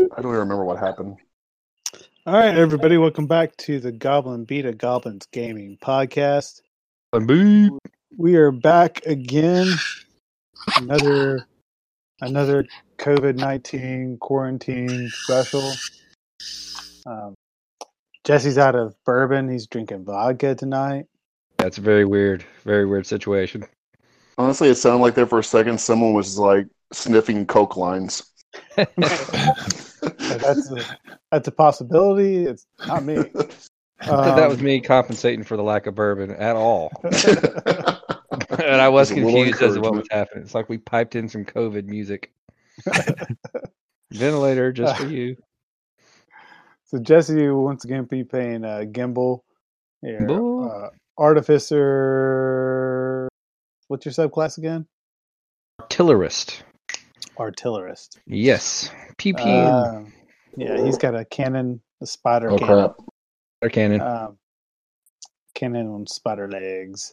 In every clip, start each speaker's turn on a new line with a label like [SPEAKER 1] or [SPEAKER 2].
[SPEAKER 1] I don't even remember what happened.
[SPEAKER 2] All right, everybody, welcome back to the Goblin Beat a Goblins Gaming Podcast.
[SPEAKER 1] And beep.
[SPEAKER 2] We are back again. Another another COVID nineteen quarantine special. Um, Jesse's out of bourbon. He's drinking vodka tonight.
[SPEAKER 3] That's very weird. Very weird situation.
[SPEAKER 1] Honestly, it sounded like there for a second someone was like sniffing coke lines. Oh,
[SPEAKER 2] So that's a, that's a possibility. It's not me.
[SPEAKER 3] that
[SPEAKER 2] Um,
[SPEAKER 3] was me compensating for the lack of bourbon at all. and I was
[SPEAKER 1] Just a little
[SPEAKER 3] confused as to what was happening. It's like we piped in some COVID music. Ventilator just for you.
[SPEAKER 2] So Jesse will once again be playing uh, Gimbal, your,
[SPEAKER 3] Gimbal.
[SPEAKER 2] uh, Artificer. What's your subclass again?
[SPEAKER 3] Artillerist.
[SPEAKER 2] Artillerist.
[SPEAKER 3] Yes. Pew pew.
[SPEAKER 2] Um, yeah, he's got a cannon, a spider
[SPEAKER 1] Oh
[SPEAKER 2] cannon,
[SPEAKER 1] crap!
[SPEAKER 3] Water cannon.
[SPEAKER 2] um, cannon on spider legs.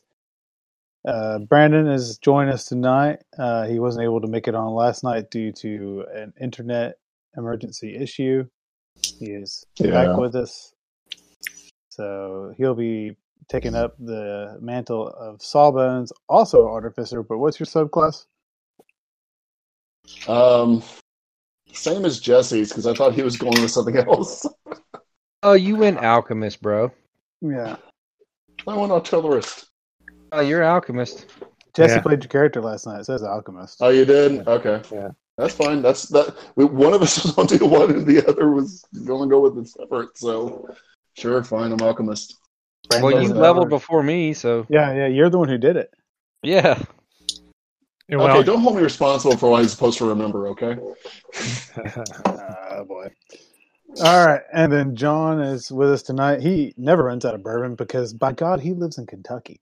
[SPEAKER 2] Uh, Brandon is joining us tonight. Uh, he wasn't able to make it on last night due to an internet emergency issue. He is
[SPEAKER 1] Yeah.
[SPEAKER 2] back with us. So he'll be taking up the mantle of Sawbones, also Artificer. But what's your subclass?
[SPEAKER 1] Um, same as Jesse's because I thought he was going with something else.
[SPEAKER 3] oh, you went alchemist, bro.
[SPEAKER 2] Yeah,
[SPEAKER 1] I went artillerist.
[SPEAKER 3] Oh, you're alchemist.
[SPEAKER 2] Jesse
[SPEAKER 4] Yeah.
[SPEAKER 2] played your character last night. It says alchemist.
[SPEAKER 1] Oh, you did? Okay.
[SPEAKER 4] Yeah.
[SPEAKER 1] That's fine. That's that. We, one of us was on to one, and the other was going to go with the separate. So, sure, fine. I'm alchemist.
[SPEAKER 3] Well,
[SPEAKER 2] Brandon's
[SPEAKER 3] you
[SPEAKER 1] Brandon's
[SPEAKER 2] the-
[SPEAKER 3] leveled before me, so
[SPEAKER 2] Yeah, yeah, you're the one who did it.
[SPEAKER 3] yeah.
[SPEAKER 4] And
[SPEAKER 1] Okay,
[SPEAKER 4] well,
[SPEAKER 1] don't hold me responsible for what I'm supposed to remember. Okay.
[SPEAKER 2] Oh boy. All right, and then John is with us tonight. He never runs out of bourbon because, by God, he lives in Kentucky.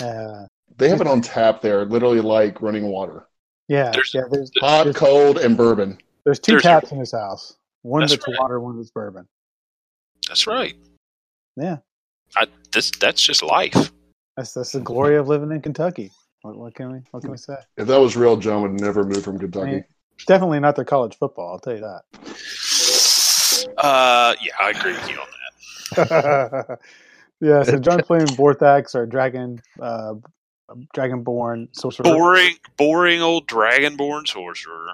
[SPEAKER 2] Uh,
[SPEAKER 1] They have it on tap there, literally like running water,
[SPEAKER 2] yeah,
[SPEAKER 5] There's-
[SPEAKER 2] yeah. There's
[SPEAKER 1] hot, cold, and bourbon.
[SPEAKER 2] there's two
[SPEAKER 5] there's-
[SPEAKER 2] taps in his house. One
[SPEAKER 5] That's
[SPEAKER 2] that's,
[SPEAKER 5] right.
[SPEAKER 2] water, one that's bourbon.
[SPEAKER 5] That's right.
[SPEAKER 2] Yeah.
[SPEAKER 5] I, this that's just life.
[SPEAKER 2] That's that's the glory of living in Kentucky. What, what can we what can we say?
[SPEAKER 1] If that was real, John would never move from Kentucky.
[SPEAKER 2] Man. Definitely not their college football. I'll tell you that.
[SPEAKER 5] Uh, yeah, I agree with you on that.
[SPEAKER 2] yeah. So John's playing Vorthax or Dragon, uh, Dragonborn sorcerer.
[SPEAKER 5] Boring, boring old dragonborn sorcerer.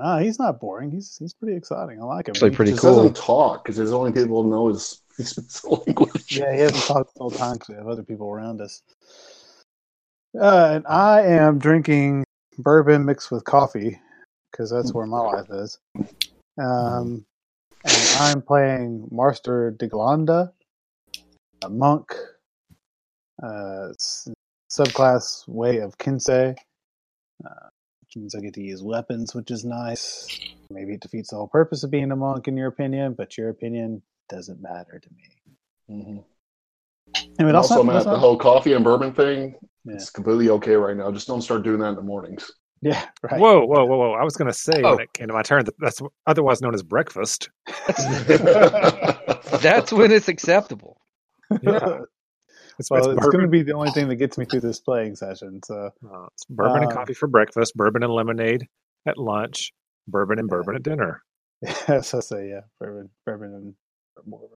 [SPEAKER 2] Ah, he's not boring. He's he's pretty exciting. I like him.
[SPEAKER 3] Actually
[SPEAKER 2] He-
[SPEAKER 3] pretty
[SPEAKER 1] Just
[SPEAKER 3] cool.
[SPEAKER 1] doesn't talk because the only people who know is his language.
[SPEAKER 2] Yeah, he hasn't talked the whole time because we have other people around us. Uh, and I am drinking bourbon mixed with coffee because that's where my life is. Um, and I'm playing Marster Diglanda, a monk, uh, s- subclass Way of Kinsei, uh, which means I get to use weapons, which is nice. Maybe it defeats the whole purpose of being a monk, in your opinion, but your opinion doesn't matter to me.
[SPEAKER 1] Mhm.
[SPEAKER 2] And it
[SPEAKER 1] And
[SPEAKER 2] also,
[SPEAKER 1] also, Matt, the
[SPEAKER 2] also-
[SPEAKER 1] whole coffee and bourbon thing
[SPEAKER 2] Yeah.
[SPEAKER 1] its completely okay right now. Just don't start doing that in the mornings.
[SPEAKER 2] yeah, right.
[SPEAKER 4] whoa, whoa, whoa, whoa! I was going to say
[SPEAKER 3] Oh.
[SPEAKER 4] when it came to my turn that that's otherwise known as breakfast.
[SPEAKER 3] That's when it's acceptable.
[SPEAKER 4] Yeah, It's,
[SPEAKER 2] well, it's
[SPEAKER 4] it's
[SPEAKER 2] going to
[SPEAKER 4] bourbon,
[SPEAKER 2] be the only thing that gets me through this playing session. So
[SPEAKER 4] uh, it's bourbon and
[SPEAKER 2] uh,
[SPEAKER 4] coffee for breakfast, bourbon and lemonade at lunch, bourbon and bourbon at dinner.
[SPEAKER 2] yes, I say yeah, bourbon, bourbon, and bourbon.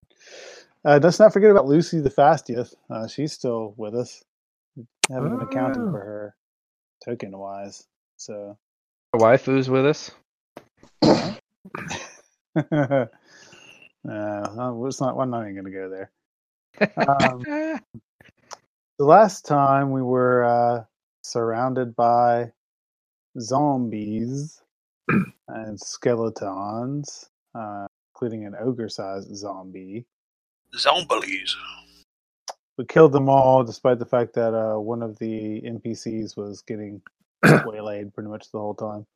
[SPEAKER 2] Uh, let's not forget about Lucy the Fastieth. Uh, she's still with us. Haven't been accounted
[SPEAKER 4] Oh.
[SPEAKER 2] for her token wise. So
[SPEAKER 3] Our waifu's with us.
[SPEAKER 2] uh, no, it's not. I'm not even going to go there. Um,
[SPEAKER 3] Ah.
[SPEAKER 2] the last time we were uh, surrounded by zombies and skeletons, uh, including an ogre-sized zombie.
[SPEAKER 5] Zombies.
[SPEAKER 2] We killed them all, despite the fact that uh, one of the NPCs was getting waylaid pretty much the whole time.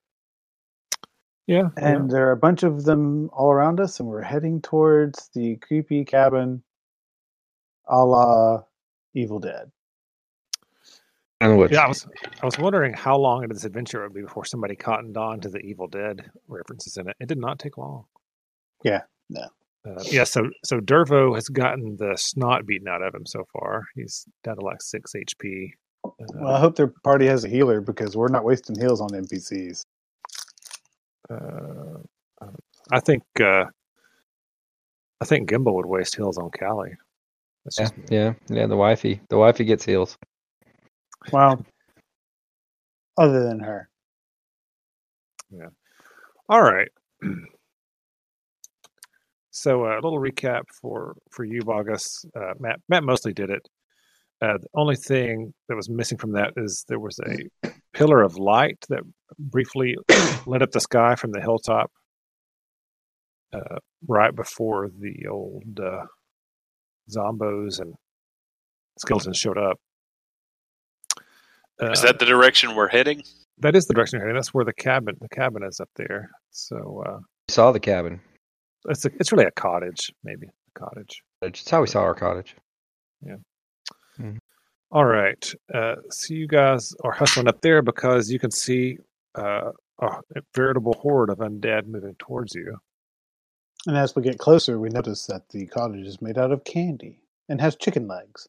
[SPEAKER 4] Yeah,
[SPEAKER 2] And there are a bunch of them all around us, and we're heading towards the creepy cabin, a la Evil Dead.
[SPEAKER 3] And
[SPEAKER 4] yeah. yeah, I was I was wondering how long into this adventure it would be before somebody cottoned on to the Evil Dead references in it. It did not take long.
[SPEAKER 2] Yeah, no.
[SPEAKER 4] Uh, yeah, so so Dervo has gotten the snot beaten out of him so far. He's down to like six HP. Uh,
[SPEAKER 2] Well, I hope their party has a healer because we're not wasting heals on NPCs.
[SPEAKER 4] uh, um, I think uh, I think Gimbal would waste heals on Callie. That's
[SPEAKER 3] Yeah,
[SPEAKER 4] just me.
[SPEAKER 3] yeah, yeah. The wifey, the wifey gets heals.
[SPEAKER 2] Well, other than her,
[SPEAKER 4] All right. So uh, a little recap for for you, Bogus. Uh, Matt Matt mostly did it. Uh, the only thing that was missing from that is there was a pillar of light that briefly lit up the sky from the hilltop, uh, right before the old uh, zombos and skeletons showed up.
[SPEAKER 5] Is
[SPEAKER 4] Uh,
[SPEAKER 5] that the direction we're heading?
[SPEAKER 4] that is the direction you're heading? That's where the cabin the cabin is up there. So. Uh,
[SPEAKER 3] We saw the cabin.
[SPEAKER 4] it's a, it's really a cottage, maybe a cottage.
[SPEAKER 3] That's how we saw our cottage.
[SPEAKER 4] All right, uh, so you guys are hustling up there because you can see uh, a veritable horde of undead moving towards you.
[SPEAKER 2] and as we get closer, we notice that the cottage is made out of candy and has chicken legs.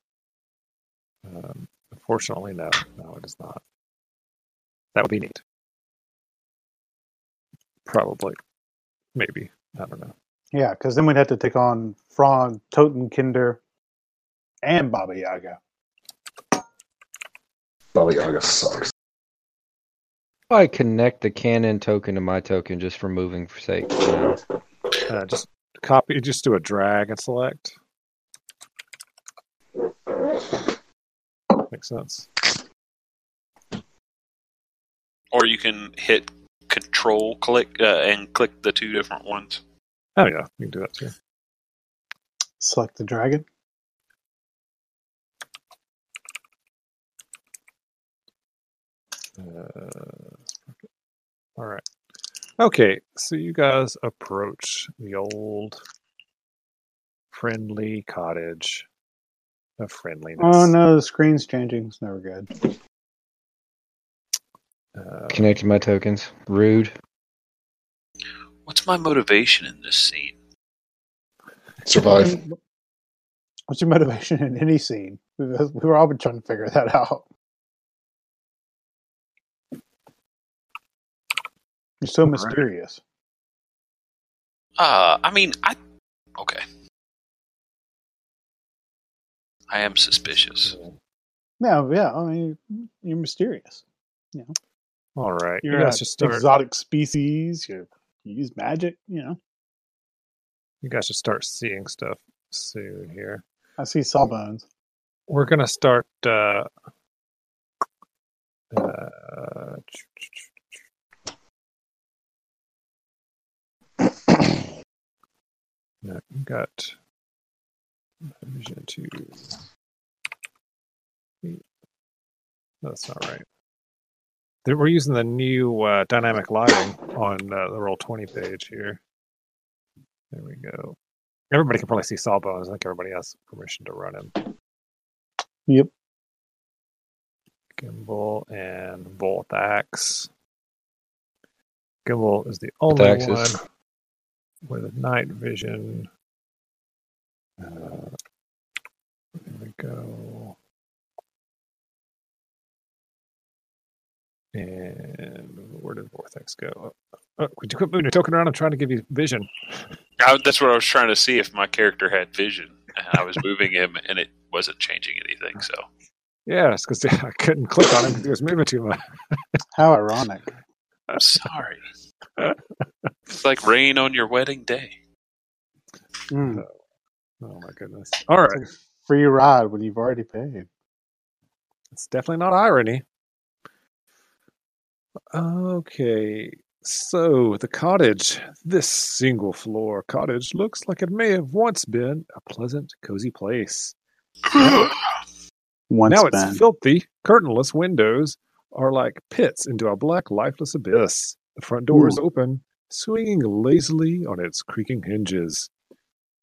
[SPEAKER 4] Um, unfortunately, no, no, it is not. That would be neat. Probably, maybe I don't know.
[SPEAKER 2] Yeah, because then we'd have to take on Frog, Totenkinder, and Baba Yaga.
[SPEAKER 1] Baba Yaga sucks.
[SPEAKER 3] If I connect the canon token to my token just for moving for sake. you know?
[SPEAKER 4] Uh, just copy, just do a drag and select. Makes sense.
[SPEAKER 5] Or you can hit control click uh, and click the two different ones.
[SPEAKER 4] Oh yeah, you can do that too.
[SPEAKER 2] Select the dragon.
[SPEAKER 4] Uh, all right. Okay, so you guys approach the old friendly cottage of friendliness.
[SPEAKER 2] Oh no, the screen's changing. It's never good.
[SPEAKER 4] Uh,
[SPEAKER 3] Connected my tokens. Rude.
[SPEAKER 5] What's my motivation in this scene?
[SPEAKER 1] Survive.
[SPEAKER 2] What's your motivation in any scene? We we were all been trying to figure that out. You're so
[SPEAKER 4] Right.
[SPEAKER 2] mysterious.
[SPEAKER 5] Uh, I mean, I. Okay. I am suspicious.
[SPEAKER 2] No, yeah, I mean, you're mysterious.
[SPEAKER 4] all right, you
[SPEAKER 2] You're
[SPEAKER 4] guys
[SPEAKER 2] a
[SPEAKER 4] just start.
[SPEAKER 2] exotic species. You're, you use magic. You know,
[SPEAKER 4] You guys just start seeing stuff soon here.
[SPEAKER 2] I see sawbones.
[SPEAKER 4] We're gonna start. Uh, uh, No, you got division two. Wait. No, That's not right. They- We're using the new uh, dynamic lighting on uh, the roll twenty page here. There we go. Everybody can probably see Sawbones. I think everybody has permission to run him.
[SPEAKER 2] Yep.
[SPEAKER 4] Gimbal and Volt Axe. Gimbal is the only
[SPEAKER 3] Axe
[SPEAKER 4] one
[SPEAKER 3] is-
[SPEAKER 4] with night vision. Uh, there we go. And where did Vortex go? Oh, could you quit moving your token around? I'm trying to give you vision.
[SPEAKER 5] I, that's what I was trying to see if my character had vision. And I was moving him, and it wasn't changing anything. So
[SPEAKER 4] Yes, because I couldn't click on him because he was moving too much.
[SPEAKER 2] How ironic.
[SPEAKER 5] I'm sorry. it's like rain on your wedding day.
[SPEAKER 4] Hmm.
[SPEAKER 2] Mm.
[SPEAKER 4] Oh my goodness! All right,
[SPEAKER 2] It's a free ride when you've already paid.
[SPEAKER 4] It's definitely not irony. Okay, so the cottage, this single floor cottage, looks like it may have once been a pleasant, cozy place.
[SPEAKER 2] Once
[SPEAKER 4] now
[SPEAKER 2] banned.
[SPEAKER 4] it's filthy, curtainless windows are like pits into a black, lifeless abyss. The front door is open, swinging lazily on its creaking hinges.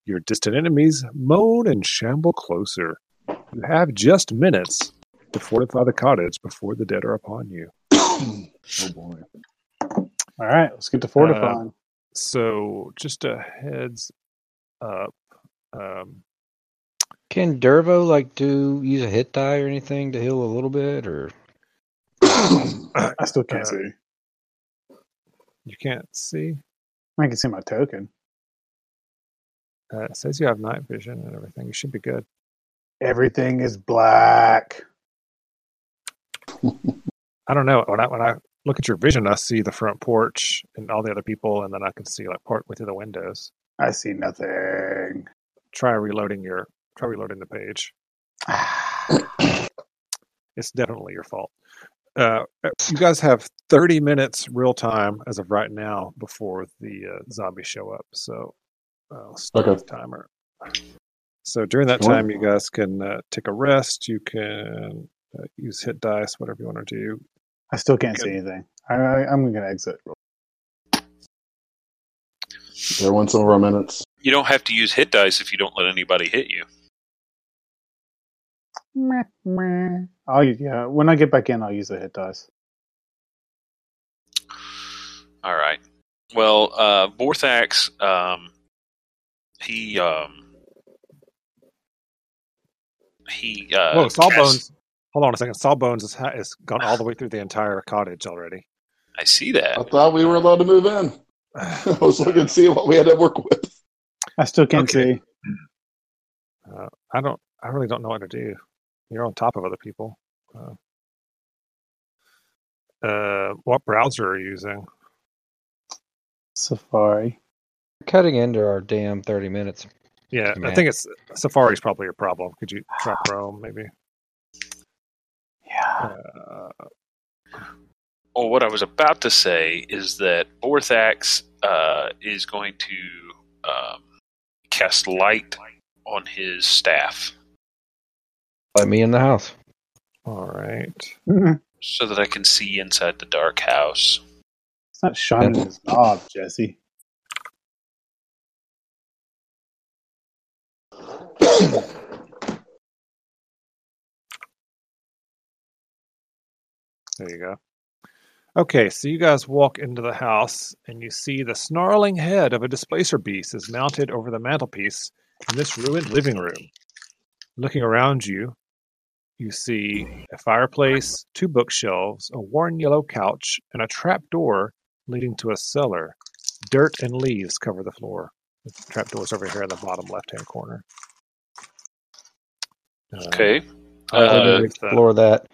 [SPEAKER 4] Your distant enemies moan and shamble closer. You have just minutes to fortify the cottage before the dead are upon you.
[SPEAKER 3] Mm.
[SPEAKER 1] Oh boy.
[SPEAKER 2] All right, let's get to fortifying.
[SPEAKER 4] So, just a heads up. Um,
[SPEAKER 3] Can Dervo like do use a hit die or anything to heal a little bit or
[SPEAKER 2] I still can't
[SPEAKER 4] uh,
[SPEAKER 2] see.
[SPEAKER 4] you can't see.
[SPEAKER 2] I can see my token.
[SPEAKER 4] Uh, it says you have night vision and everything. You should be good.
[SPEAKER 2] Everything is black.
[SPEAKER 4] I don't know. When I when I look at your vision, I see the front porch and all the other people, and then I can see like part way through the windows.
[SPEAKER 2] I see nothing.
[SPEAKER 4] Try reloading your try reloading the page. It's definitely your fault. Uh, you guys have 30 minutes real time as of right now before the uh, zombies show up. So uh, start
[SPEAKER 1] Okay.
[SPEAKER 4] the timer. So during that
[SPEAKER 1] Sure.
[SPEAKER 4] time, you guys can uh, take a rest. You can uh, use hit dice, whatever you want to do.
[SPEAKER 2] I still can't see anything. I, I, I'm gonna exit.
[SPEAKER 1] There went some of our minutes.
[SPEAKER 5] You don't have to use hit dice if you don't let anybody hit you.
[SPEAKER 2] Meh, meh. I'll u- yeah. When I get back in, I'll use the hit dice.
[SPEAKER 5] All right. Well, uh, Borthax, um, he um, he uh,
[SPEAKER 4] Whoa,
[SPEAKER 5] cast-
[SPEAKER 4] Sawbones! Hold on a second. Sawbones has, ha- has gone all the way through the entire cottage already.
[SPEAKER 5] I see that.
[SPEAKER 1] I thought we were allowed to move in. I was looking to see what we had to work with.
[SPEAKER 2] I still can't
[SPEAKER 5] Okay.
[SPEAKER 2] see.
[SPEAKER 4] I don't. I really don't know what to do. You're on top of other people. Uh, uh, what browser are you using?
[SPEAKER 2] Safari.
[SPEAKER 3] Cutting into our damn 30 minutes.
[SPEAKER 4] Yeah, I
[SPEAKER 3] Man.
[SPEAKER 4] think it's Safari's probably your problem. Could you try Chrome maybe?
[SPEAKER 2] Yeah.
[SPEAKER 4] Uh,
[SPEAKER 5] Well, what I was about to say is that Borthax uh, is going to um, cast light on his staff
[SPEAKER 3] Let me in the house.
[SPEAKER 4] all right.
[SPEAKER 2] Mm-mm.
[SPEAKER 5] so that I can see inside the dark house.
[SPEAKER 2] It's not shining as knob, Jesse.
[SPEAKER 4] There you go. Okay, so you guys walk into the house and you see the snarling head of a displacer beast is mounted over the mantelpiece in this ruined living room. Looking around you, you see a fireplace, two bookshelves, a worn yellow couch, and a trapdoor leading to a cellar. Dirt and leaves cover the floor. The trapdoor's over here in the bottom left hand corner. Uh,
[SPEAKER 5] Okay.
[SPEAKER 4] I'll
[SPEAKER 5] Uh,
[SPEAKER 4] leave the-
[SPEAKER 3] Explore that.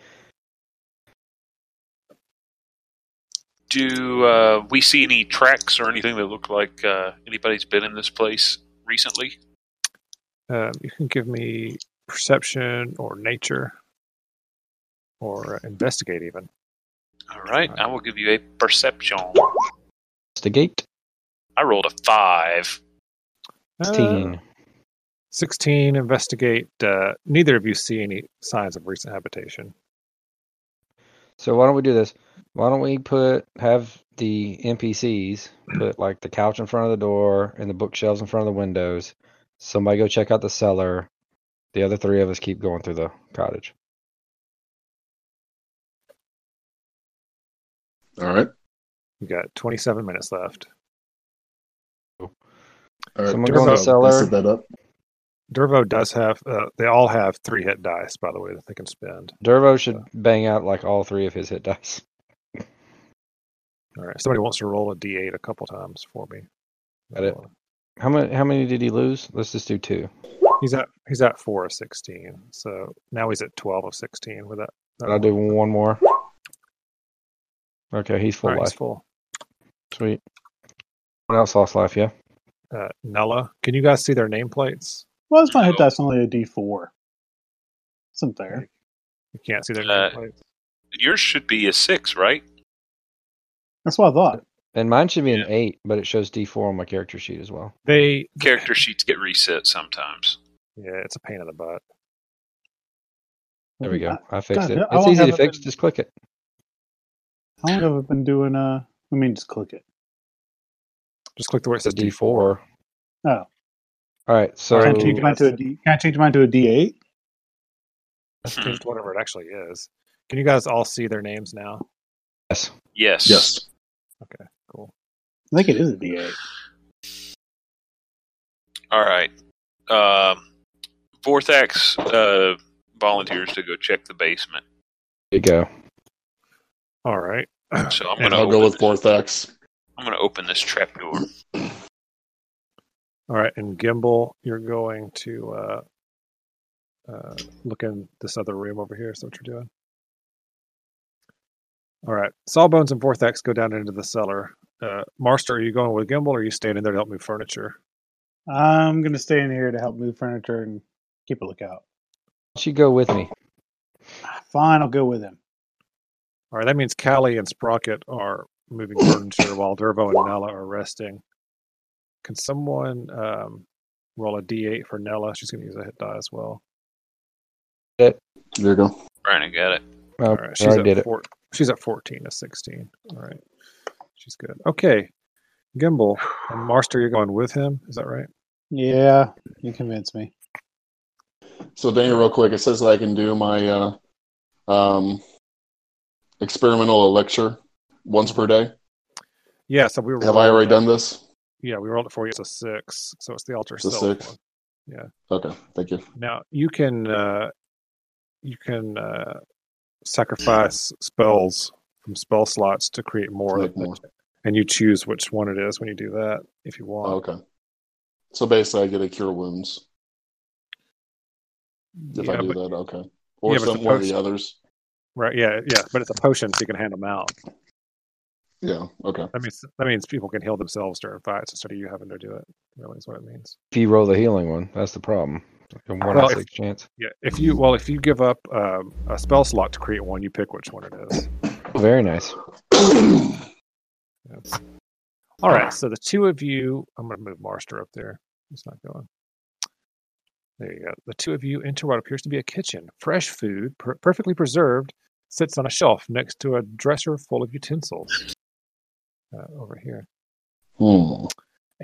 [SPEAKER 5] Do uh, we see any tracks or anything that look like uh, anybody's been in this place recently?
[SPEAKER 4] Um, you can give me perception or nature or investigate even.
[SPEAKER 5] All right, I will give you a perception.
[SPEAKER 3] Investigate.
[SPEAKER 5] I rolled a five.
[SPEAKER 3] 16.
[SPEAKER 4] Uh, 16, investigate. Uh, neither of you see any signs of recent habitation.
[SPEAKER 3] So why don't we do this? Why don't we put have the NPCs put like the couch in front of the door and the bookshelves in front of the windows. Somebody go check out the cellar. The other three of us keep going through the cottage.
[SPEAKER 1] All right.
[SPEAKER 4] You got 27 minutes left.
[SPEAKER 1] All right.
[SPEAKER 3] Someone go in the
[SPEAKER 1] I'll
[SPEAKER 3] cellar.
[SPEAKER 1] Set that up.
[SPEAKER 4] Dervo does have, uh, they all have three hit dice, by the way, that they can spend.
[SPEAKER 3] Dervo should bang out like all three of his hit dice.
[SPEAKER 4] All right. Somebody wants to roll a d8 a couple times for me.
[SPEAKER 3] Got it. How many? How many did he lose? Let's just do two.
[SPEAKER 4] He's at he's at four of sixteen, so now he's at twelve of sixteen. With that, that
[SPEAKER 3] I'll do one more. Okay, he's full
[SPEAKER 4] All right, he's
[SPEAKER 3] life.
[SPEAKER 4] full.
[SPEAKER 3] Sweet. What else lost life? Yeah.
[SPEAKER 4] uh, Nella. Can you guys see their nameplates?
[SPEAKER 2] Why is my hit dice only a D4? Isn't there?
[SPEAKER 4] You can't see their
[SPEAKER 5] Uh,
[SPEAKER 4] nameplates.
[SPEAKER 5] Yours should be a six, right?
[SPEAKER 2] That's what I thought.
[SPEAKER 3] And mine should be an eight, but it shows D four on my character sheet as well.
[SPEAKER 4] They
[SPEAKER 5] Character sheets get reset sometimes.
[SPEAKER 4] yeah, it's a pain in the butt.
[SPEAKER 3] There we go.
[SPEAKER 2] Mm, I,
[SPEAKER 3] I fixed
[SPEAKER 2] God,
[SPEAKER 3] it.
[SPEAKER 2] no, I
[SPEAKER 3] It's
[SPEAKER 2] won't
[SPEAKER 3] easy to
[SPEAKER 2] have it
[SPEAKER 3] fix.
[SPEAKER 2] in-
[SPEAKER 3] Just click it.
[SPEAKER 2] how long have I been doing? Uh, I mean, just click it.
[SPEAKER 4] Just click the where it
[SPEAKER 3] It's a
[SPEAKER 4] says
[SPEAKER 3] D
[SPEAKER 4] D4.
[SPEAKER 3] four.
[SPEAKER 2] Oh.
[SPEAKER 3] All right. So
[SPEAKER 2] Can I
[SPEAKER 4] Alright,
[SPEAKER 2] change
[SPEAKER 4] you
[SPEAKER 2] mine to a D? Can I change mine to a D8?
[SPEAKER 4] That's just whatever it actually is. Can you guys all see their names now?
[SPEAKER 3] yes.
[SPEAKER 5] Yes.
[SPEAKER 1] Yes.
[SPEAKER 4] Cool.
[SPEAKER 2] I think it is a D8.
[SPEAKER 5] All right. Um, Vorthax uh, volunteers to go check the basement,
[SPEAKER 3] There you go.
[SPEAKER 4] All right.
[SPEAKER 5] so I'm
[SPEAKER 4] And
[SPEAKER 5] gonna
[SPEAKER 1] I'll
[SPEAKER 5] open
[SPEAKER 1] go with
[SPEAKER 5] this,
[SPEAKER 1] Vortex.
[SPEAKER 5] I'm gonna open this trap door.
[SPEAKER 4] All right, and Gimbal, you're going to uh, uh, look in this other room over here. Is that what you're doing? All right. Sawbones and Vortex go down into the cellar. Uh, Marster, are you going with Gimbal, or are you staying in there to help move furniture?
[SPEAKER 2] I'm gonna stay in here to help move furniture and keep a lookout.
[SPEAKER 3] She go with me.
[SPEAKER 2] Fine, I'll go with him.
[SPEAKER 4] All right, that means Callie and Sprocket are moving furniture while Dervo and Nella are resting. Can someone um, roll a d8 for Nella? She's going to use a hit die as well.
[SPEAKER 1] There you go.
[SPEAKER 5] Brian, I got it.
[SPEAKER 3] Oh,
[SPEAKER 4] All right, she's
[SPEAKER 3] I
[SPEAKER 4] at
[SPEAKER 3] did it.
[SPEAKER 4] four, she's at fourteen to sixteen. All right, she's good. Okay, Gimbal and Marster, you're going with him. Is that right?
[SPEAKER 2] Yeah, you convinced me.
[SPEAKER 1] So Daniel, real quick, it says that I can do my uh, um, experimental lecture once per day.
[SPEAKER 4] Yeah. So we were.
[SPEAKER 1] Have I already done this?
[SPEAKER 4] Yeah, we rolled it for you. It's a six, so it's the altar
[SPEAKER 1] It's a
[SPEAKER 4] self
[SPEAKER 1] six.
[SPEAKER 4] one.
[SPEAKER 1] Okay, thank you.
[SPEAKER 4] Now you can uh, you can uh, sacrifice spells from spell slots to create more,
[SPEAKER 1] Make more.
[SPEAKER 4] and you choose which one it is when you do that if you want.
[SPEAKER 1] Oh, okay. So basically, I get a cure wounds if I
[SPEAKER 4] Yeah,
[SPEAKER 1] do
[SPEAKER 4] but-
[SPEAKER 1] that. Okay, or
[SPEAKER 4] Yeah, but
[SPEAKER 1] some one of the
[SPEAKER 4] suppose-
[SPEAKER 1] others.
[SPEAKER 4] right? Yeah, yeah. But it's a potion, so you can hand them out.
[SPEAKER 1] Yeah. Okay.
[SPEAKER 4] That means that means people can heal themselves during fights instead of you having to do it. Really, is what it means.
[SPEAKER 3] If you roll the healing one, that's the problem. It's like a one
[SPEAKER 4] Well,
[SPEAKER 3] in
[SPEAKER 4] if-
[SPEAKER 3] six chance.
[SPEAKER 4] Yeah. If you well, if you give up um, a spell slot to create one, you pick which one it is.
[SPEAKER 3] Oh, Very nice.
[SPEAKER 4] All right. So the two of you, I'm going to move Marster up there. It's not going. There you go. The two of you enter what appears to be a kitchen. Fresh food, per- perfectly preserved, sits on a shelf next to a dresser full of utensils. Uh, over here.
[SPEAKER 1] Hmm.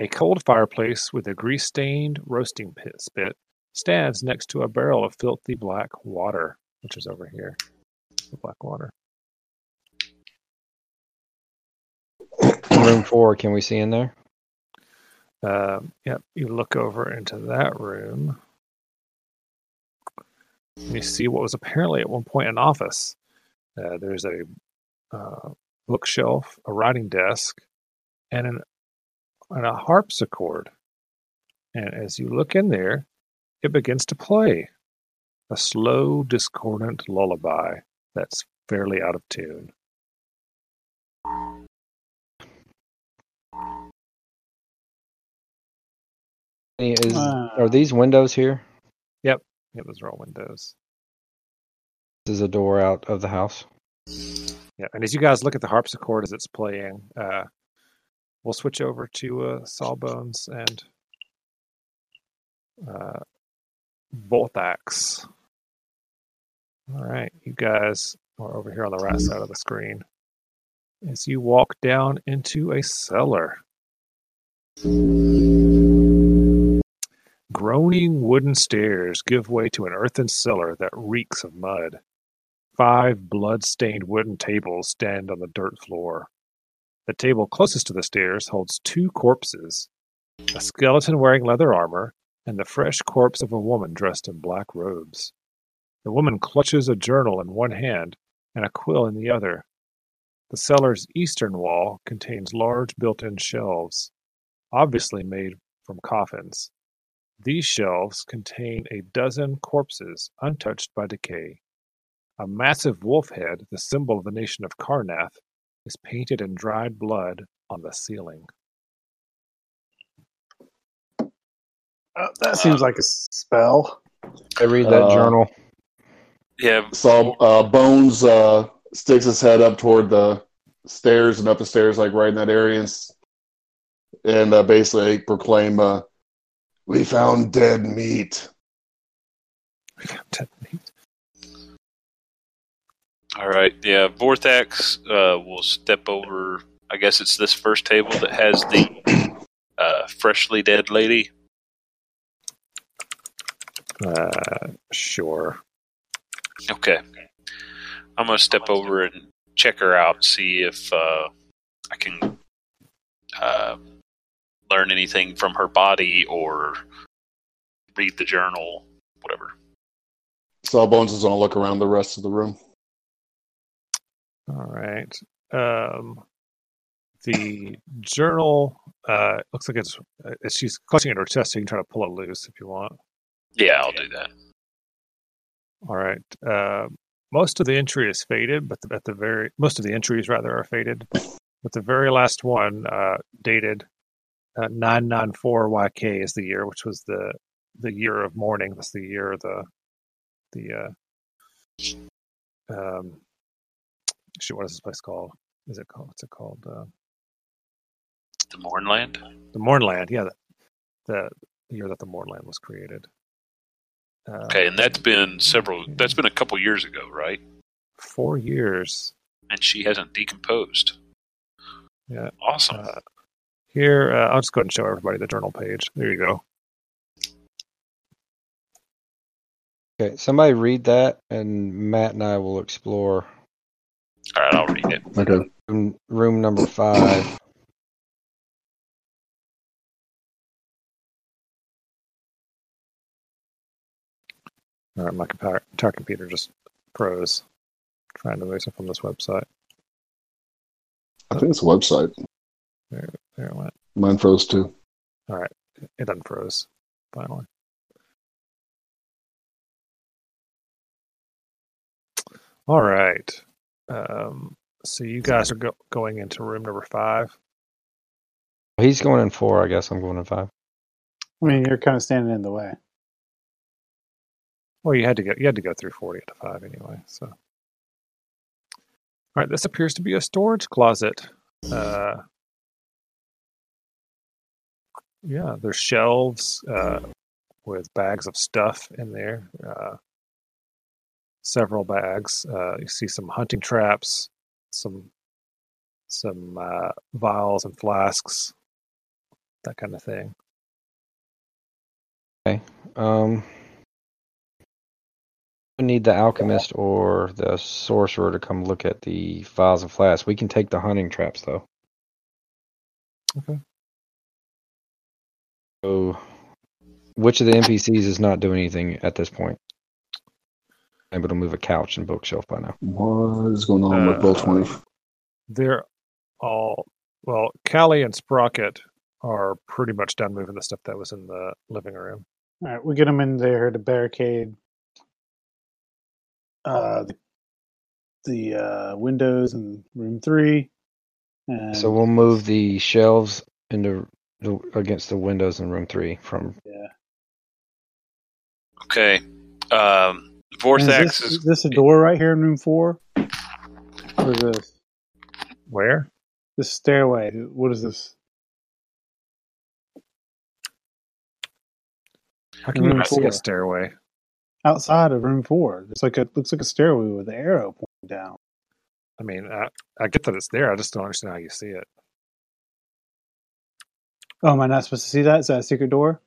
[SPEAKER 4] A cold fireplace with a grease stained roasting pit spit stands next to a barrel of filthy black water, which is over here. The black water.
[SPEAKER 3] Room four, can we see in there?
[SPEAKER 4] Um, yep, you look over into that room. And you see what was apparently at one point an office. Uh, there's a uh, bookshelf, a writing desk, and an and a harpsichord. And as you look in there, it begins to play a slow, discordant lullaby that's fairly out of tune.
[SPEAKER 3] Any- Is,
[SPEAKER 2] Ah.
[SPEAKER 3] are these windows here?
[SPEAKER 4] Yeah, those are all windows.
[SPEAKER 3] This is a door out of the house.
[SPEAKER 4] Yeah, and as you guys look at the harpsichord as it's playing, uh, we'll switch over to uh, Sawbones and uh, Voltax. All right, you guys are over here on the right side of the screen. As you walk down into a cellar, groaning wooden stairs give way to an earthen cellar that reeks of mud. Five blood-stained wooden tables stand on the dirt floor. The table closest to the stairs holds two corpses, a skeleton wearing leather armor and the fresh corpse of a woman dressed in black robes. The woman clutches a journal in one hand and a quill in the other. The cellar's eastern wall contains large built-in shelves, obviously made from coffins. These shelves contain a dozen corpses untouched by decay. A massive wolf head, the symbol of the nation of Karnath, is painted in dried blood on the ceiling.
[SPEAKER 2] Uh, that seems like a spell.
[SPEAKER 3] I read that
[SPEAKER 1] Uh,
[SPEAKER 3] journal.
[SPEAKER 5] Yeah,
[SPEAKER 1] So uh, Bones uh, sticks his head up toward the stairs and up the stairs, like right in that area, and, s- and uh, basically proclaim, uh, "We found dead meat."
[SPEAKER 5] All right, yeah. Vortex uh, will step over. I guess it's this first table that has the uh, freshly dead lady.
[SPEAKER 4] Uh, sure.
[SPEAKER 5] Okay, I'm gonna step over and check her out and see if uh, I can uh, learn anything from her body or read the journal, whatever.
[SPEAKER 1] So Bones is gonna look around the rest of the room.
[SPEAKER 4] All right. Um, the journal uh, looks like it's uh, she's clutching at her chest, so you can try to pull it loose if you want.
[SPEAKER 5] Yeah, I'll do that.
[SPEAKER 4] All right. Uh, most of the entry is faded, but at the very most of the entries rather are faded, but the very last one uh, dated uh, 994YK is the year, which was the the year of mourning. That's the year of the the uh, um shoot. What is this place called? Is it called? What's it called? Uh,
[SPEAKER 5] The Mornland.
[SPEAKER 4] the Mornland. Yeah, the, the year that the Mornland was created. Uh,
[SPEAKER 5] Okay, and that's been several. That's been a couple years ago, right?
[SPEAKER 4] four years.
[SPEAKER 5] And she hasn't decomposed.
[SPEAKER 4] Yeah.
[SPEAKER 5] Awesome.
[SPEAKER 4] Uh, here, uh, I'll just go ahead and show everybody the journal page. There you go.
[SPEAKER 3] Okay, somebody read that, and Matt and I will explore
[SPEAKER 5] All right, I'll read it.
[SPEAKER 1] Okay.
[SPEAKER 3] room, room number five.
[SPEAKER 4] All right, Uh, my compa- entire computer just froze trying to do something on this website.
[SPEAKER 1] I think it's a website.
[SPEAKER 4] There it went.
[SPEAKER 1] Mine froze too.
[SPEAKER 4] It unfroze finally. All right. Um, so you guys are go- going into room number five.
[SPEAKER 3] He's going in four, I guess. I'm going in five.
[SPEAKER 2] I mean, you're kind of standing in the way.
[SPEAKER 4] Well, you had to go. You had to go through forty to five anyway. So, all right. This appears to be a storage closet. Uh, yeah, there's shelves uh, with bags of stuff in there. Uh, several bags. Uh, you see some hunting traps, some some uh, vials and flasks, that kind of thing.
[SPEAKER 3] Um, we need the alchemist or the sorcerer to come look at the files and flasks. We can take the hunting traps though.
[SPEAKER 4] Okay.
[SPEAKER 3] So, which of the NPCs is not doing anything at this point? Able to move a couch and bookshelf by now.
[SPEAKER 1] What is going on with Bill
[SPEAKER 4] Uh,
[SPEAKER 1] 20?
[SPEAKER 4] they're all well callie and sprocket are pretty much done moving the stuff that was in the living room
[SPEAKER 2] All right, we get them in there to barricade uh, the, the uh, windows in room three. And
[SPEAKER 3] So we'll move the shelves into the, against the windows in room three from
[SPEAKER 5] Okay. Um,
[SPEAKER 2] and
[SPEAKER 5] Vorthax
[SPEAKER 2] is this,
[SPEAKER 5] is
[SPEAKER 2] is this a door right here in room four? Or is this
[SPEAKER 4] where
[SPEAKER 2] this stairway? What is this?
[SPEAKER 4] how can you
[SPEAKER 2] Room
[SPEAKER 4] not see
[SPEAKER 2] four.
[SPEAKER 4] a stairway
[SPEAKER 2] Outside of room four, it's like a looks like a stairway with an arrow pointing down.
[SPEAKER 4] i mean I, I get that it's there i just don't understand how you see it
[SPEAKER 2] Oh, am I not supposed to see that? Is that a secret door?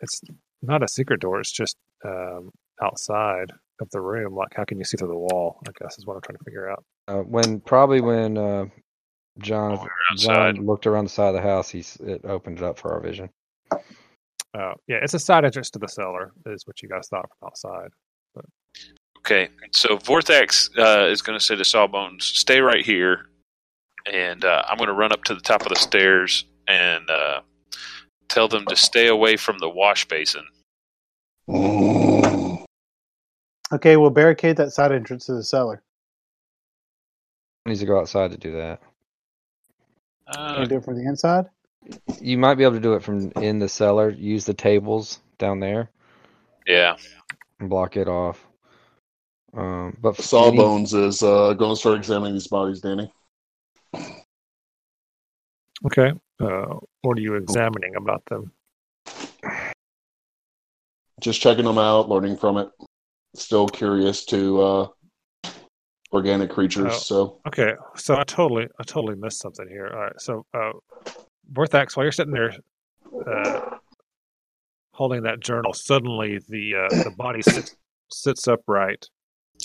[SPEAKER 4] it's not a secret door it's just um, outside of the room like how can you see through the wall i guess is what i'm trying to figure out
[SPEAKER 3] uh, when probably when uh, John
[SPEAKER 5] outside.
[SPEAKER 3] John looked around the side of the house. He's it opened it up for our vision.
[SPEAKER 4] uh, yeah it's a side entrance to the cellar is what you guys thought from outside
[SPEAKER 5] Okay, so Vortex uh, is going to say to Sawbones, "Stay right here," and uh, I'm going to run up to the top of the stairs and uh, tell them to stay away from the wash basin.
[SPEAKER 1] Mm.
[SPEAKER 2] Okay, we'll barricade that side entrance to the cellar.
[SPEAKER 3] He needs to go outside to do that.
[SPEAKER 2] Can
[SPEAKER 5] Uh,
[SPEAKER 2] we do it from the inside?
[SPEAKER 3] You might be able to do it from in the cellar. Use the tables down there
[SPEAKER 5] yeah,
[SPEAKER 3] and block it off. Um, but f-
[SPEAKER 1] Sawbones is uh, going to start examining these bodies, Danny.
[SPEAKER 4] okay uh, what are you examining about them
[SPEAKER 1] Just checking them out, learning from it. Still curious to uh, organic creatures.
[SPEAKER 4] Oh.
[SPEAKER 1] So
[SPEAKER 4] Okay, so I totally, I totally missed something here. All right, so uh, Vorthax, while you're sitting there uh, holding that journal, suddenly the uh, the body sits sits upright.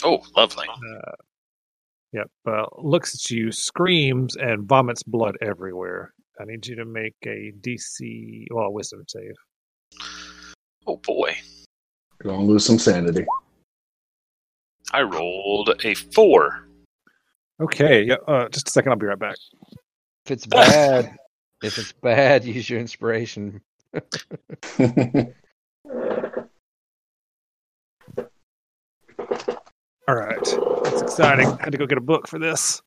[SPEAKER 5] Oh, lovely.
[SPEAKER 4] Yep, uh, looks at you, screams, and vomits blood everywhere. I need you to make a DC, well, wisdom save.
[SPEAKER 5] Oh boy,
[SPEAKER 1] going to lose some sanity.
[SPEAKER 5] I rolled a four.
[SPEAKER 4] Okay, yeah, uh, just a second. I'll be right back.
[SPEAKER 3] If it's bad, if it's bad, use your inspiration.
[SPEAKER 4] All right, that's exciting. had to go get a book for this.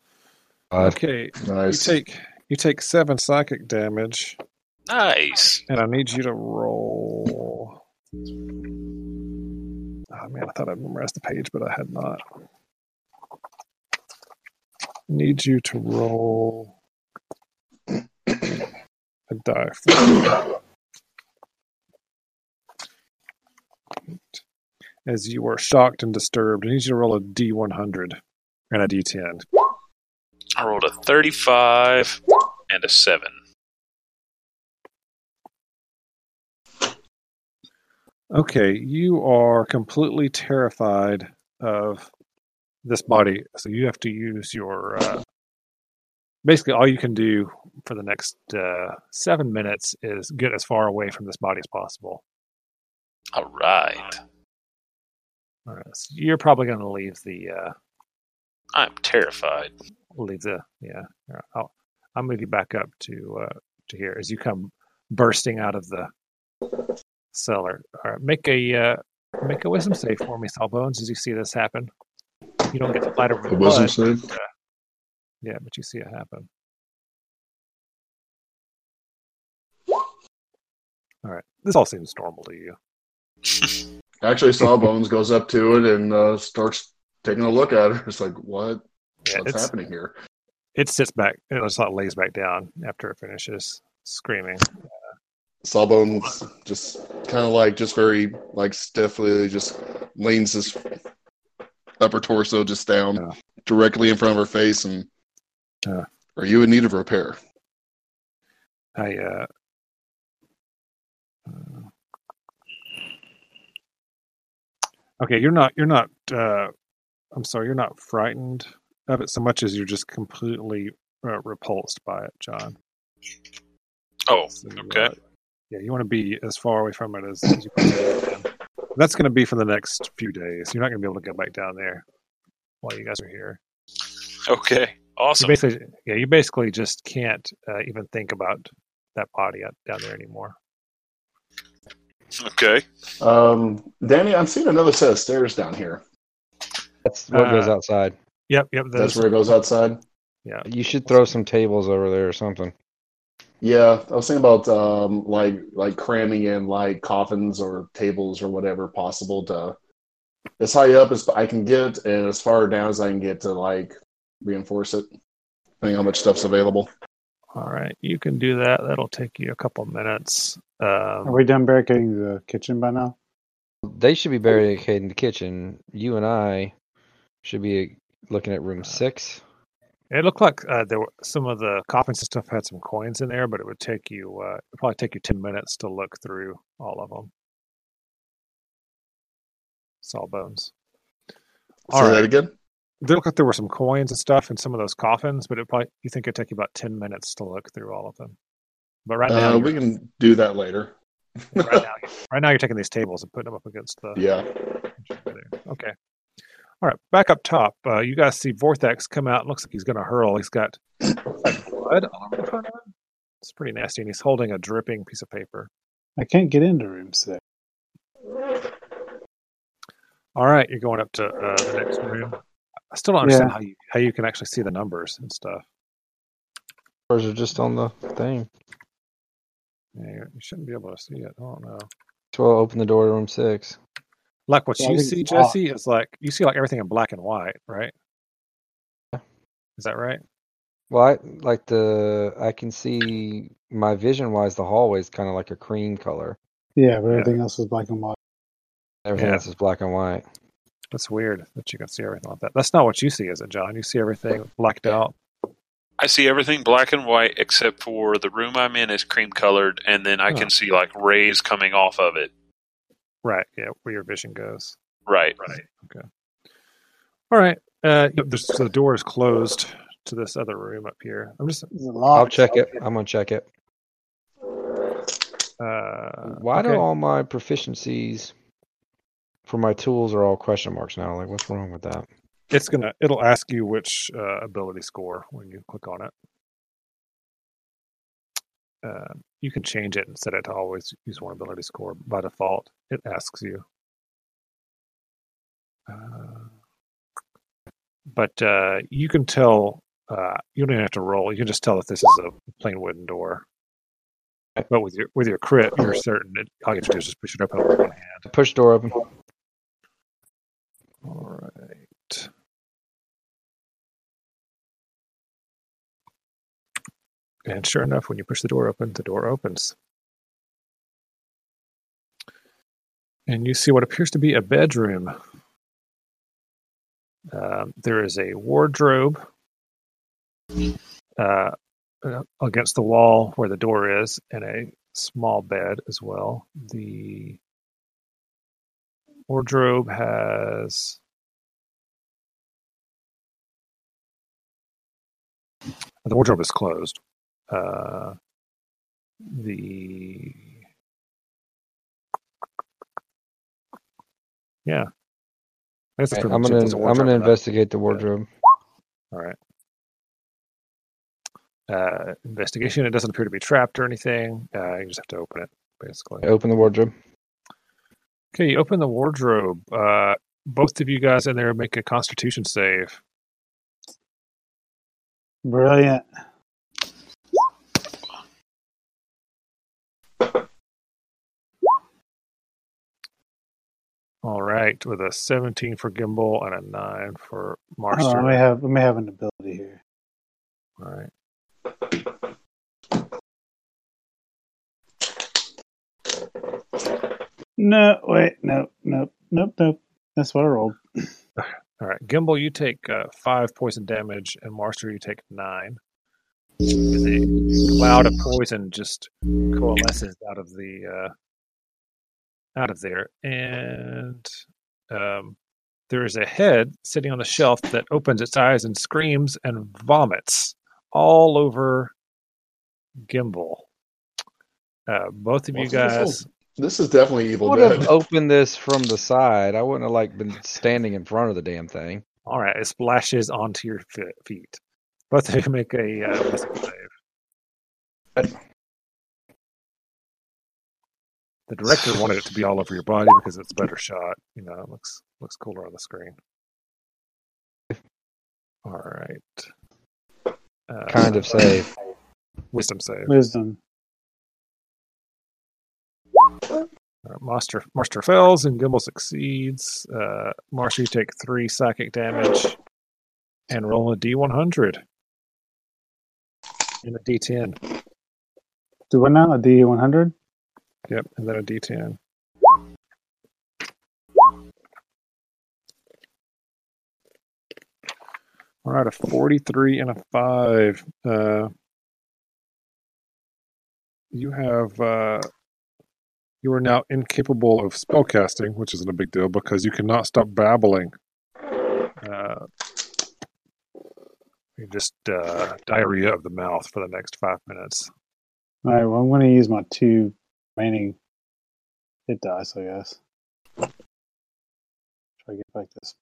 [SPEAKER 3] God.
[SPEAKER 4] Okay,
[SPEAKER 1] nice.
[SPEAKER 4] you take you take seven psychic damage,
[SPEAKER 5] Nice.
[SPEAKER 4] and I need you to roll. Oh man, I thought I'd memorized the page, but I had not. Need you to roll a die. for- As you are shocked and disturbed, I need you to roll a D100 and a D10.
[SPEAKER 5] I rolled a 35 and a 7.
[SPEAKER 4] Okay, you are completely terrified of this body, so you have to use your. Uh, basically, all you can do for the next uh, seven minutes is get as far away from this body as possible.
[SPEAKER 5] All right.
[SPEAKER 4] All right, so you're probably going to leave the uh,
[SPEAKER 5] I'm terrified.
[SPEAKER 4] leave the yeah. all right, I'll I'll move you back up to uh, to here as you come bursting out of the cellar. All right, make a uh, make a wisdom save for me, Sawbones, as you see this happen. You don't get to fight over
[SPEAKER 1] A
[SPEAKER 4] the
[SPEAKER 1] wisdom
[SPEAKER 4] blood.
[SPEAKER 1] save.
[SPEAKER 4] Yeah, but you see it happen. All right. This all seems normal to you.
[SPEAKER 1] Actually, Sawbones goes up to it and uh, starts taking a look at her. It's like, what?
[SPEAKER 4] Yeah,
[SPEAKER 1] What's
[SPEAKER 4] it's,
[SPEAKER 1] happening here?
[SPEAKER 4] it sits back. It just like lays back down after it finishes screaming.
[SPEAKER 1] Sawbones just kind of like, just very like stiffly, just leans his upper torso just down
[SPEAKER 4] Yeah.
[SPEAKER 1] directly in front of her face, and
[SPEAKER 4] Yeah.
[SPEAKER 1] are you in need of repair?
[SPEAKER 4] I uh, uh, Okay, you're not you're not uh I'm sorry, you're not frightened of it so much as you're just completely uh, repulsed by it, John.
[SPEAKER 5] Oh,
[SPEAKER 4] So,
[SPEAKER 5] okay.
[SPEAKER 4] uh, yeah, you want to be as far away from it as, as you possibly can. That's going to be for the next few days. You're not going to be able to go back down there while you guys are here.
[SPEAKER 5] Okay.
[SPEAKER 4] You
[SPEAKER 5] Awesome.
[SPEAKER 4] basically, yeah, you basically just can't uh, even think about that body out, down there anymore.
[SPEAKER 5] Okay.
[SPEAKER 1] Um, Danny, I'm seeing another set of stairs down here.
[SPEAKER 3] That's what goes
[SPEAKER 4] Uh,
[SPEAKER 3] outside.
[SPEAKER 4] Yep, yep.
[SPEAKER 1] That's
[SPEAKER 4] those-
[SPEAKER 1] where it goes outside.
[SPEAKER 4] yeah.
[SPEAKER 3] You should throw some tables over there or something.
[SPEAKER 1] Yeah, I was thinking about um, like like cramming in like coffins or tables or whatever possible to as high up as I can get and as far down as I can get to like reinforce it, depending on how much stuff's available.
[SPEAKER 4] All right, you can do that. That'll take you a couple minutes.
[SPEAKER 2] Are
[SPEAKER 4] Um,
[SPEAKER 2] we done barricading the kitchen by now?
[SPEAKER 3] They should be barricaded in the kitchen. You and I should be looking at room six.
[SPEAKER 4] it looked like uh, there were some of the coffins and stuff had some coins in there, but it would take you uh, it'd probably take you ten minutes to look through all of them. Sawbones.
[SPEAKER 1] Say
[SPEAKER 4] All right.
[SPEAKER 1] that again.
[SPEAKER 4] They look like there were some coins and stuff in some of those coffins, but it probably you think it'd take you about ten minutes to look through all of them. But right now,
[SPEAKER 1] Uh,
[SPEAKER 4] you're-
[SPEAKER 1] we can do that later.
[SPEAKER 4] right now, right now you're taking these tables and putting them up against the
[SPEAKER 1] Yeah.
[SPEAKER 4] there. Okay. All right. Back up top, uh, you guys see Vortex come out. Looks like he's going to hurl. He's got blood all over the front of him. It's pretty nasty, and he's holding a dripping piece of paper.
[SPEAKER 2] I can't get into room six.
[SPEAKER 4] All right, you're going up to uh, the next room. I still don't understand how you how you can actually see the numbers and stuff.
[SPEAKER 3] Or is it just on the thing?
[SPEAKER 4] Yeah, you you shouldn't be able to see it. I don't know.
[SPEAKER 3] So I'll open the door to room six.
[SPEAKER 4] Like what
[SPEAKER 2] Yeah, I
[SPEAKER 4] you
[SPEAKER 2] think
[SPEAKER 4] see,
[SPEAKER 2] it's off.
[SPEAKER 4] Jesse, is like you see like everything in black and white, right? Is that right?
[SPEAKER 3] Well, I, like the I can see my vision wise the hallway's kind of like a cream color.
[SPEAKER 2] Yeah, but everything else is black and white.
[SPEAKER 3] Everything
[SPEAKER 4] Yeah.
[SPEAKER 3] else is black and white.
[SPEAKER 4] That's weird that you can see everything like that. That's not what you see, is it, John? You see everything blacked out.
[SPEAKER 5] I see everything black and white except for the room I'm in is cream colored, and then I
[SPEAKER 4] Huh.
[SPEAKER 5] can see like rays coming off of it.
[SPEAKER 4] Right. Yeah. Where your vision goes.
[SPEAKER 5] Right.
[SPEAKER 4] All right. Uh, yep, there's, so the door is closed to this other room up here. I'm just.
[SPEAKER 2] Is it
[SPEAKER 3] I'll
[SPEAKER 2] locked?
[SPEAKER 3] check it. I'm gonna check it.
[SPEAKER 4] Uh,
[SPEAKER 3] Why do
[SPEAKER 4] okay.
[SPEAKER 3] all my proficiencies for my tools are all question marks now? Like, what's wrong with that?
[SPEAKER 4] It's gonna. It'll ask you which uh, ability score when you click on it. Uh, you can change it and set it to always use one ability score by default. It asks you. Uh, but uh, you can tell. Uh, you don't even have to roll. You can just tell if this is a plain wooden door. But with your with your crit, you're certain. It, all you have to do is just push it up with one hand.
[SPEAKER 3] Push door open.
[SPEAKER 4] All right. And sure enough, when you push the door open, the door opens. And you see what appears to be a bedroom. Um, there is a wardrobe uh, uh, against the wall where the door is, and a small bed as well. The wardrobe has the wardrobe is closed uh the yeah I guess that's
[SPEAKER 3] Right,
[SPEAKER 4] pretty
[SPEAKER 3] I'm
[SPEAKER 4] much it.
[SPEAKER 3] gonna
[SPEAKER 4] There's a
[SPEAKER 3] I'm
[SPEAKER 4] wardrobe
[SPEAKER 3] gonna
[SPEAKER 4] in that.
[SPEAKER 3] investigate the wardrobe.
[SPEAKER 4] All right. Uh, investigation. It doesn't appear to be trapped or anything. Uh, you just have to open it, basically.
[SPEAKER 3] Open the wardrobe.
[SPEAKER 4] Okay, you open the wardrobe. Uh, both of you guys in there make a Constitution save.
[SPEAKER 2] Brilliant.
[SPEAKER 4] All right, with a 17 for Gimbal and a nine for
[SPEAKER 2] Hold
[SPEAKER 4] Marster.
[SPEAKER 2] on, Oh, we have we may have an ability here.
[SPEAKER 4] All right.
[SPEAKER 2] No, wait, no, nope, nope, nope. That's what I rolled.
[SPEAKER 4] All right, Gimbal, you take uh, five poison damage, and Marster, you take nine. And a cloud of poison just coalesces out of the uh, out of there, and um, there is a head sitting on the shelf that opens its eyes and screams and vomits all over Gimbal. Uh, both of you
[SPEAKER 1] What's this Oh, one?
[SPEAKER 4] guys,
[SPEAKER 1] This is definitely Evil
[SPEAKER 3] Would
[SPEAKER 1] Dead.
[SPEAKER 3] have opened this from the side. I wouldn't have like been standing in front of the damn thing.
[SPEAKER 4] all right, it splashes onto your fe- feet. Both of you make a uh, wisdom save. the director wanted it to be all over your body because it's a better shot. You know, it looks looks cooler on the screen. All right. Uh,
[SPEAKER 3] Kind of save.
[SPEAKER 4] wisdom save.
[SPEAKER 2] Wisdom.
[SPEAKER 4] Uh, Monster Monster fails and Gimbal succeeds. Uh, Marcy, you take three psychic damage and roll a d100 and a d10.
[SPEAKER 2] Do what now? A D one hundred?
[SPEAKER 4] Yep, and then a d10. All right, a 43 and a 5. Uh, you have. Uh, you are now incapable of spellcasting, which isn't a big deal because you cannot stop babbling. Uh, you just uh, diarrhea of the mouth for the next five minutes.
[SPEAKER 2] Alright, well I'm gonna use my two remaining hit dice, I guess. Try to get back this.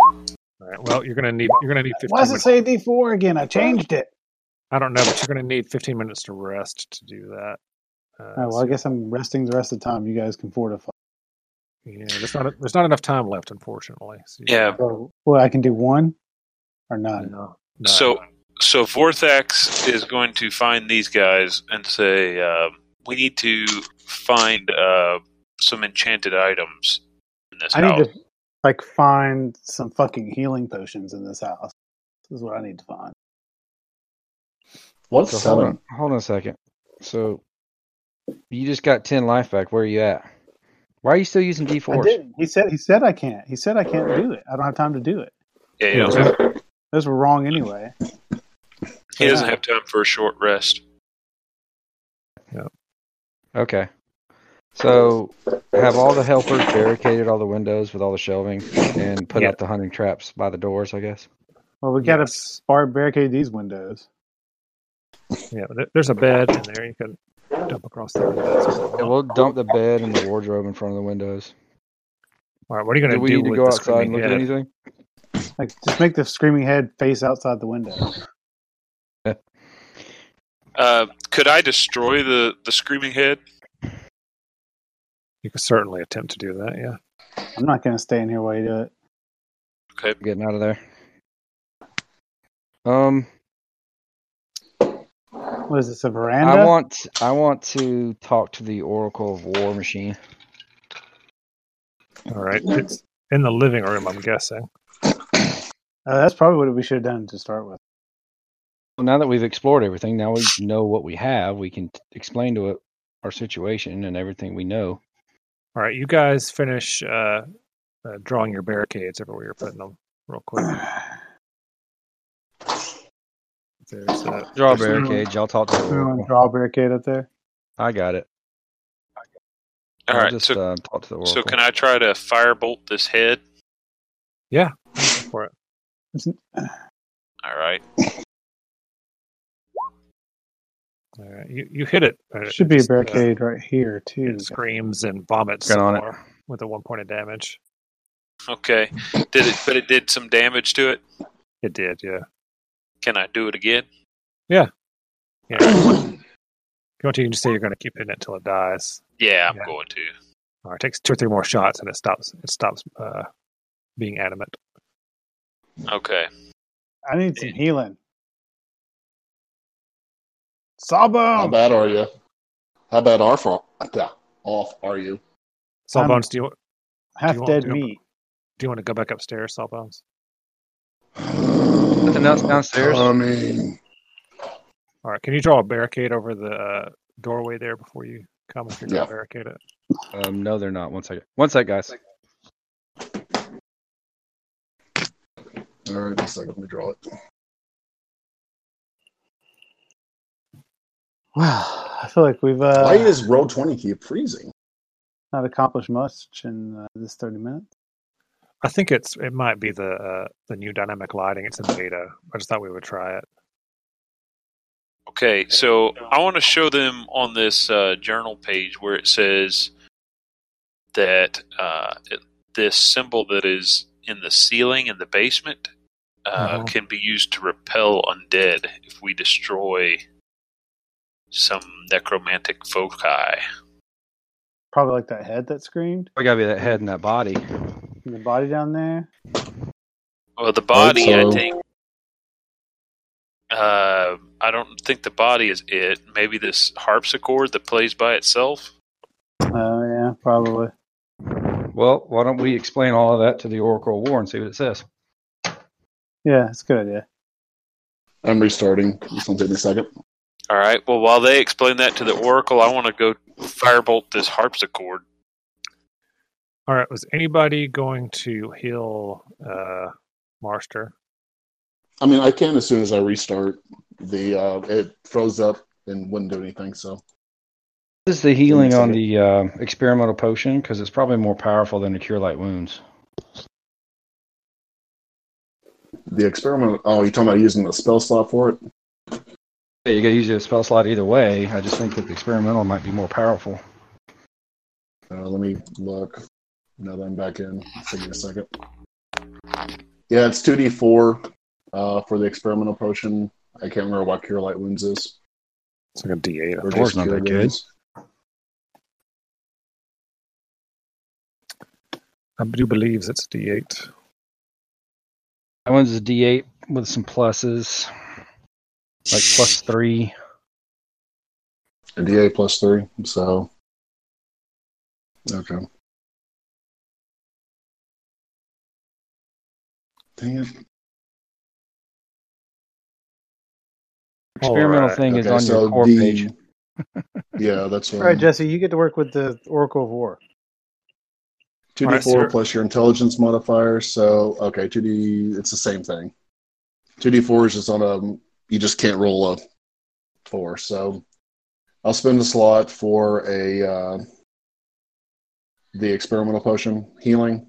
[SPEAKER 4] All right. Well, you're gonna need you're gonna need fifteen.
[SPEAKER 2] Why does it
[SPEAKER 4] minutes.
[SPEAKER 2] say D four again? I changed it.
[SPEAKER 4] I don't know, but you're gonna need fifteen minutes to rest to do that. Uh,
[SPEAKER 2] Alright, well I guess I'm resting the rest of the time. You guys can fortify.
[SPEAKER 4] yeah, there's not there's not enough time left, unfortunately. So you-
[SPEAKER 5] Yeah.
[SPEAKER 2] Well, well, I can do one or none.
[SPEAKER 4] No,
[SPEAKER 5] So- So Vorthax is going to find these guys and say, uh, "We need to find uh, some enchanted items in this
[SPEAKER 2] I
[SPEAKER 5] house."
[SPEAKER 2] need to like find some fucking healing potions in this house. This is what I need to find.
[SPEAKER 1] What's
[SPEAKER 3] So hold
[SPEAKER 1] seven?
[SPEAKER 3] on, hold on a second. So you just got ten life back. Where are you at? Why are you still using D
[SPEAKER 2] I
[SPEAKER 3] fours?
[SPEAKER 2] did. He said he said I can't. He said I can't do it. I don't have time to do it.
[SPEAKER 5] Yeah, he doesn't,
[SPEAKER 2] Those
[SPEAKER 5] have,
[SPEAKER 2] were, those were wrong anyway.
[SPEAKER 5] he doesn't have time for a short rest.
[SPEAKER 3] Okay. So have all the helpers barricaded all the windows with all the shelving and put
[SPEAKER 4] Yeah.
[SPEAKER 3] out the hunting traps by the doors, I guess.
[SPEAKER 2] Well, we gotta
[SPEAKER 4] Yes.
[SPEAKER 2] bar- barricade these windows.
[SPEAKER 4] yeah, there- there's a bed in there. You can dump across the windows. if you
[SPEAKER 3] Yeah,
[SPEAKER 4] want.
[SPEAKER 3] we'll dump the bed and the wardrobe in front of the windows.
[SPEAKER 4] All right, what are you
[SPEAKER 3] Do
[SPEAKER 4] gonna
[SPEAKER 3] we
[SPEAKER 4] do
[SPEAKER 3] need to
[SPEAKER 4] with
[SPEAKER 3] go
[SPEAKER 4] the
[SPEAKER 3] outside and
[SPEAKER 4] screaming
[SPEAKER 3] look at
[SPEAKER 4] head?
[SPEAKER 3] anything?
[SPEAKER 2] Like, just make the screaming head face outside the window.
[SPEAKER 5] Uh, could I destroy the, the screaming head?
[SPEAKER 4] You could certainly attempt to do that. Yeah.
[SPEAKER 2] I'm not going to stay in here while you do it.
[SPEAKER 3] Getting out of there. Um,
[SPEAKER 2] What is this, a veranda?
[SPEAKER 3] I want I want to talk to the Oracle of War machine.
[SPEAKER 4] All right. It's in the living room. I'm guessing.
[SPEAKER 2] Uh, that's probably what we should have done to start with.
[SPEAKER 3] Well, now that we've explored everything, now we know what we have. We can t- explain to it our situation and everything we know.
[SPEAKER 4] All right. You guys finish uh, uh, drawing your barricades everywhere you're putting them, real quick. There's uh,
[SPEAKER 3] Draw
[SPEAKER 4] there's some-
[SPEAKER 3] barricades. Y'all talk to the
[SPEAKER 2] We want to
[SPEAKER 3] Oracle.
[SPEAKER 2] draw a barricade up there.
[SPEAKER 3] I got it.
[SPEAKER 5] All
[SPEAKER 3] I'll
[SPEAKER 5] right,
[SPEAKER 3] Just,
[SPEAKER 5] so-
[SPEAKER 3] uh, talk to the Oracle.
[SPEAKER 5] So can I try to firebolt this head?
[SPEAKER 4] for it.
[SPEAKER 5] All right.
[SPEAKER 4] All right. You you hit it. but it
[SPEAKER 2] Should be a
[SPEAKER 4] just, uh,
[SPEAKER 2] barricade right here, too.
[SPEAKER 4] It screams and vomits
[SPEAKER 3] Got
[SPEAKER 4] some
[SPEAKER 3] on it.
[SPEAKER 4] more with a one point of damage.
[SPEAKER 5] Okay. Did it? But it did some damage to it.
[SPEAKER 4] It did, yeah.
[SPEAKER 5] Can I do it again?
[SPEAKER 4] yeah. If you want to, you can just say you're going to keep hitting it until it dies.
[SPEAKER 5] Yeah, I'm
[SPEAKER 4] Yeah.
[SPEAKER 5] going to.
[SPEAKER 4] Or it takes two or three more shots and it stops. It stops uh, being adamant.
[SPEAKER 5] Okay.
[SPEAKER 2] I need some healing. Sawbone!
[SPEAKER 1] How bad are you? How bad are for off are you?
[SPEAKER 4] Sawbones, do you
[SPEAKER 2] Half
[SPEAKER 4] want
[SPEAKER 2] dead
[SPEAKER 4] to-
[SPEAKER 2] meat.
[SPEAKER 4] do you want to go back upstairs, Sawbones?
[SPEAKER 1] Nothing
[SPEAKER 3] else downstairs?
[SPEAKER 1] Coming.
[SPEAKER 4] All right. Can you draw a barricade over the uh, doorway there before you come and figure
[SPEAKER 1] Yeah.
[SPEAKER 4] out how to barricade it?
[SPEAKER 3] Um, no, they're not. One second. One sec, guys.
[SPEAKER 1] All right, just a second. Let me draw it.
[SPEAKER 2] Wow. I feel like we've
[SPEAKER 1] Why
[SPEAKER 2] uh,
[SPEAKER 1] does row twenty keep freezing?
[SPEAKER 2] not accomplished much in uh, this 30 minutes.
[SPEAKER 4] I think it's it might be the uh, the new dynamic lighting. It's in beta. I just thought we would try it.
[SPEAKER 5] Okay, so I want to show them on this uh, journal page where it says that uh, it, this symbol that is in the ceiling in the basement uh,
[SPEAKER 4] Uh-huh.
[SPEAKER 5] can be used to repel undead if we destroy some necromantic foci.
[SPEAKER 2] Probably like that head that screamed
[SPEAKER 3] We gotta be that head and that body.
[SPEAKER 2] and the body down there.
[SPEAKER 5] Well, the body,
[SPEAKER 1] so.
[SPEAKER 5] I think. Uh, I don't think the body is it. Maybe this harpsichord that plays by itself.
[SPEAKER 2] Oh, yeah, probably.
[SPEAKER 3] Well, why don't we explain all of that to the Oracle of War and see what it says?
[SPEAKER 2] Yeah, it's a good idea.
[SPEAKER 1] I'm restarting. This will take me a second.
[SPEAKER 5] All right. Well, while they explain that to the Oracle, I want to go firebolt this harpsichord.
[SPEAKER 4] All right. Was anybody going to heal uh, Marster?
[SPEAKER 1] I mean, I can as soon as I restart. The uh, it froze up and wouldn't do anything. So
[SPEAKER 3] This is the healing
[SPEAKER 1] Give
[SPEAKER 3] on
[SPEAKER 1] me
[SPEAKER 3] the uh, experimental potion because it's probably more powerful than a cure light wounds.
[SPEAKER 1] the experiment. Oh, you're talking about using the spell slot for it?
[SPEAKER 3] Yeah, you gotta use your spell slot either way. I just think that the experimental might be more powerful.
[SPEAKER 1] Uh, let me look. Now that I'm back in, Just give me a second. Yeah, it's two D four uh, for the experimental potion. I can't remember what cure light wounds is.
[SPEAKER 4] It's like a D eight.
[SPEAKER 1] Or
[SPEAKER 3] Four's
[SPEAKER 1] just
[SPEAKER 3] not
[SPEAKER 1] cure
[SPEAKER 3] that good.
[SPEAKER 1] wounds.
[SPEAKER 4] I do believe it's D eight.
[SPEAKER 3] That one's a D8 with some pluses, like plus three.
[SPEAKER 1] A DA plus three. So okay. Dang it.
[SPEAKER 3] Experimental
[SPEAKER 4] Alright,
[SPEAKER 3] thing is
[SPEAKER 1] Okay,
[SPEAKER 3] on
[SPEAKER 1] so
[SPEAKER 3] your core
[SPEAKER 1] the-
[SPEAKER 3] page.
[SPEAKER 1] Yeah, that's
[SPEAKER 2] All right,
[SPEAKER 1] right.
[SPEAKER 2] Jesse, you get to work with the Oracle of War.
[SPEAKER 1] Two D
[SPEAKER 4] Alright,
[SPEAKER 1] four
[SPEAKER 4] so-
[SPEAKER 1] plus your intelligence modifier. So okay, two D. It's the same thing. Two D four is just on a. You just can't roll a four. So I'll spend the slot for a uh, the experimental potion healing.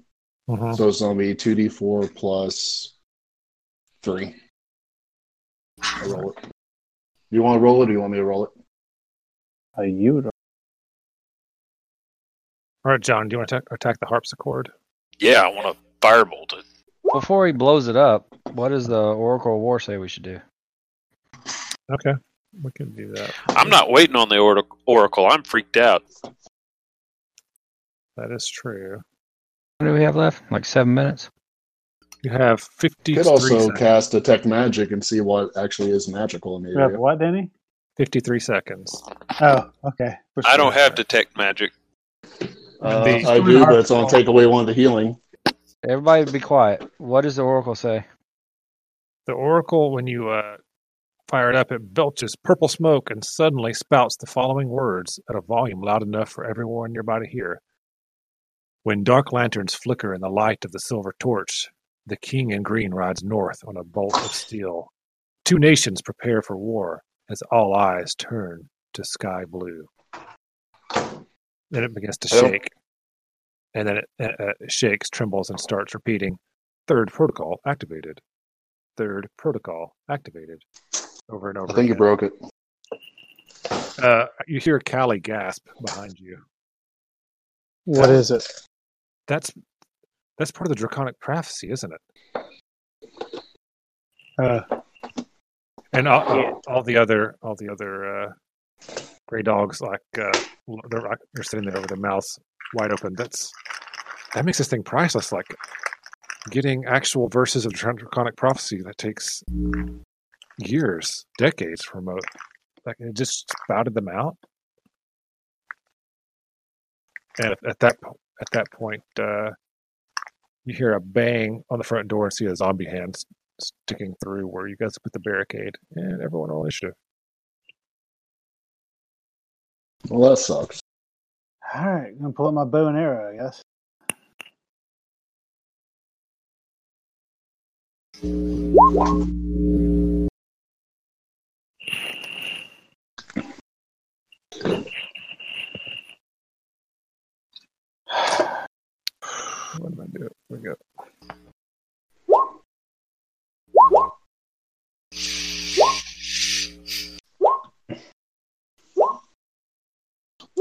[SPEAKER 4] Mhm.
[SPEAKER 1] So it's going to be 2d4 plus 3. I roll it. You want to roll it or do you want me to roll it?
[SPEAKER 2] Oh, you would.
[SPEAKER 4] All right, John, do you want to attack, attack the harpsichord?
[SPEAKER 5] Yeah, I want to firebolt it.
[SPEAKER 3] Before he blows it up, what does the Oracle of War say we should do?
[SPEAKER 4] Okay, we can do that.
[SPEAKER 5] I'm not waiting on the or- Oracle. I'm freaked out.
[SPEAKER 4] That is true.
[SPEAKER 3] What do we have left? Like seven minutes?
[SPEAKER 4] You have fifty.
[SPEAKER 1] Could also cast detect magic and see what actually is magical in the
[SPEAKER 2] You have
[SPEAKER 1] area.
[SPEAKER 2] what, Danny?
[SPEAKER 4] 53 seconds.
[SPEAKER 2] Oh, okay. For
[SPEAKER 5] I don't
[SPEAKER 2] sure.
[SPEAKER 5] have detect magic.
[SPEAKER 1] Uh,
[SPEAKER 4] The-
[SPEAKER 1] I do, but it's only take away one of the healing.
[SPEAKER 3] Everybody be quiet. What does the Oracle say?
[SPEAKER 4] The oracle, when you uh, fire it up, it belches purple smoke and suddenly spouts the following words at a volume loud enough for everyone nearby to hear. When dark lanterns flicker in the light of the silver torch, the king in green rides north on a bolt of steel. Two nations prepare for war as all eyes turn to sky blue. Then it begins to
[SPEAKER 1] I don't-
[SPEAKER 4] shake, and then it uh, uh, shakes, trembles, and starts repeating. Third protocol activated. Third protocol activated. Over and over.
[SPEAKER 1] I think you
[SPEAKER 4] again.
[SPEAKER 1] broke it.
[SPEAKER 4] Uh, you hear Callie gasp behind you.
[SPEAKER 2] What is it?
[SPEAKER 4] That's that's part of the draconic prophecy, isn't it?
[SPEAKER 2] Uh,
[SPEAKER 4] And all, all, all the other all the other uh, gray dogs, like uh, they're, like- they're sitting there with their mouths wide open. That's that makes this thing priceless. Like getting actual verses of Dra- draconic prophecy that takes years, decades from a like it just spouted them out. And at, at that po- at that point, uh, you hear a bang on the front door and see a zombie hand s- sticking through where you guys put the barricade, and everyone all initiative.
[SPEAKER 1] Well, that sucks.
[SPEAKER 2] all right, gonna pull out my bow and arrow, I guess.
[SPEAKER 4] What am I doing? Here we go.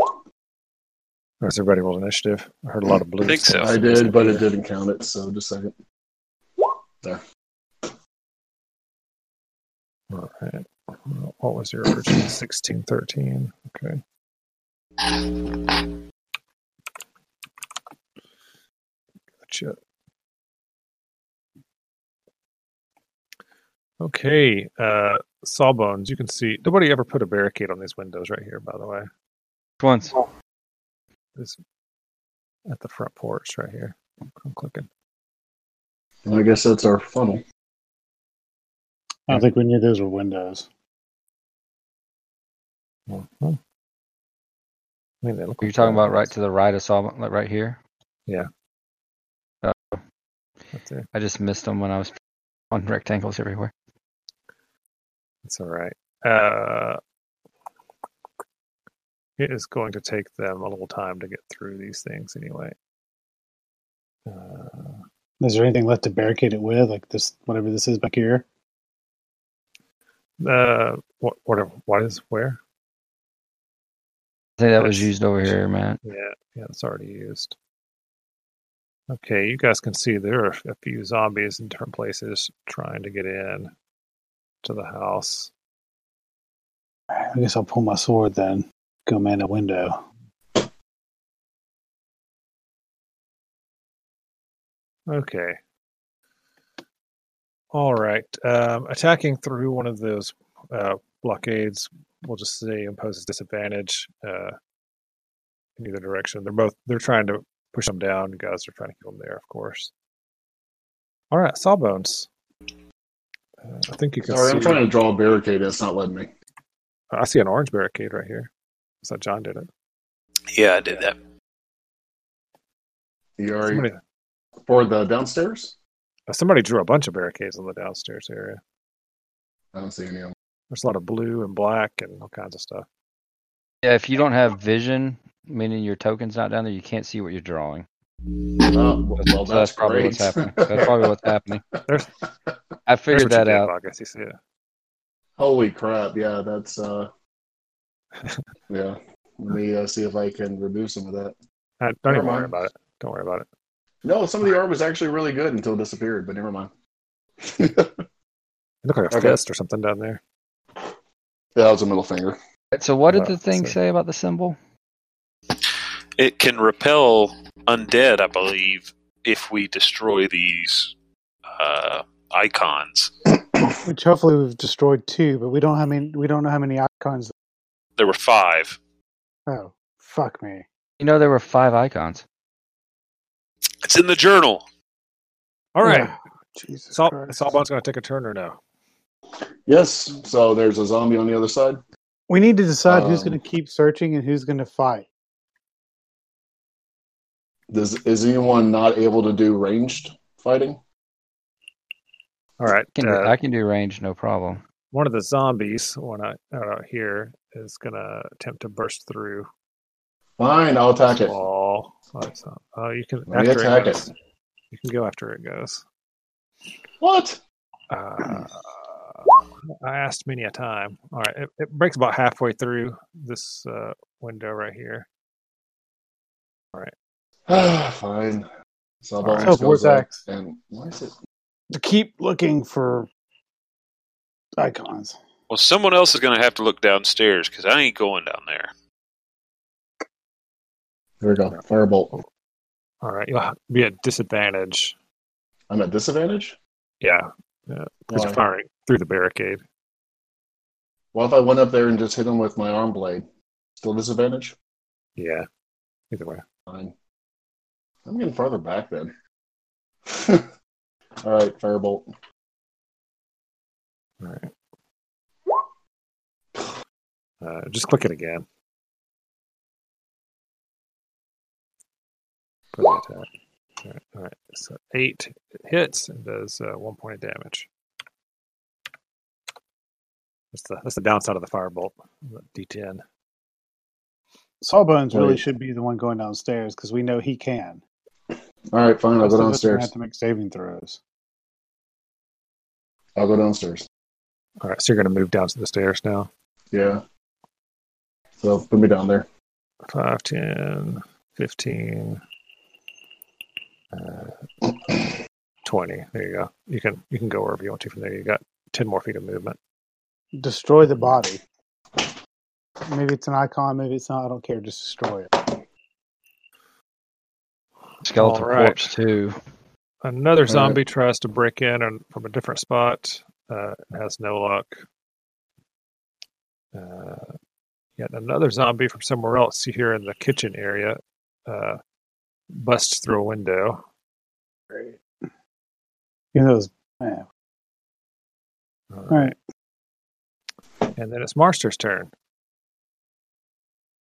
[SPEAKER 4] Oh, Is everybody rolled initiative? I heard a lot of blues.
[SPEAKER 5] think so.
[SPEAKER 1] I did, but it didn't count it. So just a second.
[SPEAKER 4] All right. Well, What was your original? 16, 13. Okay. Gotcha. Okay. Uh, sawbones, you can see. Nobody ever put a barricade on these windows right here, by the way.
[SPEAKER 3] Once.
[SPEAKER 4] At the front porch right here. I'm clicking.
[SPEAKER 1] And I guess that's our funnel.
[SPEAKER 2] I don't think we knew those were windows.
[SPEAKER 4] Mhm. I mean, they look
[SPEAKER 3] You're talking about right
[SPEAKER 4] windows.
[SPEAKER 3] to the right of Saw, like right here?
[SPEAKER 4] Yeah.
[SPEAKER 3] Uh,
[SPEAKER 4] Right there.
[SPEAKER 3] I just missed them when I was on rectangles everywhere.
[SPEAKER 4] It's all right. Uh, it is going to take them a little time to get through these things anyway. Uh,
[SPEAKER 2] Is there anything left to barricade it with, like this, whatever this is back here?
[SPEAKER 4] uh, what, what, are- what is where?
[SPEAKER 3] I think that was
[SPEAKER 4] That's-
[SPEAKER 3] used over here, man.
[SPEAKER 4] Yeah, yeah, it's already used. Okay, you guys can see there are a few zombies in different places trying to get in to the house.
[SPEAKER 2] All right, I guess I'll pull my sword then. Go man a window.
[SPEAKER 4] Okay. All right. Um, attacking through one of those uh, blockades, we'll just say imposes disadvantage uh, in either direction. They're both they're trying to push them down. You guys are trying to kill them there, of course. All right, Sawbones. Uh, I think you can
[SPEAKER 1] Sorry,
[SPEAKER 4] see.
[SPEAKER 1] I'm trying to draw a barricade. It's not letting me.
[SPEAKER 4] I see an orange barricade right here. So John did it.
[SPEAKER 5] Yeah, I did that.
[SPEAKER 1] You already
[SPEAKER 4] Somebody,
[SPEAKER 1] for the downstairs?
[SPEAKER 4] uh, somebody drew a bunch of barricades in the downstairs area.
[SPEAKER 1] I don't see any of them.
[SPEAKER 4] There's a lot of blue and black and all kinds of stuff.
[SPEAKER 3] Yeah, if you don't have vision, meaning your token's not down there, you can't see what you're drawing.
[SPEAKER 1] Oh, well, well, that's,
[SPEAKER 3] so that's probably
[SPEAKER 1] great.
[SPEAKER 3] what's happening. That's probably what's happening.
[SPEAKER 4] There's-
[SPEAKER 3] I
[SPEAKER 4] There's
[SPEAKER 3] figured
[SPEAKER 4] what you
[SPEAKER 3] that
[SPEAKER 4] did,
[SPEAKER 3] out.
[SPEAKER 4] Bob, I guess you see it.
[SPEAKER 1] Holy crap! Yeah, that's uh, yeah. Let me uh, see if I can remove some of that.
[SPEAKER 4] Uh, don't
[SPEAKER 1] Never
[SPEAKER 4] Uh, even worry
[SPEAKER 1] mind.
[SPEAKER 4] about it. Don't worry about it.
[SPEAKER 1] No, some of the art was actually really good until it disappeared, but never mind. that
[SPEAKER 4] Look like a
[SPEAKER 1] Okay.
[SPEAKER 4] fist or something down there.
[SPEAKER 1] was a middle finger.
[SPEAKER 3] So what did
[SPEAKER 4] Uh,
[SPEAKER 3] the thing
[SPEAKER 4] so-
[SPEAKER 3] say about the symbol?
[SPEAKER 5] It can repel undead, I believe, if we destroy these uh, icons.
[SPEAKER 2] Which hopefully we've destroyed two, but we don't have many. We don't know how many icons.
[SPEAKER 5] There were five.
[SPEAKER 2] Oh, fuck me.
[SPEAKER 3] You know there were five icons.
[SPEAKER 5] It's in the journal.
[SPEAKER 4] All right.
[SPEAKER 2] Jesus
[SPEAKER 4] Sal-
[SPEAKER 2] Christ.
[SPEAKER 4] Salbon's going to take a turn or no?
[SPEAKER 1] Yes. So there's a zombie on the other side.
[SPEAKER 2] We need to decide who's
[SPEAKER 1] Um,
[SPEAKER 2] going to keep searching and who's going to fight.
[SPEAKER 1] Does is anyone not able to do ranged fighting?
[SPEAKER 4] All right.
[SPEAKER 3] I can, do,
[SPEAKER 4] uh,
[SPEAKER 3] I can do range, no problem.
[SPEAKER 4] one of the zombies, one out, out here, is going to attempt to burst through
[SPEAKER 1] Fine, I'll attack
[SPEAKER 4] the
[SPEAKER 1] it.
[SPEAKER 4] wall. Oh, it's not- oh, you can
[SPEAKER 1] Let me
[SPEAKER 4] after
[SPEAKER 1] attack
[SPEAKER 4] it goes.
[SPEAKER 1] it.
[SPEAKER 4] You can go after it goes.
[SPEAKER 1] What?
[SPEAKER 4] Uh, I asked many a time. All right, it, it breaks about halfway through this uh, window right here.
[SPEAKER 1] Fine. So
[SPEAKER 4] All right. Oh,
[SPEAKER 1] Bones goes up
[SPEAKER 2] Vortex.
[SPEAKER 1] and why is it?
[SPEAKER 2] To keep looking for icons.
[SPEAKER 5] Well, someone else is going to have to look downstairs because I ain't going down there.
[SPEAKER 1] There we go. Firebolt.
[SPEAKER 4] All right, you'll be at disadvantage.
[SPEAKER 1] I'm at disadvantage.
[SPEAKER 4] Yeah, because
[SPEAKER 1] Why?
[SPEAKER 4] you're firing through the barricade.
[SPEAKER 1] What if I went up there and just hit him with my arm blade? Still disadvantage?
[SPEAKER 4] Yeah, either way.
[SPEAKER 1] Fine. I'm getting farther back then. All right, firebolt.
[SPEAKER 4] All right. Uh, just click it again. For the attack. All right, all right. So eight hits and does uh, one point of damage. That's the that's the downside of the firebolt. the D10.
[SPEAKER 2] Sawbones really
[SPEAKER 1] Wait.
[SPEAKER 2] should be the one going downstairs because we know he can.
[SPEAKER 1] All right, fine. I'll
[SPEAKER 2] Most
[SPEAKER 1] go
[SPEAKER 2] of us are gonna
[SPEAKER 1] downstairs.
[SPEAKER 2] Have to make saving throws.
[SPEAKER 1] I'll go downstairs.
[SPEAKER 4] All right, so you're going to move down to the stairs now.
[SPEAKER 1] Yeah. So put me down there.
[SPEAKER 4] 5, 10, 15, uh, 20. There you go. You can you can go wherever you want to from there. You got 10 more feet of movement.
[SPEAKER 2] Destroy the body. Maybe it's an icon. Maybe it's not. I don't care. Just destroy it.
[SPEAKER 3] Skeletal
[SPEAKER 4] right.
[SPEAKER 3] corpse too.
[SPEAKER 4] Another
[SPEAKER 1] right.
[SPEAKER 4] zombie tries to break in and from a different spot. Uh, it has no luck. Uh, yet another zombie from somewhere else here in the kitchen area uh, busts through a window.
[SPEAKER 2] You know, those- man.
[SPEAKER 4] All
[SPEAKER 2] All right.
[SPEAKER 4] Uh, And then it's Marster's turn.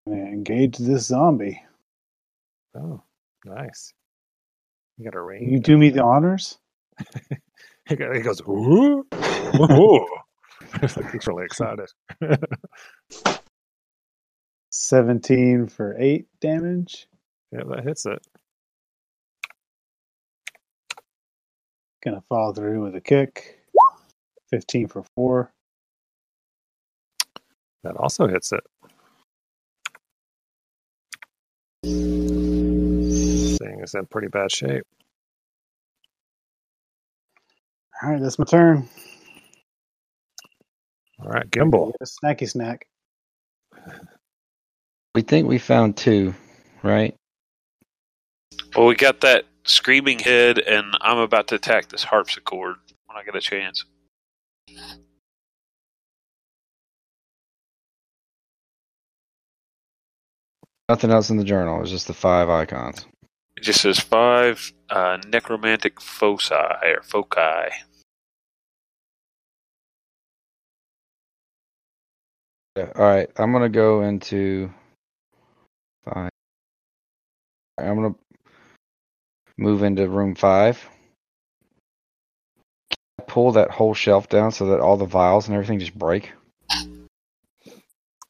[SPEAKER 2] I'm gonna Engage this zombie.
[SPEAKER 4] Oh, nice. You got a range.
[SPEAKER 2] You do me the honors.
[SPEAKER 4] He go- he goes, "Ooh, ooh!" He's really excited.
[SPEAKER 2] 17 for 8 damage.
[SPEAKER 4] Yeah, that hits it.
[SPEAKER 2] Gonna follow through with a kick. 15 for 4.
[SPEAKER 4] That also hits it. This thing is in pretty bad shape.
[SPEAKER 2] All right, that's my turn.
[SPEAKER 4] All right, Gimbal.
[SPEAKER 2] Get a snacky snack.
[SPEAKER 3] We think we found two, right?
[SPEAKER 5] Well, we got that screaming head, and I'm about to attack this harpsichord when I get a chance.
[SPEAKER 3] Nothing else in the journal. It's just the five icons.
[SPEAKER 5] It just says five uh, necromantic foci or foci.
[SPEAKER 3] Yeah, All right, I'm gonna go into five. I'm gonna move into room five. Can I Pull that whole shelf down so that all the vials and everything just break.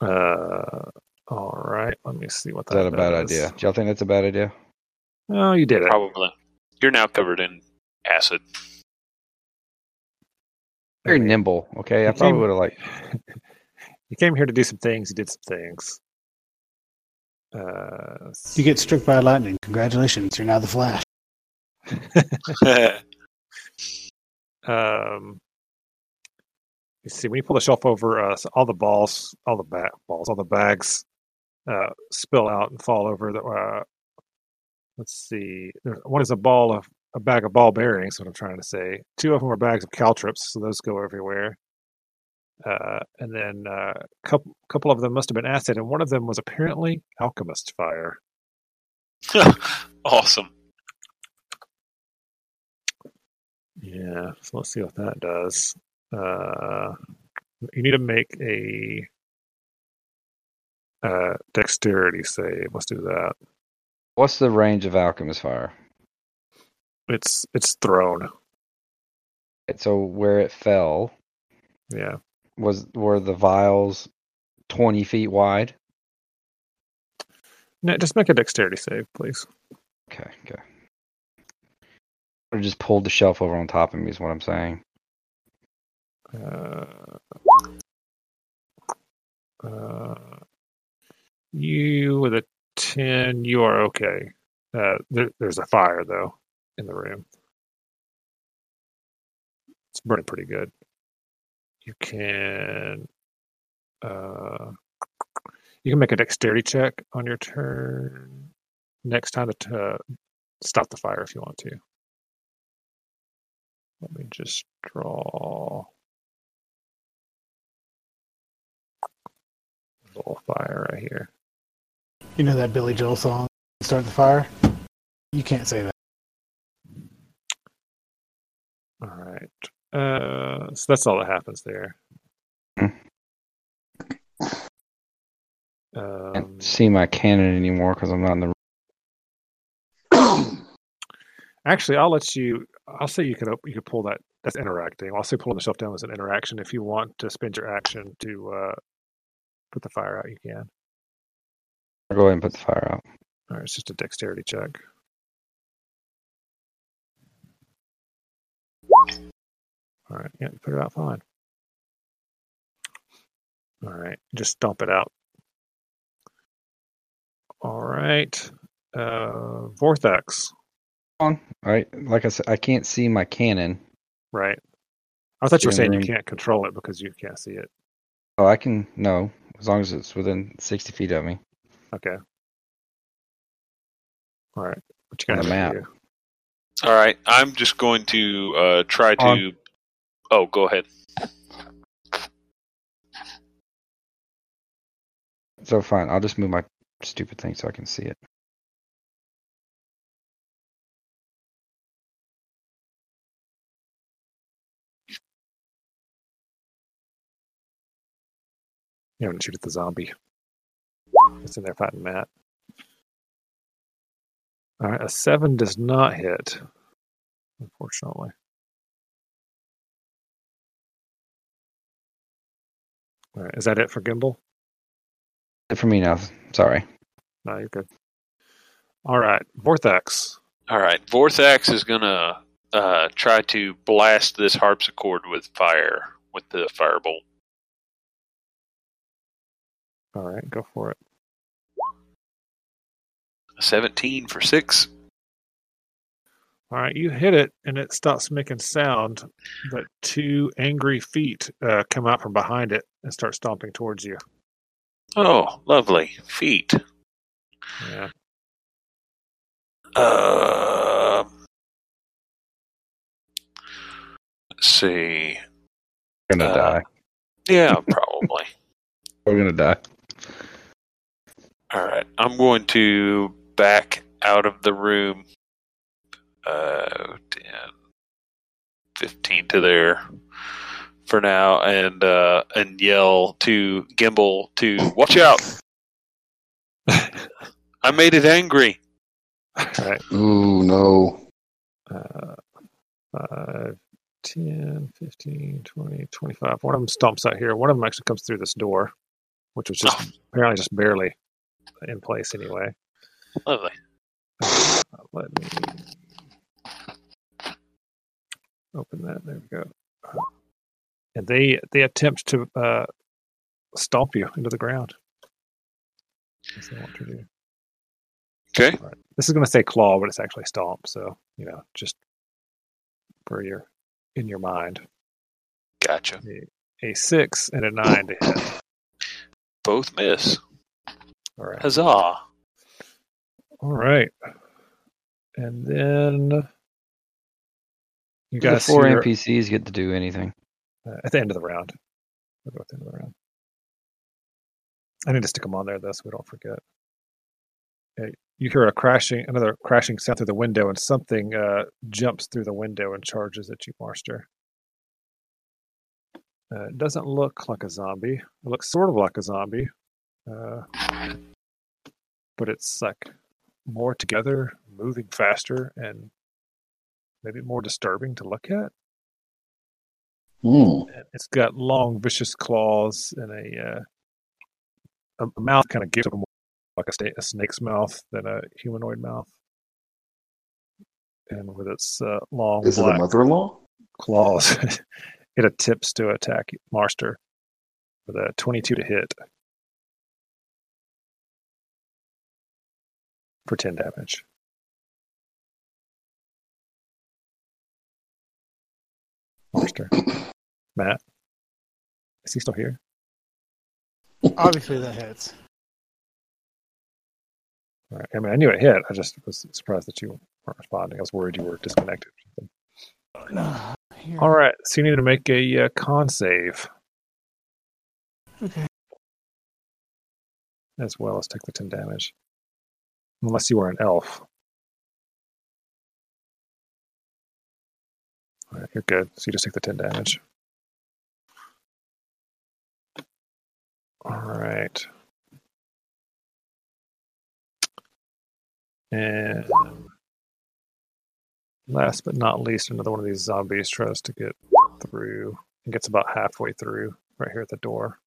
[SPEAKER 4] Uh, all right, let me see what
[SPEAKER 3] Is that
[SPEAKER 4] that
[SPEAKER 3] a bad
[SPEAKER 4] does.
[SPEAKER 3] idea? Do y'all think that's a bad idea?
[SPEAKER 4] Oh, you did it.
[SPEAKER 5] Probably. You're now covered in acid.
[SPEAKER 3] Very
[SPEAKER 4] I mean,
[SPEAKER 3] nimble. Okay, I
[SPEAKER 4] you
[SPEAKER 3] probably
[SPEAKER 4] came-
[SPEAKER 3] would have like
[SPEAKER 4] you came here to do some things. You did some things. Uh,
[SPEAKER 2] You get struck by lightning. Congratulations. You're now the Flash.
[SPEAKER 4] Um, you see, when you pull the shelf over, uh, so all the balls, all the ba- balls, all the bags uh, spill out and fall over. The, uh, let's see, There- one is a ball of a bag of ball bearings. What I'm trying to say. Two of them are bags of caltrips, so those go everywhere. Uh, and then uh, a couple, couple of them must have been acid, and one of them was apparently alchemist fire.
[SPEAKER 5] awesome.
[SPEAKER 4] Yeah, so let's see what that does. Uh, you need to make a uh, dexterity save. Let's do that.
[SPEAKER 3] What's the range of alchemist fire?
[SPEAKER 4] It's it's thrown.
[SPEAKER 3] Right, So where it fell
[SPEAKER 4] Yeah,
[SPEAKER 3] was were the vials twenty feet wide.
[SPEAKER 4] no, just make a dexterity save, please.
[SPEAKER 3] Okay, okay. Or just pulled the shelf over on top of me is what I'm saying.
[SPEAKER 4] Uh, uh, you with a ten, you are okay. Uh, there, there's a fire though in the room. It's burning pretty good. You can, uh, you can make a dexterity check on your turn next time to t- uh, stop the fire if you want to. Let me just draw. little fire right here.
[SPEAKER 2] You know that Billy Joel song, Start the Fire? You can't say that.
[SPEAKER 4] All right. Uh, so that's all that happens there. Um, Oh,
[SPEAKER 3] Can't see my cannon anymore because I'm not in the.
[SPEAKER 4] actually, I'll let you. I'll say you can op- you can pull that. That's interacting. I'll say pulling the shelf down was an interaction. If you want to spend your action to uh, put the fire out, you can.
[SPEAKER 3] Go ahead and put the fire out.
[SPEAKER 4] All right, it's just a dexterity check. All right, yeah, you put it out fine. All right, just stomp it out. All right, uh, Vortex,
[SPEAKER 3] on. All right, like I said, I can't see my cannon.
[SPEAKER 4] right? I thought you
[SPEAKER 3] You're
[SPEAKER 4] were
[SPEAKER 3] in
[SPEAKER 4] saying
[SPEAKER 3] the
[SPEAKER 4] you
[SPEAKER 3] room.
[SPEAKER 4] can't control it because you can't see it.
[SPEAKER 3] Oh, I can no, as long as it's within sixty feet of me.
[SPEAKER 4] Okay. All right, what you
[SPEAKER 3] On
[SPEAKER 4] got
[SPEAKER 3] the
[SPEAKER 4] here
[SPEAKER 3] map.
[SPEAKER 4] for you?
[SPEAKER 5] All right, I'm just going to uh, try to.
[SPEAKER 3] On.
[SPEAKER 5] Oh, go ahead.
[SPEAKER 3] So fine, I'll just move my stupid thing so I can see it.
[SPEAKER 4] You haven't shoot at the zombie. It's in there fighting Matt. All right, a seven does not hit, unfortunately. All right, is that it for Gimbal?
[SPEAKER 3] For me now, sorry.
[SPEAKER 4] No, you're good. All right, Vortex.
[SPEAKER 5] All right, Vorthax is gonna uh, try to blast this harpsichord with fire with the firebolt.
[SPEAKER 4] All right, go for it.
[SPEAKER 5] Seventeen for six.
[SPEAKER 4] All right, you hit it, and it stops making sound, but two angry feet uh, come out from behind it and start stomping towards you.
[SPEAKER 5] Oh, lovely feet.
[SPEAKER 4] Yeah.
[SPEAKER 5] Uh, let's see.
[SPEAKER 3] Gonna
[SPEAKER 5] Uh,
[SPEAKER 3] die.
[SPEAKER 5] Yeah, probably.
[SPEAKER 3] We're gonna die.
[SPEAKER 5] All right, I'm going to back out of the room. Uh, 10, 15 to there for now, and uh, and yell to Gimbal to watch out. I made it angry.
[SPEAKER 4] All right.
[SPEAKER 1] Ooh, no.
[SPEAKER 4] Uh, 5, 10, 15, 20, 25. One of them stomps out here. One of them actually comes through this door, which was just apparently just barely in place anyway.
[SPEAKER 5] Lovely.
[SPEAKER 4] Uh, Let me open that. There we go. And they they attempt to uh, stomp you into the ground. That's what they want to do.
[SPEAKER 5] Okay.
[SPEAKER 4] This is going to say claw, but it's actually stomp. So you know, just for your in your mind,
[SPEAKER 5] Gotcha.
[SPEAKER 4] a six and a nine to hit.
[SPEAKER 5] Both miss.
[SPEAKER 4] All right.
[SPEAKER 5] Huzzah.
[SPEAKER 4] All right. And then
[SPEAKER 3] The
[SPEAKER 4] you guys
[SPEAKER 3] four
[SPEAKER 4] hear,
[SPEAKER 3] NPCs get to do anything.
[SPEAKER 4] uh, at the end of the round. We'll go at the end of the round. I need to stick them on there though, so we don't forget. Uh, You hear a crashing, another crashing sound through the window, and something uh, jumps through the window and charges at you, Marster. Uh, it doesn't look like a zombie. It looks sort of like a zombie, uh, but it's like more together, moving faster, and maybe more disturbing to look at
[SPEAKER 1] Hmm.
[SPEAKER 4] and It's got long, vicious claws and a uh, a- a mouth kind of gives it more like a, sta a snake's mouth than a humanoid mouth. And with its uh, long
[SPEAKER 1] Is it a
[SPEAKER 4] black
[SPEAKER 1] mother-in-law?
[SPEAKER 4] claws, it attempts to attack Marster with a 22 to hit for 10 damage. Marster. Matt. Is he still here?
[SPEAKER 2] Obviously, that hits.
[SPEAKER 4] All right. I mean, I knew it hit. I just was surprised that you weren't responding. I was worried you were disconnected. All right. So you need to make a uh, con save
[SPEAKER 2] Okay.
[SPEAKER 4] as well as take the 10 damage. Unless you are an elf. All right. You're good. So you just take the 10 damage. All right. And last but not least, another one of these zombies tries to get through and gets about halfway through right here at the door.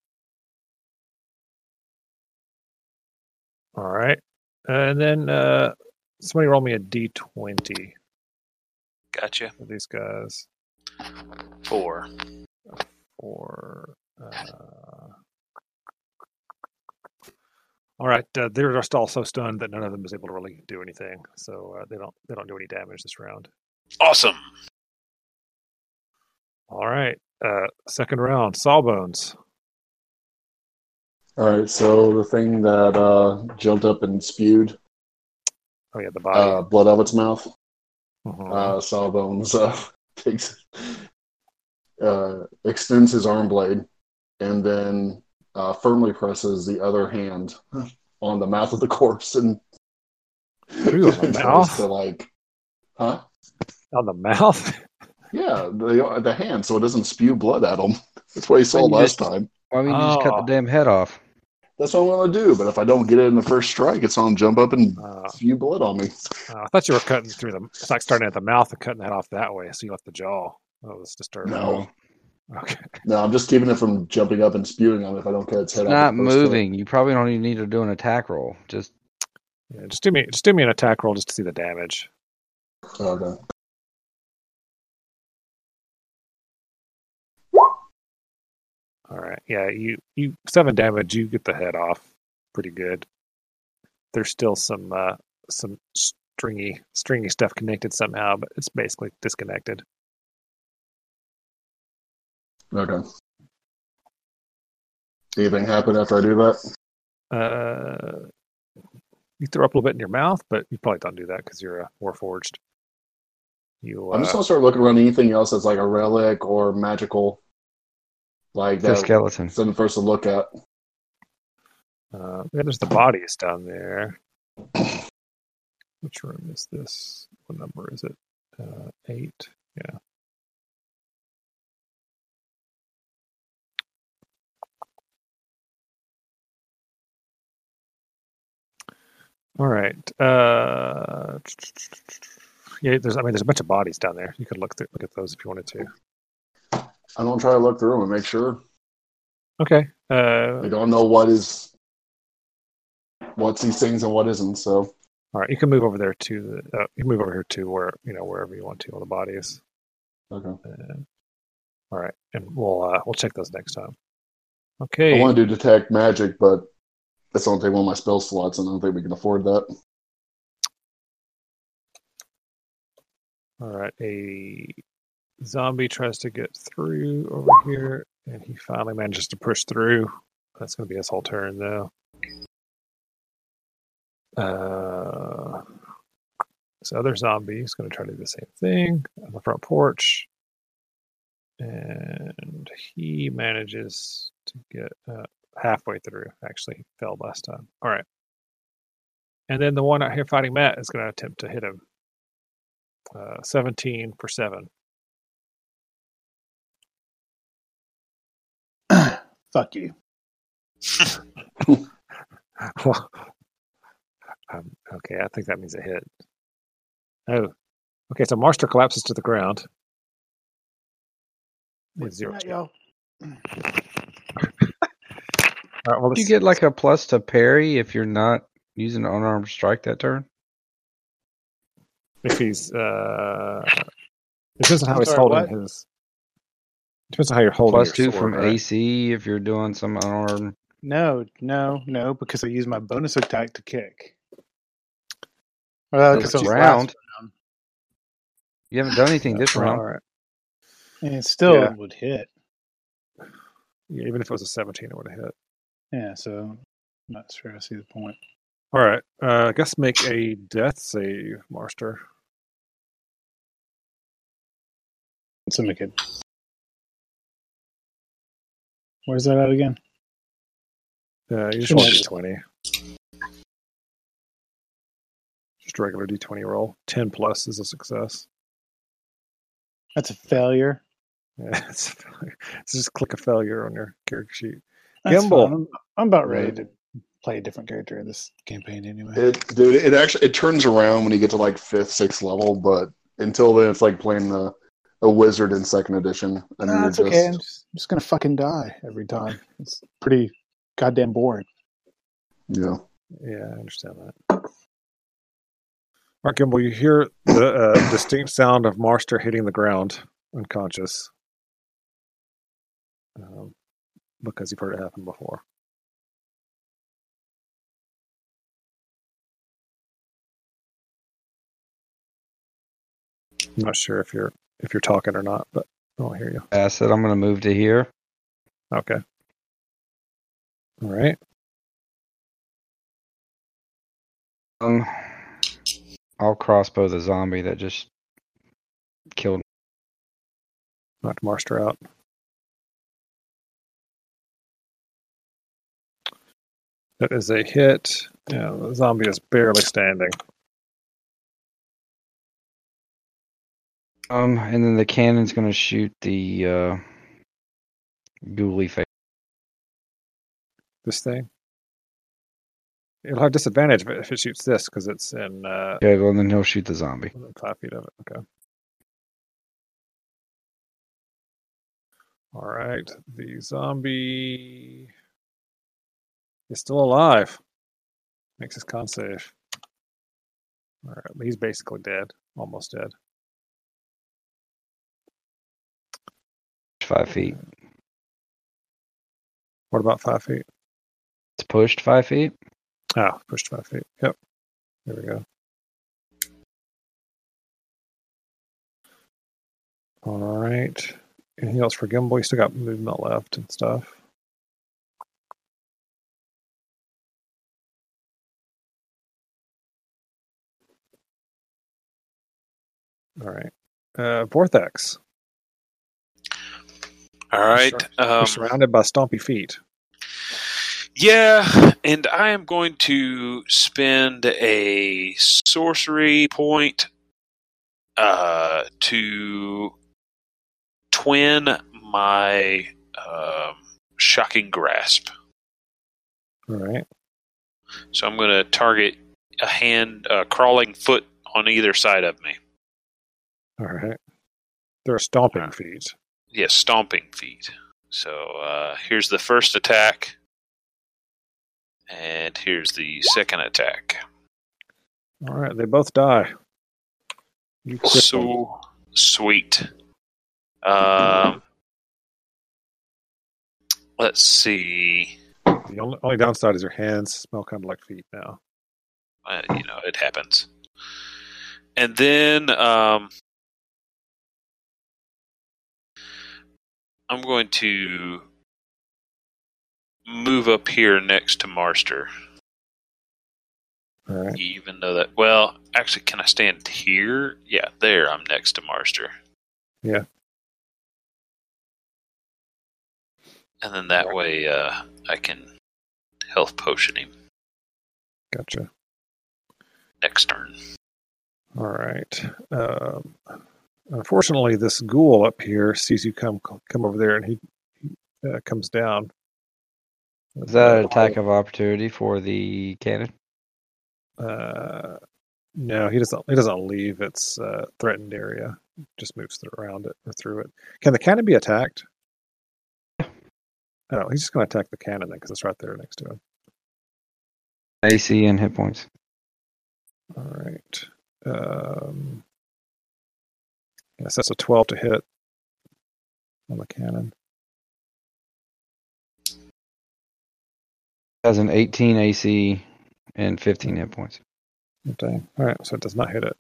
[SPEAKER 4] All right. And then uh, somebody roll me a d20
[SPEAKER 5] Gotcha.
[SPEAKER 4] for these guys
[SPEAKER 5] Four.
[SPEAKER 4] or. Uh... All right, uh, they're just all so stunned that none of them is able to really do anything, so uh, they don't they don't do any damage this round.
[SPEAKER 5] Awesome.
[SPEAKER 4] All right. Uh, second round, Sawbones.
[SPEAKER 1] All right, so the thing that uh, jumped up and spewed
[SPEAKER 4] Oh yeah, the body.
[SPEAKER 1] uh, blood out of its mouth,
[SPEAKER 4] Mhm.
[SPEAKER 1] uh, Sawbones uh, takes, uh, extends his arm blade and then uh, firmly presses the other hand on the mouth of the corpse and
[SPEAKER 4] Ooh, on the
[SPEAKER 1] tries
[SPEAKER 4] mouth?
[SPEAKER 1] to like, huh?
[SPEAKER 4] On the mouth.
[SPEAKER 1] Yeah, the the hand, so it doesn't spew blood at him. That's what he saw
[SPEAKER 3] Well, you
[SPEAKER 1] last
[SPEAKER 3] just-
[SPEAKER 1] time.
[SPEAKER 3] Why mean you just cut
[SPEAKER 4] Oh.
[SPEAKER 3] the damn head off?
[SPEAKER 1] That's what I'm gonna do. But if I don't get it in the first strike, it's on jump up and
[SPEAKER 3] Ah.
[SPEAKER 4] Uh,
[SPEAKER 1] spew blood on me.
[SPEAKER 4] I thought you were cutting through the. It's like starting at the mouth and cutting that off that way, so you left the jaw. That was disturbing.
[SPEAKER 1] No,
[SPEAKER 4] Okay.
[SPEAKER 1] no, I'm just keeping it from jumping up and spewing on it if I don't cut its
[SPEAKER 3] It's
[SPEAKER 1] head
[SPEAKER 3] not
[SPEAKER 1] off. the first strike.
[SPEAKER 3] moving. You probably don't even need to do an attack roll. Just
[SPEAKER 4] Yeah, just do me. Just do me an attack roll just to see the damage.
[SPEAKER 1] Okay.
[SPEAKER 4] All right. Yeah. You you seven damage. You get the head off. Pretty good. There's still some uh some stringy stringy stuff connected somehow, but it's basically disconnected.
[SPEAKER 1] Okay. Anything happen after I do that?
[SPEAKER 4] Uh, you throw up a little bit in your mouth, but you probably don't do that because you're a warforged. You
[SPEAKER 1] I'm just
[SPEAKER 4] uh,
[SPEAKER 1] gonna start looking around anything else that's like a relic or magical, like
[SPEAKER 3] the
[SPEAKER 1] that.
[SPEAKER 3] skeleton.
[SPEAKER 1] Something for us to look at.
[SPEAKER 4] uh, yeah, there's the bodies down there. Which room is this? What number is it? Uh, eight. Yeah. All right. Uh, yeah, there's. I mean, there's a bunch of bodies down there. You could look through, look at those if you wanted to.
[SPEAKER 1] I'm gonna try to look through and make sure.
[SPEAKER 4] Okay. Uh,
[SPEAKER 1] I don't know what is what's these things and what isn't. So
[SPEAKER 4] all right. You can move over there to the. Uh, you can move over here to where you know wherever you want to on the bodies.
[SPEAKER 1] okay,
[SPEAKER 4] Uh, all right, and we'll uh, we'll check those next time.
[SPEAKER 1] I
[SPEAKER 4] Okay.
[SPEAKER 1] want to do detect magic, but that's only take one of my spell slots, and I don't think we can afford that.
[SPEAKER 4] All right, a zombie tries to get through over here, and he finally manages to push through. That's going to be his whole turn, though. Uh, this other zombie is going to try to do the same thing on the front porch, and he manages to get uh, halfway through. Actually, he fell last time. All right, and then the one out here fighting Matt is going to attempt to hit him. Uh, 17 for 7.
[SPEAKER 2] Fuck you.
[SPEAKER 4] Well, um, okay, I think that means a hit. Oh, okay. So Marster collapses to the ground. With zero.
[SPEAKER 2] Night, y'all.
[SPEAKER 4] strength. All right, well,
[SPEAKER 3] You
[SPEAKER 4] let's-
[SPEAKER 3] get like a plus to parry if you're not using an unarmed strike that turn.
[SPEAKER 4] if he's uh, it depends on how
[SPEAKER 2] I'm
[SPEAKER 4] he's
[SPEAKER 2] sorry,
[SPEAKER 4] holding
[SPEAKER 2] what?
[SPEAKER 4] his. Depends on how you're holding.
[SPEAKER 3] Plus
[SPEAKER 4] your
[SPEAKER 3] two
[SPEAKER 4] sword,
[SPEAKER 3] from
[SPEAKER 4] right?
[SPEAKER 3] AC if you're doing some unarmed.
[SPEAKER 2] No, no, no, because I used my bonus attack to kick. Well,
[SPEAKER 3] That's
[SPEAKER 2] because it was
[SPEAKER 3] round.
[SPEAKER 2] last round.
[SPEAKER 3] You haven't done anything this
[SPEAKER 4] All
[SPEAKER 3] round.
[SPEAKER 4] right.
[SPEAKER 2] And it still
[SPEAKER 4] Yeah.
[SPEAKER 2] would hit.
[SPEAKER 4] Yeah, even if it was a 17, it would have hit.
[SPEAKER 2] Yeah, so I'm not sure I see the point.
[SPEAKER 4] All right. Uh, I guess make a death save, Marster.
[SPEAKER 2] So make it. Where's that at again?
[SPEAKER 4] Uh, you just
[SPEAKER 2] Shouldn't
[SPEAKER 4] roll
[SPEAKER 2] have-
[SPEAKER 4] d20. Just a regular d20 roll. 10 plus is a success.
[SPEAKER 2] That's a failure.
[SPEAKER 4] Yeah, it's, a failure. it's just click a failure on your character sheet.
[SPEAKER 2] That's
[SPEAKER 4] Gimbal.
[SPEAKER 2] fine. I'm, I'm about ready to play a different character in this campaign anyway.
[SPEAKER 1] It, dude, it actually it turns around when you get to like fifth, sixth level, but until then, it's like playing the a wizard in second edition, and
[SPEAKER 2] no,
[SPEAKER 1] you're
[SPEAKER 2] Ah, it's
[SPEAKER 1] just
[SPEAKER 2] okay. I'm just, I'm just gonna fucking die every time. It's pretty goddamn boring.
[SPEAKER 1] you know.
[SPEAKER 4] Yeah, I understand that. Mark Gimbal, you hear the uh, distinct sound of Marster hitting the ground unconscious. Um, because you've heard it happen before. I'm not sure if you're if you're talking or not, but I don't hear you.
[SPEAKER 3] I said I'm going to move to here.
[SPEAKER 4] Okay. All right.
[SPEAKER 3] Um, I'll crossbow the zombie that just killed.
[SPEAKER 4] knocked Marster out. That is a hit. Yeah, the zombie is barely standing.
[SPEAKER 3] Um, and then the cannon's going to shoot the uh, ghouly face.
[SPEAKER 4] This thing. It'll have disadvantage if it, if it shoots this because it's in uh,
[SPEAKER 3] Okay, well, then he'll shoot the zombie.
[SPEAKER 4] within five feet of it. Okay. All right. The zombie is still alive. Makes his con save. All right. He's basically dead. Almost dead.
[SPEAKER 3] Five feet.
[SPEAKER 4] What about five feet?
[SPEAKER 3] It's pushed five feet.
[SPEAKER 4] Ah, pushed five feet. Yep. There we go. All right. Anything else for Gimbal? You still got movement left and stuff. All right. Uh, Vortex.
[SPEAKER 5] All right. Um,
[SPEAKER 4] We're surrounded by stompy feet.
[SPEAKER 5] yeah, and I am going to spend a sorcery point uh, to twin my um, shocking grasp.
[SPEAKER 4] All right.
[SPEAKER 5] So I'm going to target a hand, a crawling foot on either side of me.
[SPEAKER 4] All right. They're stomping feet.
[SPEAKER 5] Yeah, stomping feet. So uh, here's the first attack, and here's the second attack.
[SPEAKER 4] All right, they both die. You crippled.
[SPEAKER 5] So sweet. Um, let's see.
[SPEAKER 4] the only, only downside is your hands smell kind of like feet now.
[SPEAKER 5] Uh, you know, it happens. And then um, I'm going to move up here next to Marster.
[SPEAKER 4] All right.
[SPEAKER 5] Even though that, well, actually, can I stand here? Yeah, there. I'm next to Marster.
[SPEAKER 4] Yeah.
[SPEAKER 5] And then that way, uh, I can health potion him
[SPEAKER 4] Gotcha.
[SPEAKER 5] next turn.
[SPEAKER 4] All right. Um, unfortunately, this ghoul up here sees you come come over there, and he, he uh, comes down.
[SPEAKER 3] Is that an attack of opportunity for the cannon?
[SPEAKER 4] Uh, no, he doesn't. He doesn't leave its uh, threatened area. Just moves th- around it or through it. Can the cannon be attacked? Oh, he's just going to attack the cannon then, because it's right there next to him.
[SPEAKER 3] AC and hit points.
[SPEAKER 4] All right. Um, yes, that's a twelve to hit on the cannon.
[SPEAKER 3] Has an 18 AC and 15 hit points.
[SPEAKER 4] Dang. All right, so it does not hit it.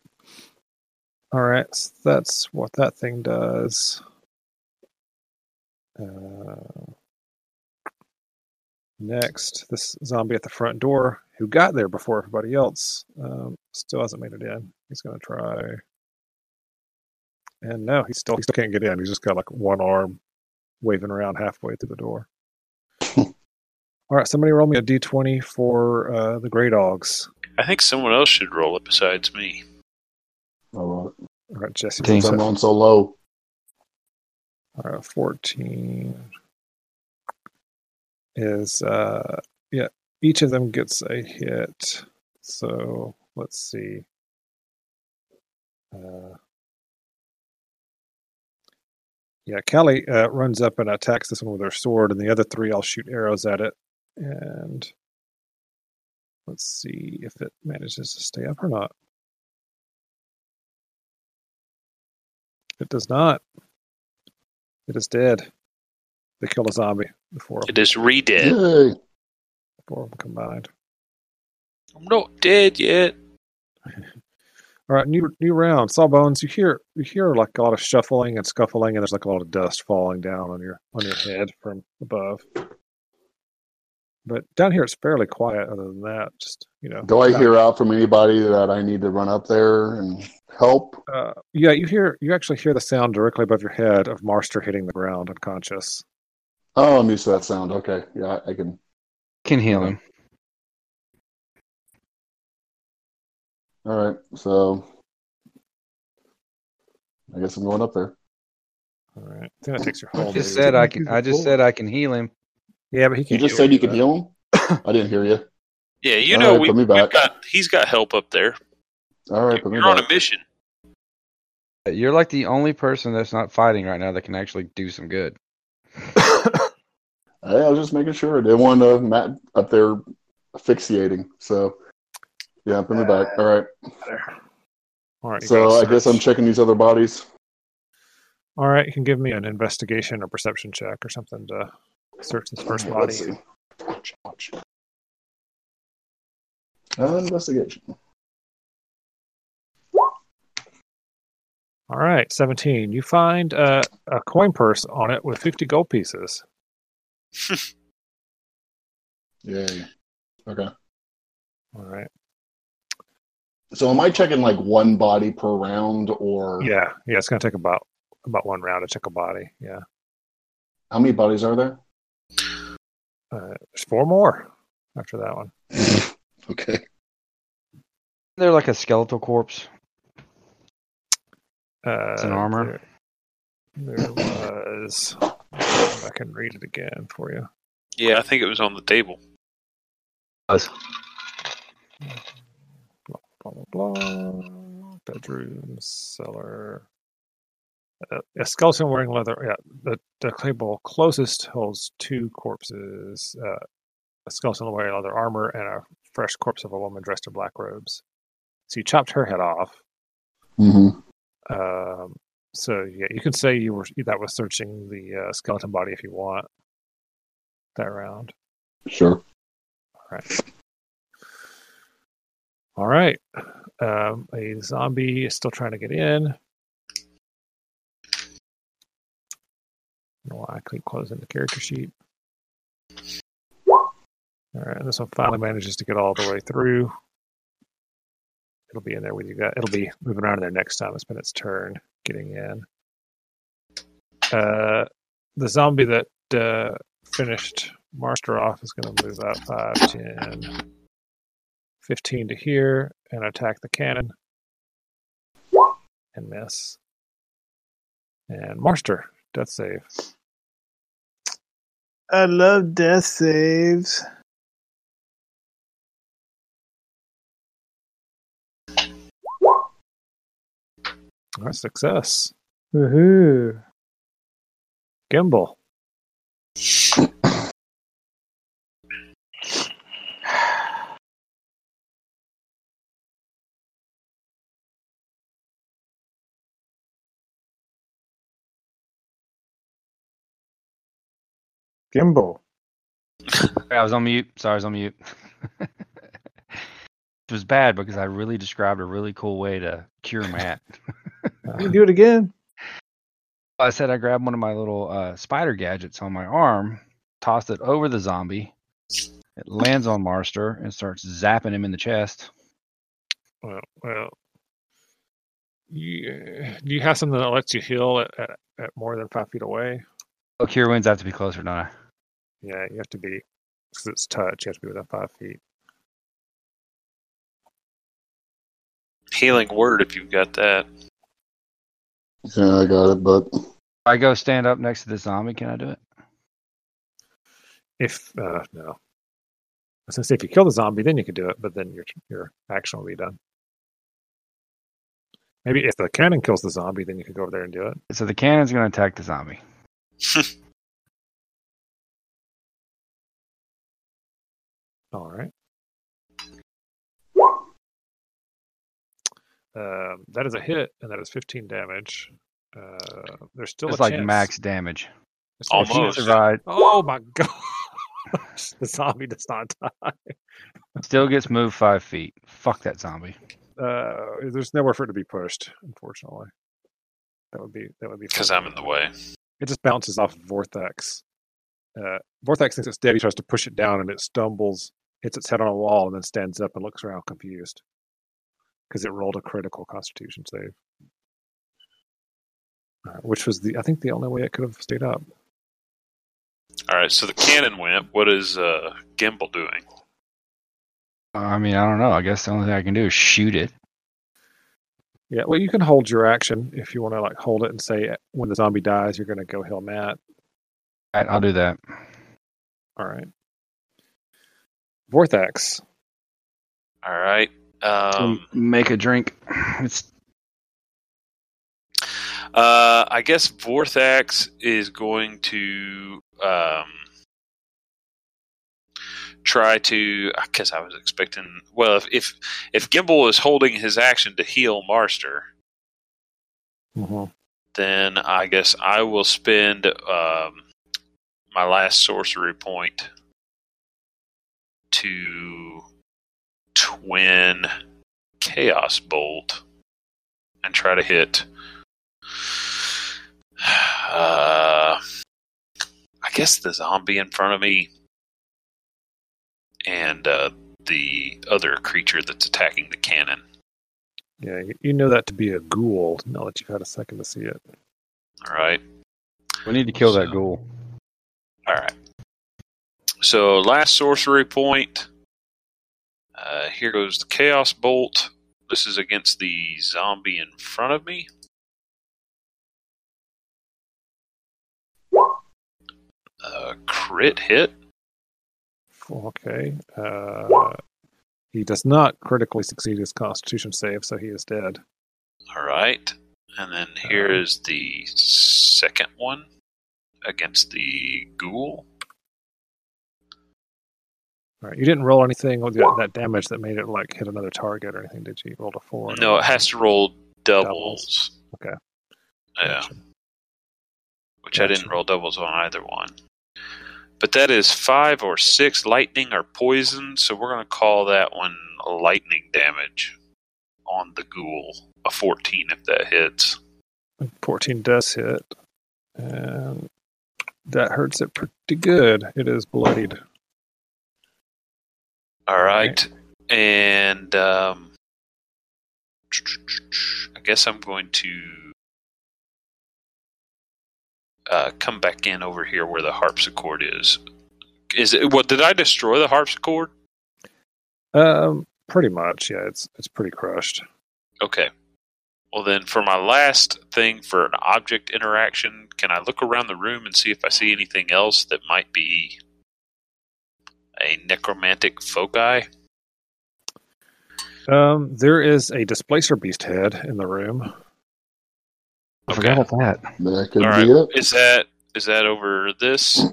[SPEAKER 4] All right, so that's what that thing does. Uh, next, this zombie at the front door who got there before everybody else um, still hasn't made it in. He's going to try. And no, he still, he still can't get in. He's just got like one arm waving around halfway through the door. All right, somebody roll me a d20 for uh, the Grey Dogs.
[SPEAKER 5] I think someone else should roll it besides me.
[SPEAKER 1] Oh, well,
[SPEAKER 4] All right, Jesse.
[SPEAKER 3] Dang.
[SPEAKER 1] since I'm on so low.
[SPEAKER 4] All right, 14 is, uh, yeah, each of them gets a hit. So let's see. Uh, yeah, Callie uh, runs up and attacks this one with her sword, and the other three I'll shoot arrows at it. And let's see if it manages to stay up or not. It does not. It is dead. They killed a zombie. The four of
[SPEAKER 5] It is redead.
[SPEAKER 1] Yay.
[SPEAKER 4] four of them combined.
[SPEAKER 5] I'm not dead yet.
[SPEAKER 4] All right, new new round. Sawbones. You hear you hear like a lot of shuffling and scuffling, and there's like a lot of dust falling down on your on your head from above. But down here, it's fairly quiet. Other than that, just you know.
[SPEAKER 1] Do I
[SPEAKER 4] not-
[SPEAKER 1] hear out from anybody that I need to run up there and help?
[SPEAKER 4] Uh, yeah, you hear you actually hear the sound directly above your head of Marster hitting the ground unconscious.
[SPEAKER 1] Oh, I'm used to that sound. Okay. Yeah, I I can.
[SPEAKER 3] Can heal him.
[SPEAKER 1] All right. So I guess I'm going up there.
[SPEAKER 4] All right, I think that takes your whole.
[SPEAKER 3] Just
[SPEAKER 4] move.
[SPEAKER 3] said I can. I just said I can heal him.
[SPEAKER 4] Yeah, but he
[SPEAKER 1] You
[SPEAKER 4] can't.
[SPEAKER 1] just
[SPEAKER 4] heal
[SPEAKER 1] said you
[SPEAKER 4] for
[SPEAKER 1] can
[SPEAKER 4] that.
[SPEAKER 1] heal him? I didn't hear you.
[SPEAKER 5] Yeah, you
[SPEAKER 1] All
[SPEAKER 5] know
[SPEAKER 1] right,
[SPEAKER 5] we,
[SPEAKER 1] put me
[SPEAKER 5] we've
[SPEAKER 1] back.
[SPEAKER 5] got. He's got help up there.
[SPEAKER 1] All right. Put me
[SPEAKER 5] You're on
[SPEAKER 1] back.
[SPEAKER 5] a mission.
[SPEAKER 3] You're like the only person that's not fighting right now that can actually do some good.
[SPEAKER 1] Hey, I was just making sure. They want uh, Matt up there asphyxiating. So, yeah, put me back. All right.
[SPEAKER 4] All right. you
[SPEAKER 1] So,
[SPEAKER 4] gotta
[SPEAKER 1] I guess I'm
[SPEAKER 4] search.
[SPEAKER 1] checking these other bodies.
[SPEAKER 4] All right, you can give me an investigation or perception check or something to search this first
[SPEAKER 1] All right,
[SPEAKER 4] body.
[SPEAKER 1] let's see. Uh, investigation.
[SPEAKER 4] All right, 17. You find uh, a coin purse on it with 50 gold pieces.
[SPEAKER 1] Yay. Okay.
[SPEAKER 4] All right.
[SPEAKER 1] So, am I checking like one body per round or
[SPEAKER 4] Yeah, yeah, it's going to take about about one round to check a body. Yeah.
[SPEAKER 1] how many bodies are there?
[SPEAKER 4] Uh, there's four more after that one.
[SPEAKER 1] okay.
[SPEAKER 3] They're like a skeletal corpse.
[SPEAKER 4] Uh,
[SPEAKER 3] It's an armor.
[SPEAKER 4] There, there was. I can read it again for you.
[SPEAKER 5] Yeah, I think it was on the table.
[SPEAKER 4] Blah, blah, blah. Bedroom, cellar. Uh, a skeleton wearing leather. Yeah, the, the table closest holds two corpses uh, a skeleton wearing leather armor and a fresh corpse of a woman dressed in black robes. So you chopped her head off.
[SPEAKER 1] Mm-hmm.
[SPEAKER 4] Um, so yeah, you can say you were that was searching the uh, skeleton body if you want that round.
[SPEAKER 1] Sure.
[SPEAKER 4] All right, um, a zombie is still trying to get in. don't know why I keep closing the character sheet. All right, this one finally manages to get all the way through. It'll be in there with you guys. It'll be moving on to there next time. It's been its turn getting in. Uh, the zombie that uh, finished Marster off is going to move up 5, 10, 15 to here and attack the cannon and miss. And Marster, death save.
[SPEAKER 2] I love death saves.
[SPEAKER 4] That's success.
[SPEAKER 2] Woohoo.
[SPEAKER 4] Gimbal.
[SPEAKER 2] Gimbal.
[SPEAKER 3] I was on mute. Sorry, I was on mute. it was bad because I really described a really cool way to cure Matt.
[SPEAKER 2] Can you do it again?
[SPEAKER 3] I said I grabbed one of my little uh, spider gadgets on my arm, tossed it over the zombie. It lands on Marster and starts zapping him in the chest.
[SPEAKER 4] Well, well, you, do you have something that lets you heal at, at, at more than five feet away?
[SPEAKER 3] Oh, cure wounds have to be closer, don't I?
[SPEAKER 4] Yeah, you have to be because it's touch. You have to be within five feet.
[SPEAKER 5] Healing word if you've got that.
[SPEAKER 1] Yeah, I got it, but
[SPEAKER 3] I go stand up next to the zombie. Can I do it?
[SPEAKER 4] If uh, no, I was gonna say if you kill the zombie, then you could do it, but then your your action will be done. Maybe if the cannon kills the zombie, then you could go over there and do it.
[SPEAKER 3] So the cannon's going to attack the zombie.
[SPEAKER 4] All right. Um, that is a hit, and that is 15 damage. Uh, there's still
[SPEAKER 3] It's
[SPEAKER 4] a
[SPEAKER 3] like
[SPEAKER 4] chance.
[SPEAKER 3] max damage.
[SPEAKER 4] It's
[SPEAKER 3] If he
[SPEAKER 5] Almost.
[SPEAKER 3] survived,
[SPEAKER 4] Oh my god! the zombie does not die.
[SPEAKER 3] still gets moved five feet. Fuck that zombie.
[SPEAKER 4] Uh, there's nowhere for it to be pushed, unfortunately. That would be that would be
[SPEAKER 5] Because I'm in the way.
[SPEAKER 4] It just bounces off of Vortex. Uh, Vortex thinks it's dead. He tries to push it down, and it stumbles, hits its head on a wall, and then stands up and looks around confused because it rolled a critical Constitution save, uh, which was the I think the only way it could have stayed up.
[SPEAKER 5] All right, so the cannon went. What is uh, Gimbal doing?
[SPEAKER 3] I mean, I don't know. I guess the only thing I can do is shoot it.
[SPEAKER 4] Yeah, well, you can hold your action if you want to, like, hold it and say when the zombie dies, you're going to go heal Matt.
[SPEAKER 3] All right, I'll do that.
[SPEAKER 4] All right. Vortex.
[SPEAKER 5] All right. Um,
[SPEAKER 3] Make a drink. It's
[SPEAKER 5] uh, I guess Vorthax is going to um, try to. I guess I was expecting. Well, if if, if Gimbal is holding his action to heal Marster, then I guess I will spend um, my last sorcery point to twin chaos bolt and try to hit. Uh, I guess the zombie in front of me and uh, the other creature that's attacking the cannon.
[SPEAKER 4] Yeah, you- you know that to be a ghoul now that you've had a second to see it.
[SPEAKER 5] All right.
[SPEAKER 3] we need to kill that
[SPEAKER 5] So-
[SPEAKER 3] ghoul.
[SPEAKER 5] All right. So last sorcery point. Uh, here goes the chaos bolt. This is against the zombie in front of me. Uh, crit hit.
[SPEAKER 4] Okay. Uh, he does not critically succeed his constitution save, so he is dead.
[SPEAKER 5] All right. And then here is the second one against the ghoul.
[SPEAKER 4] All right. You didn't roll anything with that, that damage that made it, like, hit another target or anything, did you? You rolled a four.
[SPEAKER 5] No, it has to roll doubles.
[SPEAKER 4] Doubles. Okay.
[SPEAKER 5] Yeah.
[SPEAKER 4] Gotcha.
[SPEAKER 5] which I didn't roll doubles on either one. But that is five or six lightning or poison, so we're going to call that one lightning damage on the ghoul. A 14 if that hits.
[SPEAKER 4] 14 does hit. And That hurts it pretty good. It is bloodied.
[SPEAKER 5] All right. And um, I guess I'm going to uh, come back in over here where the harpsichord is. Is it what did I destroy the harpsichord?
[SPEAKER 4] Um, pretty much. Yeah, it's it's pretty crushed.
[SPEAKER 5] Okay. Well, then, for my last thing for an object interaction, can I look around the room and see if I see anything else that might be a necromantic foci?
[SPEAKER 4] Um, there is a displacer beast head in the room.
[SPEAKER 3] I
[SPEAKER 5] Okay.
[SPEAKER 3] forgot about that.
[SPEAKER 1] That could
[SPEAKER 5] All right.
[SPEAKER 1] be it.
[SPEAKER 5] Is that is that over this?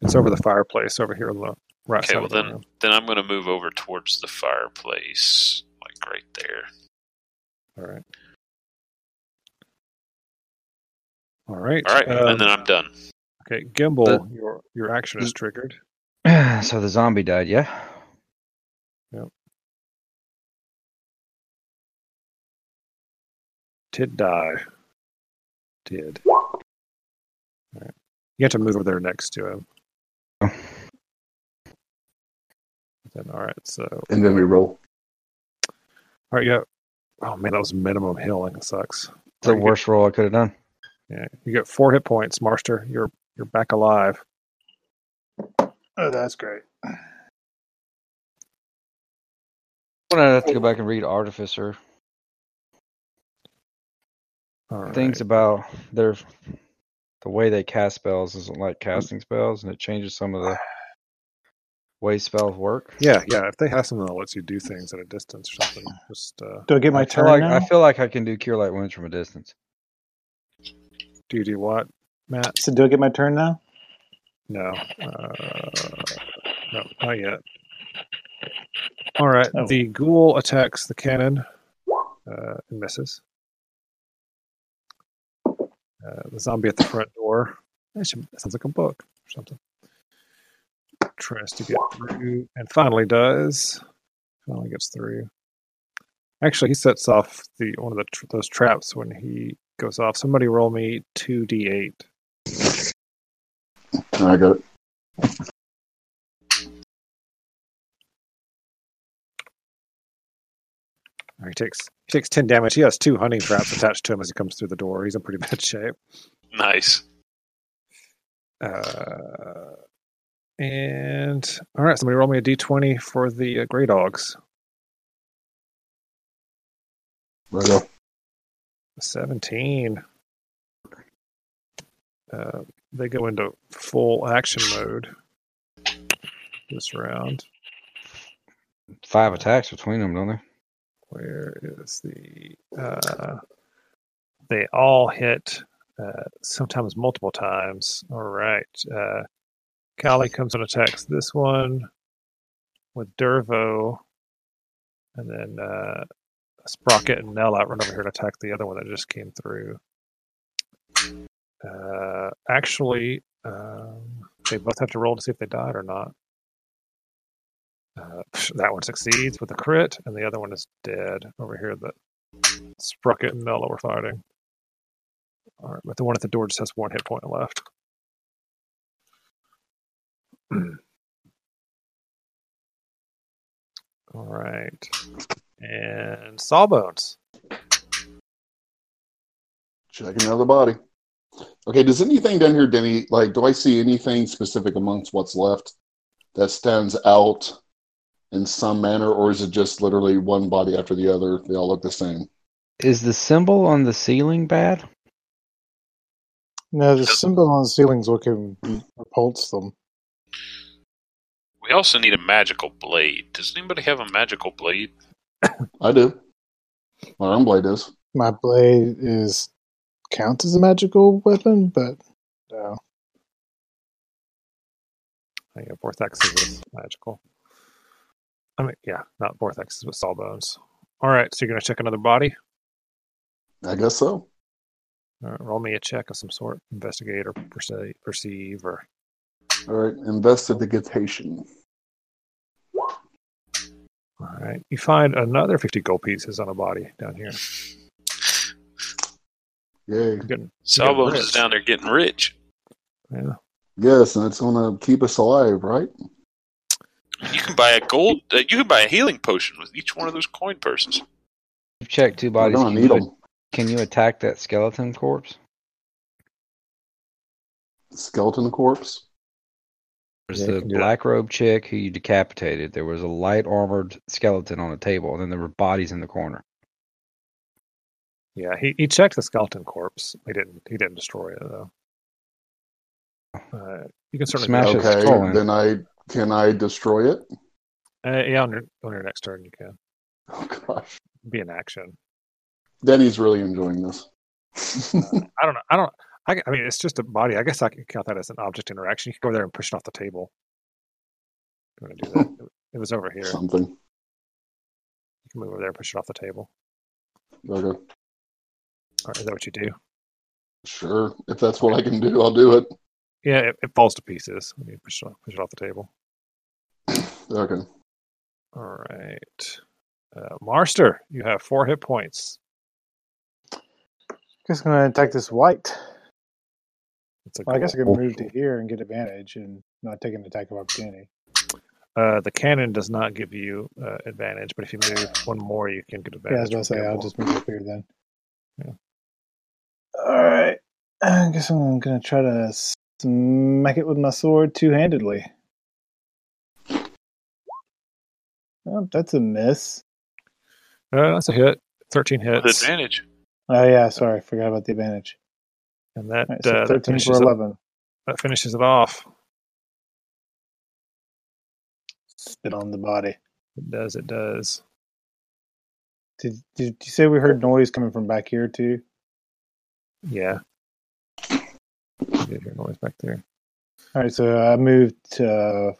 [SPEAKER 4] It's over the fireplace over here on the right
[SPEAKER 5] Okay,
[SPEAKER 4] side
[SPEAKER 5] well
[SPEAKER 4] of the
[SPEAKER 5] then,
[SPEAKER 4] room.
[SPEAKER 5] then I'm going to move over towards the fireplace, like right there.
[SPEAKER 4] All right. All right.
[SPEAKER 5] All right,
[SPEAKER 4] um,
[SPEAKER 5] and then Mm. I'm done.
[SPEAKER 4] okay, Gimbal, your your action is triggered.
[SPEAKER 3] so the zombie died, yeah?
[SPEAKER 4] Tid die. Tid. All right. You have to move over there next to him. Then all right, so all
[SPEAKER 1] And then we roll.
[SPEAKER 4] right, you got. Oh man, that was minimum healing. It sucks.
[SPEAKER 3] It's the
[SPEAKER 4] Pretty good.
[SPEAKER 3] worst roll I could have done.
[SPEAKER 4] Yeah, you get four hit points, Marster. You're you're back alive.
[SPEAKER 2] Oh, that's great.
[SPEAKER 3] I'm gonna have to go back and read Artificer
[SPEAKER 4] All right.
[SPEAKER 3] things about their the way they cast spells isn't like casting spells, and it changes some of the way spells work.
[SPEAKER 4] Yeah, yeah. If they have something that lets you do things at a distance or something, just uh,
[SPEAKER 2] Do I get my
[SPEAKER 3] I feel
[SPEAKER 2] turn?
[SPEAKER 3] like
[SPEAKER 2] now?
[SPEAKER 3] I feel like I can do cure light wounds from a distance.
[SPEAKER 4] do you do what, Matt?
[SPEAKER 2] so do I get my turn now?
[SPEAKER 4] No, uh, no, not yet. All right.
[SPEAKER 2] Oh.
[SPEAKER 4] The ghoul attacks the cannon uh, and misses. Uh, the zombie at the front door. That should- that sounds like a book or something. Tries to get through and finally does. Finally gets through. Actually, he sets off the one of the tr- those traps when he goes off. Somebody roll me two d eight.
[SPEAKER 1] I got it.
[SPEAKER 4] Or He takes he takes ten damage. He has two hunting traps attached to him as he comes through the door. He's in pretty bad shape.
[SPEAKER 5] Nice.
[SPEAKER 4] Uh, and all right, somebody roll me a d twenty for the uh, gray dogs.
[SPEAKER 1] Right off.
[SPEAKER 4] Seventeen. Uh, they go into full action mode this round.
[SPEAKER 3] Five attacks between them, don't they?
[SPEAKER 4] Where is the? Uh, they all hit, uh, sometimes multiple times. All right. Uh, Callie comes and attacks this one with Dervo, and then uh, Sprocket and Nella run over here and attack the other one that just came through. Uh, actually, um, they both have to roll to see if they died or not. Uh, that one succeeds with a crit, and the other one is dead over here. That Sprocket and Nella were fighting. All right, but the one at the door just has one hit point left. All right, and Sawbones.
[SPEAKER 1] Checking out the body. Okay, does anything down here, Denny, like, do I see anything specific amongst what's left that stands out in some manner, or is it just literally one body after the other? They all look the same.
[SPEAKER 3] Is the symbol on the ceiling bad?
[SPEAKER 2] No, the symbol on the ceiling's what can repulse them.
[SPEAKER 5] We also need a magical blade. Does anybody have a magical blade?
[SPEAKER 1] I do. My arm blade is.
[SPEAKER 2] My blade is counts as a magical weapon, but uh, no.
[SPEAKER 4] I think Vortex is magical. I mean, yeah, not Vortex, but Sawbones. All right, so you're gonna check another body.
[SPEAKER 1] I guess so.
[SPEAKER 4] All right, Uh, roll me a check of some sort, investigate or perceive, perceive or
[SPEAKER 1] All right, investigation.
[SPEAKER 4] All right. You find another 50 gold pieces on a body down here.
[SPEAKER 1] Yay.
[SPEAKER 4] You're getting,
[SPEAKER 5] Sawbones is
[SPEAKER 4] rich.
[SPEAKER 5] down there getting rich.
[SPEAKER 4] Yeah.
[SPEAKER 1] Yes, and it's gonna keep us alive, right?
[SPEAKER 5] You can buy a gold. Uh, you can buy a healing potion with each one of those coin persons.
[SPEAKER 3] You've checked two
[SPEAKER 1] We're
[SPEAKER 3] bodies.
[SPEAKER 1] gonna
[SPEAKER 3] Can
[SPEAKER 1] need
[SPEAKER 3] you,
[SPEAKER 1] them.
[SPEAKER 3] can you attack that skeleton corpse?
[SPEAKER 1] Skeleton corpse.
[SPEAKER 3] There's
[SPEAKER 4] Yeah, you
[SPEAKER 3] the
[SPEAKER 4] can do that.
[SPEAKER 3] black robe chick who you decapitated. There was a light armored skeleton on a table, and then there were bodies in the corner.
[SPEAKER 4] Yeah, he, he checked the skeleton corpse. He didn't he didn't destroy it though. Uh, you can certainly
[SPEAKER 3] Smash
[SPEAKER 4] do
[SPEAKER 3] its
[SPEAKER 4] that.
[SPEAKER 1] Okay,
[SPEAKER 3] skull in.
[SPEAKER 1] then I can I destroy it?
[SPEAKER 4] Uh, yeah, on your on your next turn you can
[SPEAKER 1] Oh gosh,
[SPEAKER 4] be an action.
[SPEAKER 1] Denny's really enjoying this.
[SPEAKER 4] I don't know. I don't. I, g- I mean, it's just a body. I guess I can count that as an object interaction. You can go there and push it off the table. You want to do that? it was over here. You
[SPEAKER 1] Something.
[SPEAKER 4] can move over there and push it off the table.
[SPEAKER 1] Okay.
[SPEAKER 4] Or is that what you do?
[SPEAKER 1] Sure. If that's what I can do, I'll do it.
[SPEAKER 4] Yeah, it, it falls to pieces when you push it off, push it off the table.
[SPEAKER 1] Okay.
[SPEAKER 4] All right, uh, Marster, you have four hit points.
[SPEAKER 2] Just going to attack this white.
[SPEAKER 4] It's a
[SPEAKER 2] Well, I guess I
[SPEAKER 4] goal.
[SPEAKER 2] could move to here and get advantage and not take an attack of opportunity.
[SPEAKER 4] uh, the cannon does not give you uh, advantage, but if you move one more, you can get advantage.
[SPEAKER 2] Yeah, I was going to
[SPEAKER 4] from
[SPEAKER 2] say,
[SPEAKER 4] the
[SPEAKER 2] I'll
[SPEAKER 4] other
[SPEAKER 2] just move up here then.
[SPEAKER 4] Yeah.
[SPEAKER 2] All right. I guess I'm going to try to smack it with my sword two handedly. Oh, that's a miss.
[SPEAKER 4] one. Uh, that's a hit. Thirteen
[SPEAKER 5] With
[SPEAKER 4] hits,
[SPEAKER 5] advantage.
[SPEAKER 2] Oh, yeah, sorry. I forgot about the advantage.
[SPEAKER 4] and that,
[SPEAKER 2] All right, so
[SPEAKER 4] uh, that
[SPEAKER 2] 13 for
[SPEAKER 4] finishes it-
[SPEAKER 2] 11.
[SPEAKER 4] that finishes it off.
[SPEAKER 2] Spit on the body.
[SPEAKER 4] It does. It does.
[SPEAKER 2] Did, did you say we heard noise coming from back here, too?
[SPEAKER 4] Yeah. You did hear noise back there.
[SPEAKER 2] All right, so I moved uh,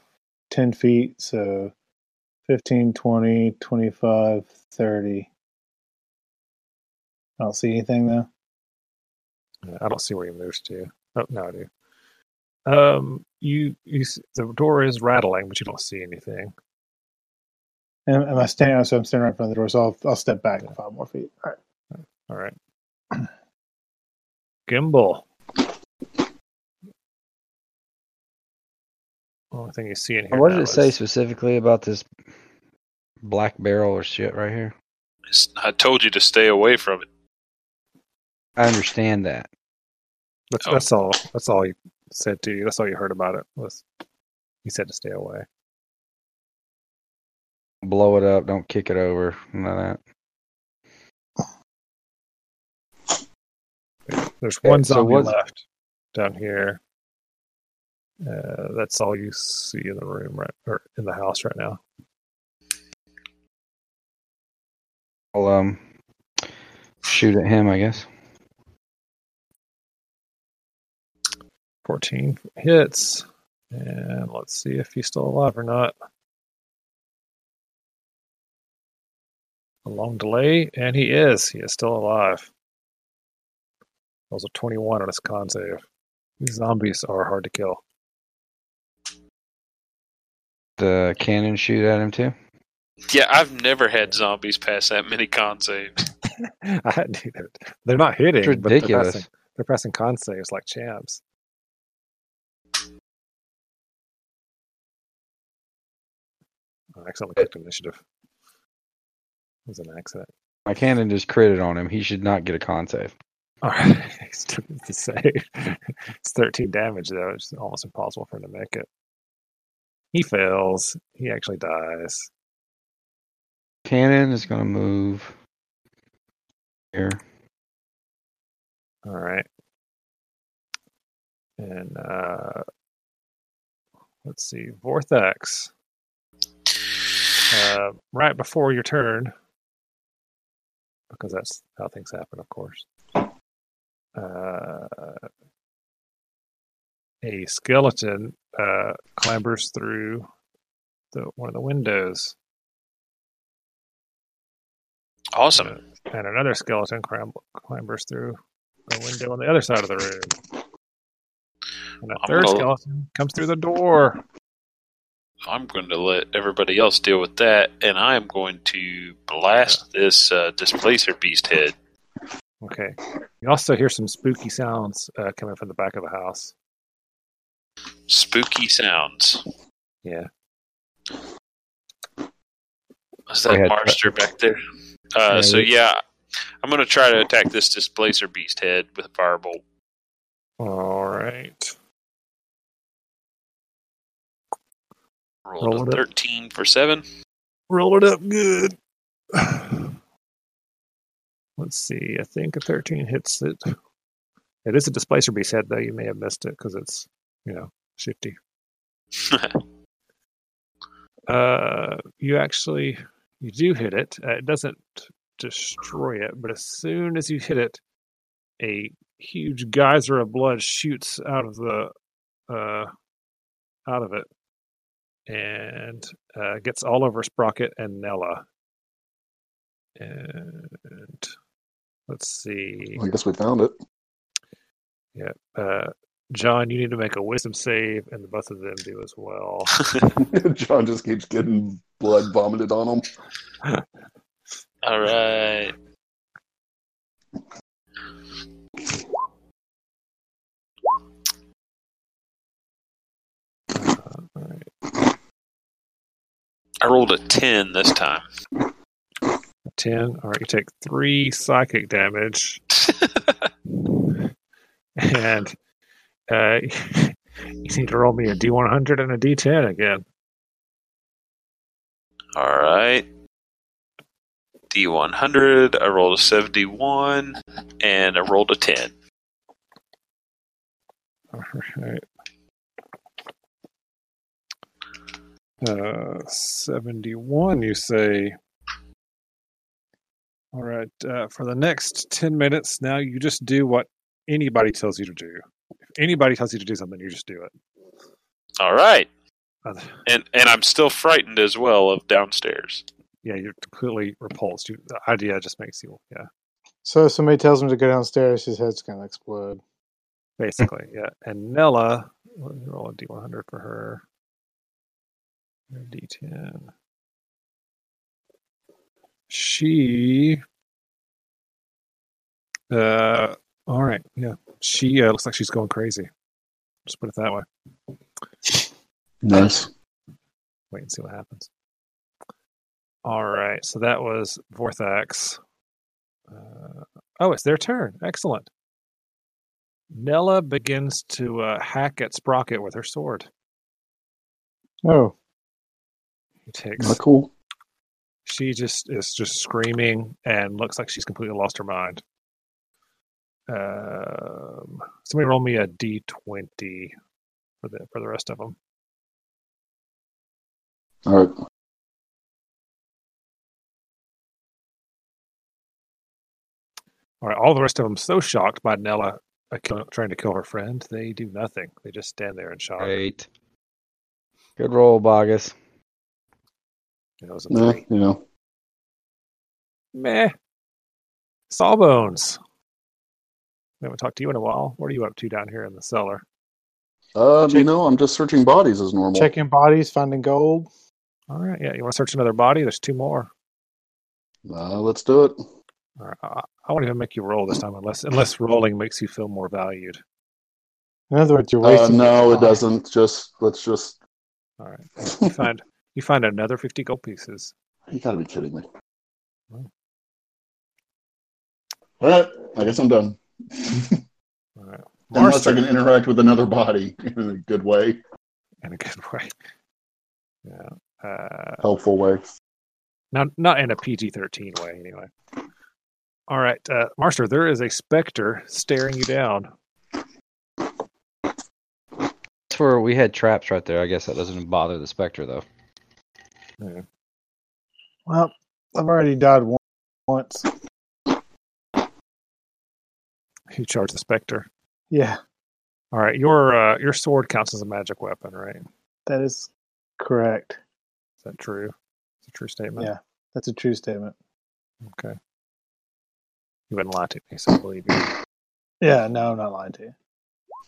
[SPEAKER 2] 10 feet, so 15, 20, 25, 30. I don't see anything though.
[SPEAKER 4] Uh, I don't see where he moves to. Oh no, I do. Um, you you s- the door is rattling, but you don't see anything.
[SPEAKER 2] Am, am I standing? So I'm standing right in front of the door, so I'll, I'll step back five more feet. All right.
[SPEAKER 4] All right. Gimbal. Only thing Oh, you see in here.
[SPEAKER 3] What did
[SPEAKER 4] now
[SPEAKER 3] it say
[SPEAKER 4] is-
[SPEAKER 3] specifically about this black barrel or shit right here?
[SPEAKER 5] It's- I told you to stay away from it.
[SPEAKER 3] I understand that.
[SPEAKER 4] That's,
[SPEAKER 5] Oh.
[SPEAKER 4] that's all. That's all he said to you. That's all you heard about it. Was he said to stay away?
[SPEAKER 3] Blow it up. Don't kick it over. None of that.
[SPEAKER 4] There's
[SPEAKER 3] Okay,
[SPEAKER 4] one
[SPEAKER 3] so
[SPEAKER 4] zombie
[SPEAKER 3] what-
[SPEAKER 4] left down here. Uh, that's all you see in the room, right, or in the house right now.
[SPEAKER 3] I'll um, shoot at him, I guess.
[SPEAKER 4] Fourteen hits, and let's see if he's still alive or not. A long delay, and he is. He is still alive. That was a twenty-one on his con save. These zombies are hard to kill.
[SPEAKER 3] The cannon shoot at him too.
[SPEAKER 5] Yeah, I've never had zombies pass that many con saves.
[SPEAKER 4] I hadn't either. They're not hitting.
[SPEAKER 3] It's
[SPEAKER 4] but they're
[SPEAKER 3] ridiculous.
[SPEAKER 4] passing- They're passing con saves like champs. I accidentally clicked Oh, initiative. It was an accident.
[SPEAKER 3] My cannon just critted on him. He should not get a con save.
[SPEAKER 4] All right, he's took it to save. it's 13 damage though. It's almost impossible for him to make it. He fails. He actually dies.
[SPEAKER 3] Cannon is gonna move here.
[SPEAKER 4] All right. And uh, let's see, Vortex. uh, right before your turn, because that's how things happen, of course. Uh, a skeleton uh, clambers through the one of the windows,
[SPEAKER 5] Awesome.
[SPEAKER 4] and another skeleton cram- clambers through the window on the other side of the room. And a
[SPEAKER 5] I'm
[SPEAKER 4] 3rd
[SPEAKER 5] gonna-
[SPEAKER 4] skeleton comes through the door.
[SPEAKER 5] I'm going to let everybody else deal with that, and I am going to blast this uh, displacer beast head.
[SPEAKER 4] Okay. You also hear some spooky sounds uh, coming from the back of the house.
[SPEAKER 5] Spooky sounds.
[SPEAKER 4] Yeah.
[SPEAKER 5] Is
[SPEAKER 3] Go
[SPEAKER 5] that
[SPEAKER 3] ahead.
[SPEAKER 5] Marster back there? Uh,
[SPEAKER 3] Yeah,
[SPEAKER 5] so
[SPEAKER 3] you-
[SPEAKER 5] yeah, I'm gonna try to attack this displacer beast head with a firebolt.
[SPEAKER 4] All right.
[SPEAKER 5] Rolled
[SPEAKER 4] Roll it
[SPEAKER 5] a
[SPEAKER 4] up.
[SPEAKER 5] 13 for seven.
[SPEAKER 4] Roll it up good. Let's see. I think a 13 hits it. It is a displacer beast head, though. You may have missed it because it's, you know, shifty. Uh, you actually you do hit it. Uh, it doesn't destroy it, but as soon as you hit it, a huge geyser of blood shoots out of the uh, out of it and uh, gets all over Sprocket and Nella. And let's see.
[SPEAKER 1] I guess we found it.
[SPEAKER 4] Uh, John, you need to make a wisdom save, and the both of them do as well.
[SPEAKER 1] John just keeps getting blood vomited on him.
[SPEAKER 5] All right. I rolled a 10 this time.
[SPEAKER 4] 10. All right, you take three psychic damage. and uh, you need to roll me a D100 and a D10 again.
[SPEAKER 5] All right. D100, I rolled a 71, and I rolled a 10.
[SPEAKER 4] All right. Uh, 71, you say. All right. Uh, for the next 10 minutes, now you just do what anybody tells you to do. If anybody tells you to do something, you just do it.
[SPEAKER 5] All right.
[SPEAKER 4] Uh,
[SPEAKER 5] And and I'm still frightened as well of downstairs.
[SPEAKER 4] yeah, you're completely repulsed. You, the idea just makes you, yeah,
[SPEAKER 2] So if somebody tells him to go downstairs, his head's gonna explode.
[SPEAKER 4] basically, yeah. And Nella, let me roll a D100 for her. Or D10. She. Uh, all right, yeah. She uh, looks like she's going crazy. Just put it that way.
[SPEAKER 1] Nice.
[SPEAKER 4] Wait and see what happens. All right, so that was Vorthax. Uh, oh, it's their turn. Excellent. Nella begins to uh, hack at Sprocket with her sword.
[SPEAKER 2] Oh,
[SPEAKER 4] He takes.
[SPEAKER 1] Not cool.
[SPEAKER 4] She just is just screaming and looks like she's completely lost her mind. Um, somebody roll me a d twenty for the for the rest of them.
[SPEAKER 1] All right.
[SPEAKER 4] All right, all the rest of them so shocked by Nella uh, kill, trying to kill her friend, they do nothing. They just stand there in shock.
[SPEAKER 3] Great. Good roll, Bogus.
[SPEAKER 4] It was a
[SPEAKER 1] Yeah,
[SPEAKER 4] three.
[SPEAKER 1] you know.
[SPEAKER 4] Meh. Sawbones. We haven't talked to you in a while. What are you up to down here in the cellar?
[SPEAKER 1] Uh, you know, I'm just searching bodies as normal.
[SPEAKER 2] checking bodies, finding gold.
[SPEAKER 4] All right, yeah. You want to search another body? There's two more.
[SPEAKER 1] Uh, let's do it.
[SPEAKER 4] All right, I, I won't even make you roll this time, unless unless rolling makes you feel more valued.
[SPEAKER 2] In other words, you're
[SPEAKER 1] Uh,
[SPEAKER 2] wasting.
[SPEAKER 1] no,
[SPEAKER 2] your
[SPEAKER 1] it
[SPEAKER 2] time.
[SPEAKER 1] doesn't. Just let's just.
[SPEAKER 4] All right, you find you find another fifty gold pieces.
[SPEAKER 1] You gotta be kidding me.
[SPEAKER 4] Wow.
[SPEAKER 1] All right, I guess I'm done.
[SPEAKER 4] All right,
[SPEAKER 1] Unless I
[SPEAKER 4] Marster
[SPEAKER 1] can interact with another body in a good way,
[SPEAKER 4] in a good way. Yeah, uh,
[SPEAKER 1] helpful way.
[SPEAKER 4] not not in a PG thirteen way anyway. All right, uh, Marster, there is a specter staring you down.
[SPEAKER 3] That's where we had traps right there. I guess that doesn't bother the Spectre, though.
[SPEAKER 2] Well, I've already died one, once.
[SPEAKER 4] Who charged the specter?
[SPEAKER 2] Yeah,
[SPEAKER 4] All right, your uh, your sword counts as a magic weapon, right? Is
[SPEAKER 2] that is correct.
[SPEAKER 4] that true? It's a true statement.
[SPEAKER 2] Yeah. That's a true statement.
[SPEAKER 4] Okay. You wouldn't lie to me, so I believe you.
[SPEAKER 2] Yeah, no, I'm not lying to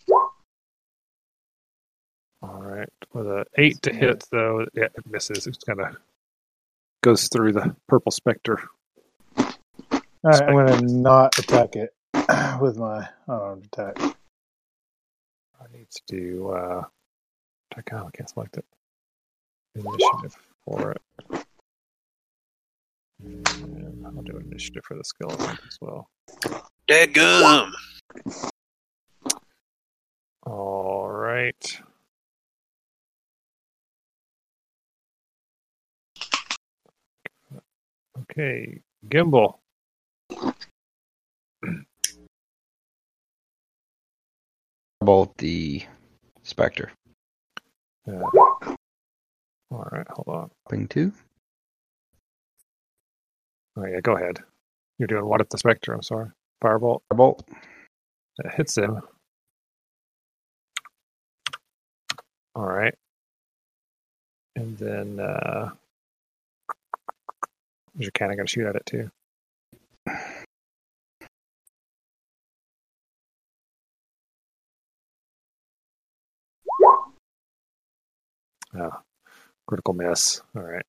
[SPEAKER 2] you.
[SPEAKER 4] All right. With a eight to hit, though, yeah, it misses. It's kind of goes through the purple specter.
[SPEAKER 2] All right, I'm gonna not attack it with my unarmed attack.
[SPEAKER 4] I need Let's do. Uh, I kind of can't select it. Initiative for it. And I'll do initiative for the skeleton as well.
[SPEAKER 5] Dead gum.
[SPEAKER 4] All right. Okay, Gimbal.
[SPEAKER 3] About the Spectre.
[SPEAKER 4] Uh, all right, hold on.
[SPEAKER 3] Thing two.
[SPEAKER 4] Oh yeah, go ahead. You're doing what at the Spectre? I'm sorry. Firebolt
[SPEAKER 3] Firebolt.
[SPEAKER 4] that hits him. All right, and then uh, you're kind of going to shoot at it too. Ah, critical miss. All right.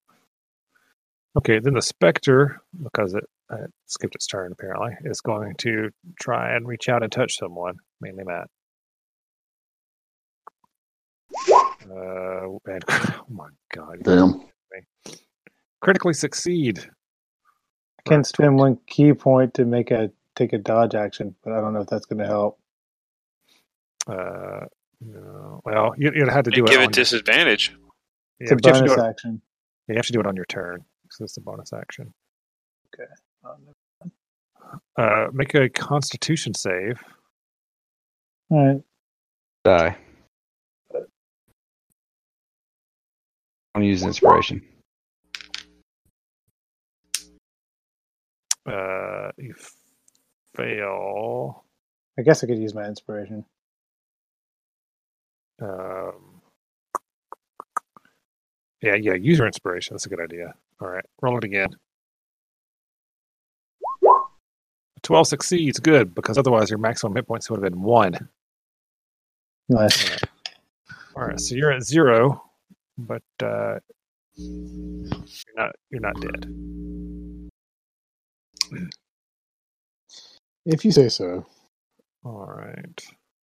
[SPEAKER 4] Okay, then the Spectre, because it, uh skipped its turn apparently, is going to try and reach out and touch someone, mainly Matt. Uh, and, oh my god. you
[SPEAKER 1] Damn.
[SPEAKER 4] Critically succeed.
[SPEAKER 2] Can spend one key point to make a take a dodge action, but I don't know if that's going to help.
[SPEAKER 4] Uh, no. Well, you, you'd have to do
[SPEAKER 5] And
[SPEAKER 4] it.
[SPEAKER 5] give
[SPEAKER 4] on
[SPEAKER 5] it disadvantage.
[SPEAKER 4] your-
[SPEAKER 2] It's
[SPEAKER 4] yeah,
[SPEAKER 2] a
[SPEAKER 4] but you, have to
[SPEAKER 2] bonus
[SPEAKER 4] do it,
[SPEAKER 2] action.
[SPEAKER 4] you have to do it on your turn because it's a bonus action. um, Uh, make a Constitution save.
[SPEAKER 2] All right.
[SPEAKER 3] Die. I'm using inspiration.
[SPEAKER 4] Uh, you f- fail.
[SPEAKER 2] I guess I could use my inspiration.
[SPEAKER 4] Um, yeah, yeah. User inspiration. That's a good idea. All right, roll it again. Twelve succeeds. Good, because otherwise your maximum hit points would have been one.
[SPEAKER 2] Nice.
[SPEAKER 4] All right, so you're at zero, but uh, you're not you're not dead.
[SPEAKER 2] If you say so.
[SPEAKER 4] All right.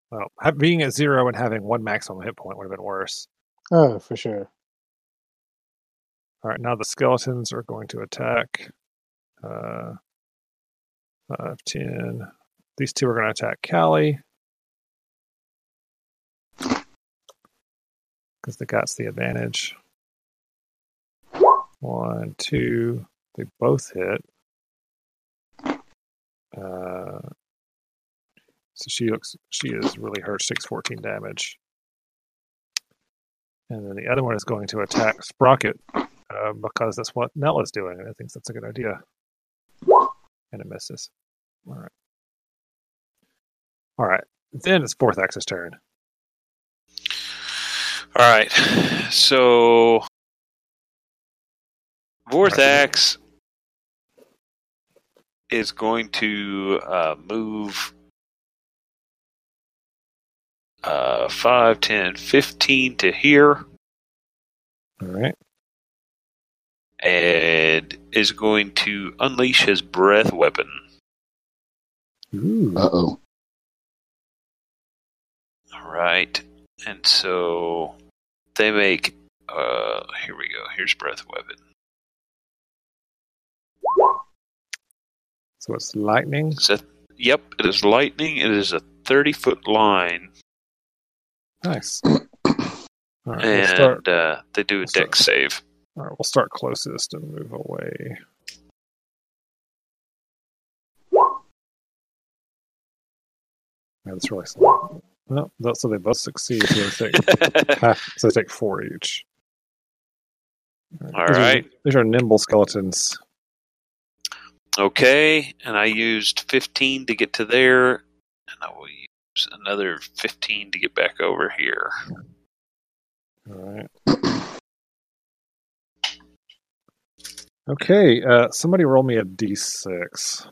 [SPEAKER 4] Well, ha- being at zero and having one maximum hit point would have been worse.
[SPEAKER 2] Oh, for sure.
[SPEAKER 4] All right, now the skeletons are going to attack. Uh, five, ten. These two are going to attack Callie. Because they got the advantage. One, two. They both hit. Uh, so she looks, she is really hurt. Six, fourteen damage. And then the other one is going to attack Sprocket uh, because that's what Nell is doing, and I think that's a good idea. And it misses. All right. All right. Then it's fourth axis turn.
[SPEAKER 5] All right. So,
[SPEAKER 4] Alright.
[SPEAKER 5] Vorthax is going to uh, move uh, 5, 10, 15 to here
[SPEAKER 4] All right.
[SPEAKER 5] and is going to unleash his breath weapon.
[SPEAKER 4] Ooh.
[SPEAKER 1] Uh oh.
[SPEAKER 5] All right. And so they make. Uh, here we go. Here's breath weapon.
[SPEAKER 4] So it's lightning.
[SPEAKER 5] It's a, yep, it is lightning. It is a 30 foot line.
[SPEAKER 4] Nice. All right. We'll start,
[SPEAKER 5] and uh, they do a
[SPEAKER 4] Let's start.
[SPEAKER 5] deck save.
[SPEAKER 4] all right. We'll start closest and move away. Man, that's really slow. No, that- so they both succeed. So they take half, so they take four each.
[SPEAKER 5] All
[SPEAKER 4] These are-
[SPEAKER 5] right.
[SPEAKER 4] these are nimble skeletons.
[SPEAKER 5] Okay, and I used 15 to get to there, and I will use another 15 to get back over here.
[SPEAKER 4] All right. Okay. Uh, somebody roll me a d6.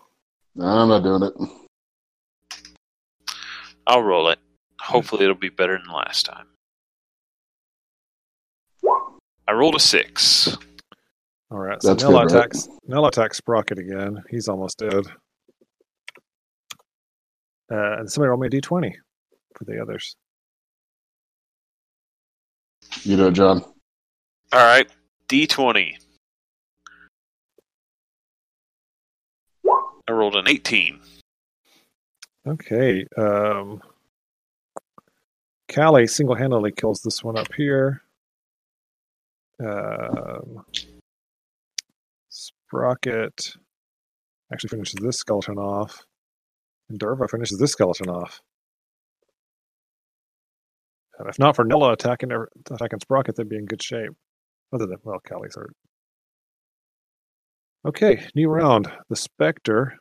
[SPEAKER 1] No, I'm not doing it.
[SPEAKER 5] I'll roll it. Hopefully, it'll be better than last time. I rolled a six.
[SPEAKER 4] All right. So
[SPEAKER 1] That's
[SPEAKER 4] Nella
[SPEAKER 1] good, right?
[SPEAKER 4] attacks. Nella attacks Sprocket again. He's almost dead. Uh, and somebody roll me a d20 for the others.
[SPEAKER 1] You do it, John.
[SPEAKER 5] All right, D20. I rolled an 18.
[SPEAKER 4] Okay. Um, Callie single handedly kills this one up here. Um, Sprocket actually finishes this skeleton off. And Derva finishes this skeleton off. And if not for Nella attacking every- attacking Sprocket, they'd be in good shape. Other than well, Callie's hurt. Okay, new round. The Spectre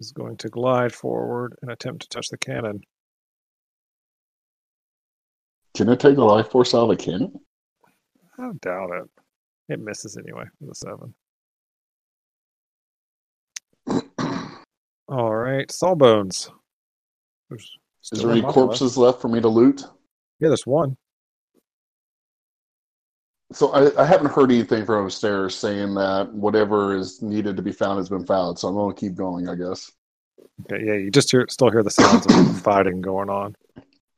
[SPEAKER 4] is going to glide forward and attempt to touch the cannon.
[SPEAKER 1] Can it take the life force out of the cannon?
[SPEAKER 4] I doubt it. It misses anyway with a seven. All right, Sawbones. There's
[SPEAKER 1] Is
[SPEAKER 4] still
[SPEAKER 1] there
[SPEAKER 4] a
[SPEAKER 1] any
[SPEAKER 4] mile left.
[SPEAKER 1] corpses left for me to loot?
[SPEAKER 4] Yeah, there's one.
[SPEAKER 1] So I, I haven't heard anything from upstairs saying that whatever is needed to be found has been found. So I'm going to keep going, I guess.
[SPEAKER 4] Okay, yeah, you just hear still hear the sounds of fighting going on.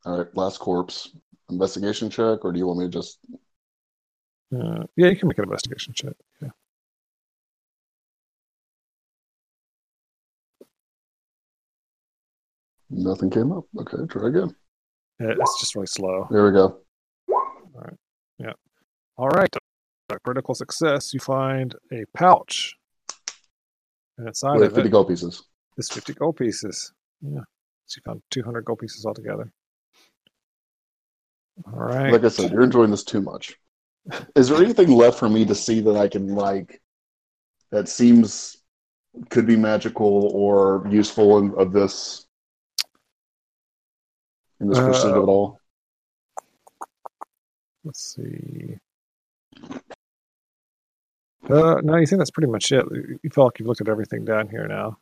[SPEAKER 1] All right, last corpse. Investigation check, or do you want me to just?
[SPEAKER 4] Uh, yeah, you can make an investigation check. Yeah.
[SPEAKER 1] Nothing came up. Okay, try again.
[SPEAKER 4] Yeah, Uh, It's just really slow.
[SPEAKER 1] There we go.
[SPEAKER 4] All right, a critical success. You find a pouch, and inside
[SPEAKER 1] Wait,
[SPEAKER 4] of it
[SPEAKER 1] 50 gold pieces.
[SPEAKER 4] is 50 gold pieces. Yeah. So you found 200 gold pieces altogether. All right.
[SPEAKER 1] Like I said, you're enjoying this too much. Is there anything left for me to see that I can like that seems could be magical or useful in, of this in this pursuit
[SPEAKER 4] Uh,
[SPEAKER 1] of it all?
[SPEAKER 4] Let's see. Uh, no, you think that's pretty much it. You you feel like you've looked at everything down here now.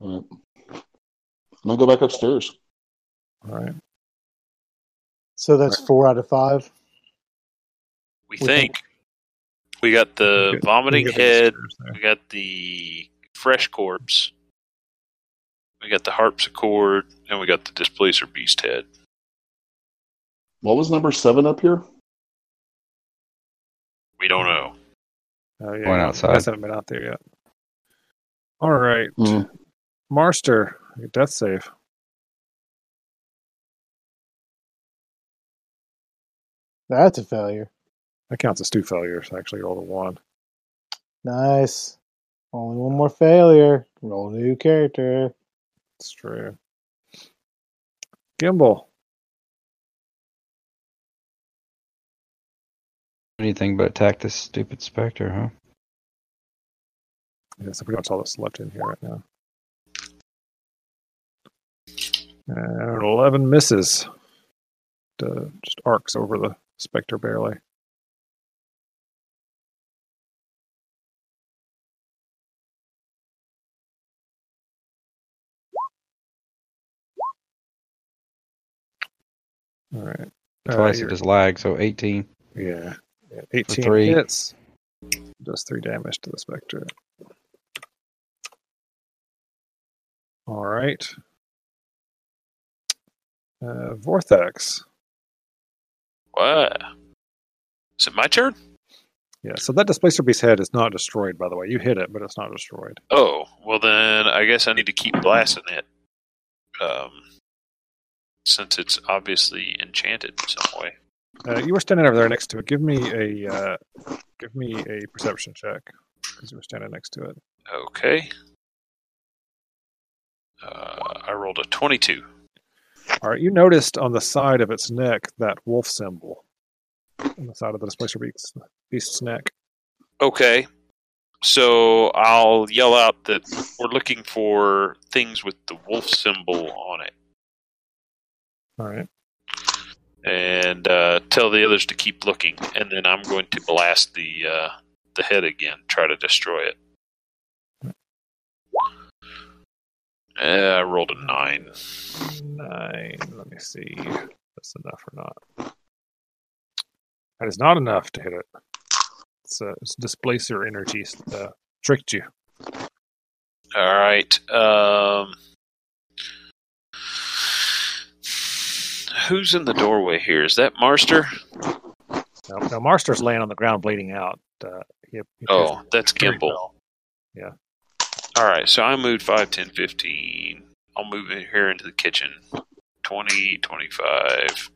[SPEAKER 1] All right. I'm gonna go back upstairs.
[SPEAKER 4] All right.
[SPEAKER 2] So that's four out of five.
[SPEAKER 5] We
[SPEAKER 2] We
[SPEAKER 5] think we got the
[SPEAKER 4] Good.
[SPEAKER 5] vomiting
[SPEAKER 4] You get the
[SPEAKER 5] head.
[SPEAKER 4] upstairs there.
[SPEAKER 5] We got the fresh corpse. We got the harpsichord, and we got the displacer beast head.
[SPEAKER 1] What was number seven up here?
[SPEAKER 5] We don't know.
[SPEAKER 4] Oh, yeah.
[SPEAKER 3] Going
[SPEAKER 4] you
[SPEAKER 3] outside.
[SPEAKER 4] guys haven't been out there yet. All right.
[SPEAKER 1] Hmm.
[SPEAKER 4] Marster, your death save.
[SPEAKER 2] That's a failure.
[SPEAKER 4] That counts as two failures. I actually rolled a one.
[SPEAKER 2] Nice. Only one more failure. Roll new character.
[SPEAKER 4] It's true. Gimbal.
[SPEAKER 3] Anything but attack this stupid specter, huh?
[SPEAKER 4] Yeah, so pretty much all that's left in here right now. And 11 misses. Uh, just arcs over the Spectre barely. All right. Uh,
[SPEAKER 3] Twice
[SPEAKER 4] you're-
[SPEAKER 3] of his lag, so 18.
[SPEAKER 4] yeah. yeah. 18
[SPEAKER 3] three.
[SPEAKER 4] hits. Does three damage to the Spectre. All right. Uh, Vortex.
[SPEAKER 5] What? Is it my turn?
[SPEAKER 4] Yeah, so that Displacer Beast head is not destroyed, by the way. You hit it, but it's not destroyed.
[SPEAKER 5] Oh, well then I guess I need to keep blasting it. Um, since it's obviously enchanted in some way.
[SPEAKER 4] Uh, you were standing over there next to it. Give me a uh, give me a perception check because you were standing next to it.
[SPEAKER 5] Okay. Uh, I rolled a 22.
[SPEAKER 4] All right, you noticed on the side of its neck that wolf symbol on the side of the Displacer Beast beast's neck.
[SPEAKER 5] Okay. So I'll yell out that we're looking for things with the wolf symbol on it
[SPEAKER 4] All right.
[SPEAKER 5] and uh, tell the others to keep looking. And then I'm going to blast the, uh, the head again, try to destroy it. Uh, I rolled a 9.
[SPEAKER 4] Nine. Let me see if that's enough or not. That is not enough to hit it. It's, uh, it's displacer energy uh, tricked you.
[SPEAKER 5] All right. Um, who's in the doorway here? Is that Marster?
[SPEAKER 4] No, no Marster's laying on the ground, bleeding out. Uh, he, he
[SPEAKER 5] Oh, that's
[SPEAKER 4] very
[SPEAKER 5] Gimbal.
[SPEAKER 4] well.
[SPEAKER 5] All right, so I moved 5, 10, 15. I'll move in here into the kitchen. 20, 25,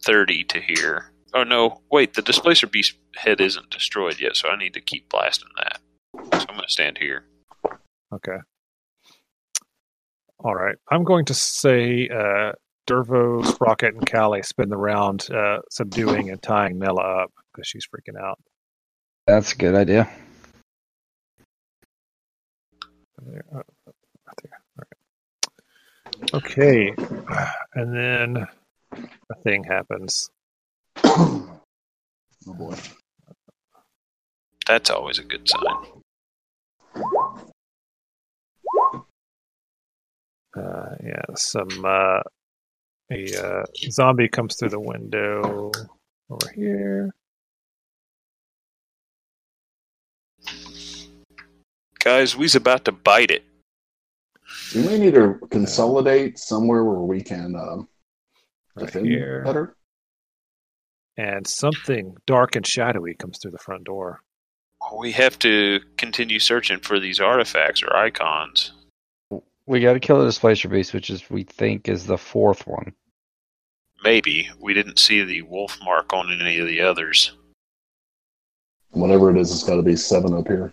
[SPEAKER 5] 30 to here. Oh, no. Wait, the displacer beast head isn't destroyed yet, so I need to keep blasting that. So I'm going to stand here.
[SPEAKER 4] Okay. All right. I'm going to say uh, Dervo, Sprocket, and Callie spin the round uh, subduing and tying Nella up because she's freaking out.
[SPEAKER 3] That's a good idea.
[SPEAKER 4] There, uh, right there. All right. Okay. And then a thing happens.
[SPEAKER 1] oh boy.
[SPEAKER 5] That's always a good sign.
[SPEAKER 4] Uh, yeah, some uh, a uh, zombie comes through the window over here.
[SPEAKER 5] Guys, we's about to bite it.
[SPEAKER 1] We may need to consolidate somewhere where we can um,
[SPEAKER 4] Right
[SPEAKER 1] defend
[SPEAKER 4] here.
[SPEAKER 1] better.
[SPEAKER 4] and something dark and shadowy comes through the front door.
[SPEAKER 5] We have to continue searching for these artifacts or icons.
[SPEAKER 3] We got to kill the displacer beast, which is we think is the fourth one.
[SPEAKER 5] Maybe. We didn't see the wolf mark on any of the others.
[SPEAKER 1] Whatever it is, it's got to be seven up here.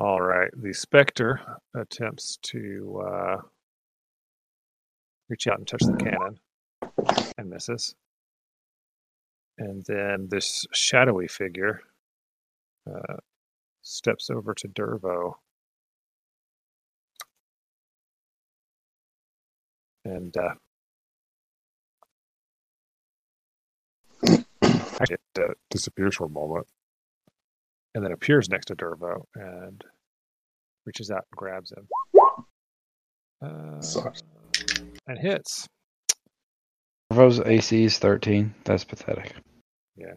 [SPEAKER 4] All right, the specter attempts to uh, reach out and touch the cannon and misses. And then this shadowy figure uh, steps over to Dervo. And uh, it uh, disappears for a moment and then appears next to Dervo and reaches out and grabs him. Uh,
[SPEAKER 1] Sucks.
[SPEAKER 4] And hits.
[SPEAKER 3] Servo's AC is 13. That's pathetic.
[SPEAKER 4] Yes.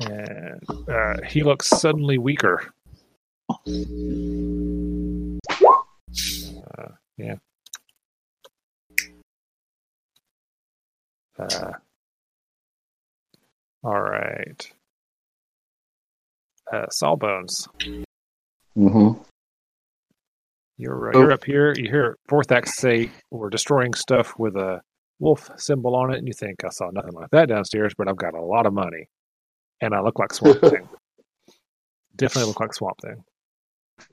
[SPEAKER 4] And uh, he looks suddenly weaker. Uh, yeah. Uh, all right. Uh, Sawbones,
[SPEAKER 1] Mm-hmm.
[SPEAKER 4] you're uh,
[SPEAKER 3] Oh.
[SPEAKER 4] you're up here. You hear Vorthax say we're destroying stuff with a wolf symbol on it, and you think I saw nothing like that downstairs, but I've got a lot of money, and I look like Swamp Thing. Definitely look like Swamp Thing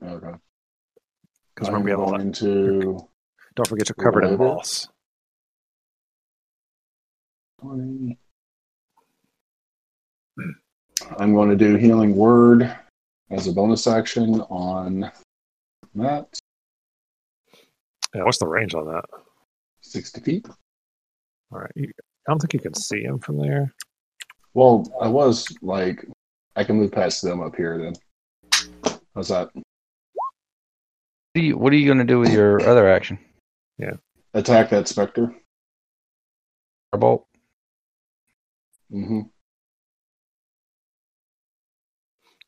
[SPEAKER 1] Okay.
[SPEAKER 4] because
[SPEAKER 1] I'm
[SPEAKER 4] remember you have a lot.
[SPEAKER 1] going to
[SPEAKER 4] Don't forget you're covered in
[SPEAKER 1] Remember?
[SPEAKER 4] moss.
[SPEAKER 1] 20. I'm going to do healing word as a bonus action on that
[SPEAKER 4] Yeah, what's the range on that?
[SPEAKER 1] sixty feet.
[SPEAKER 4] All right, you, I don't think you can see him from there.
[SPEAKER 1] Well, I was like, I can move past them up here then. How's that?
[SPEAKER 3] What are you, what are you going to do with your other action?
[SPEAKER 1] Attack that specter.
[SPEAKER 3] Firebolt?
[SPEAKER 1] Mm-hmm.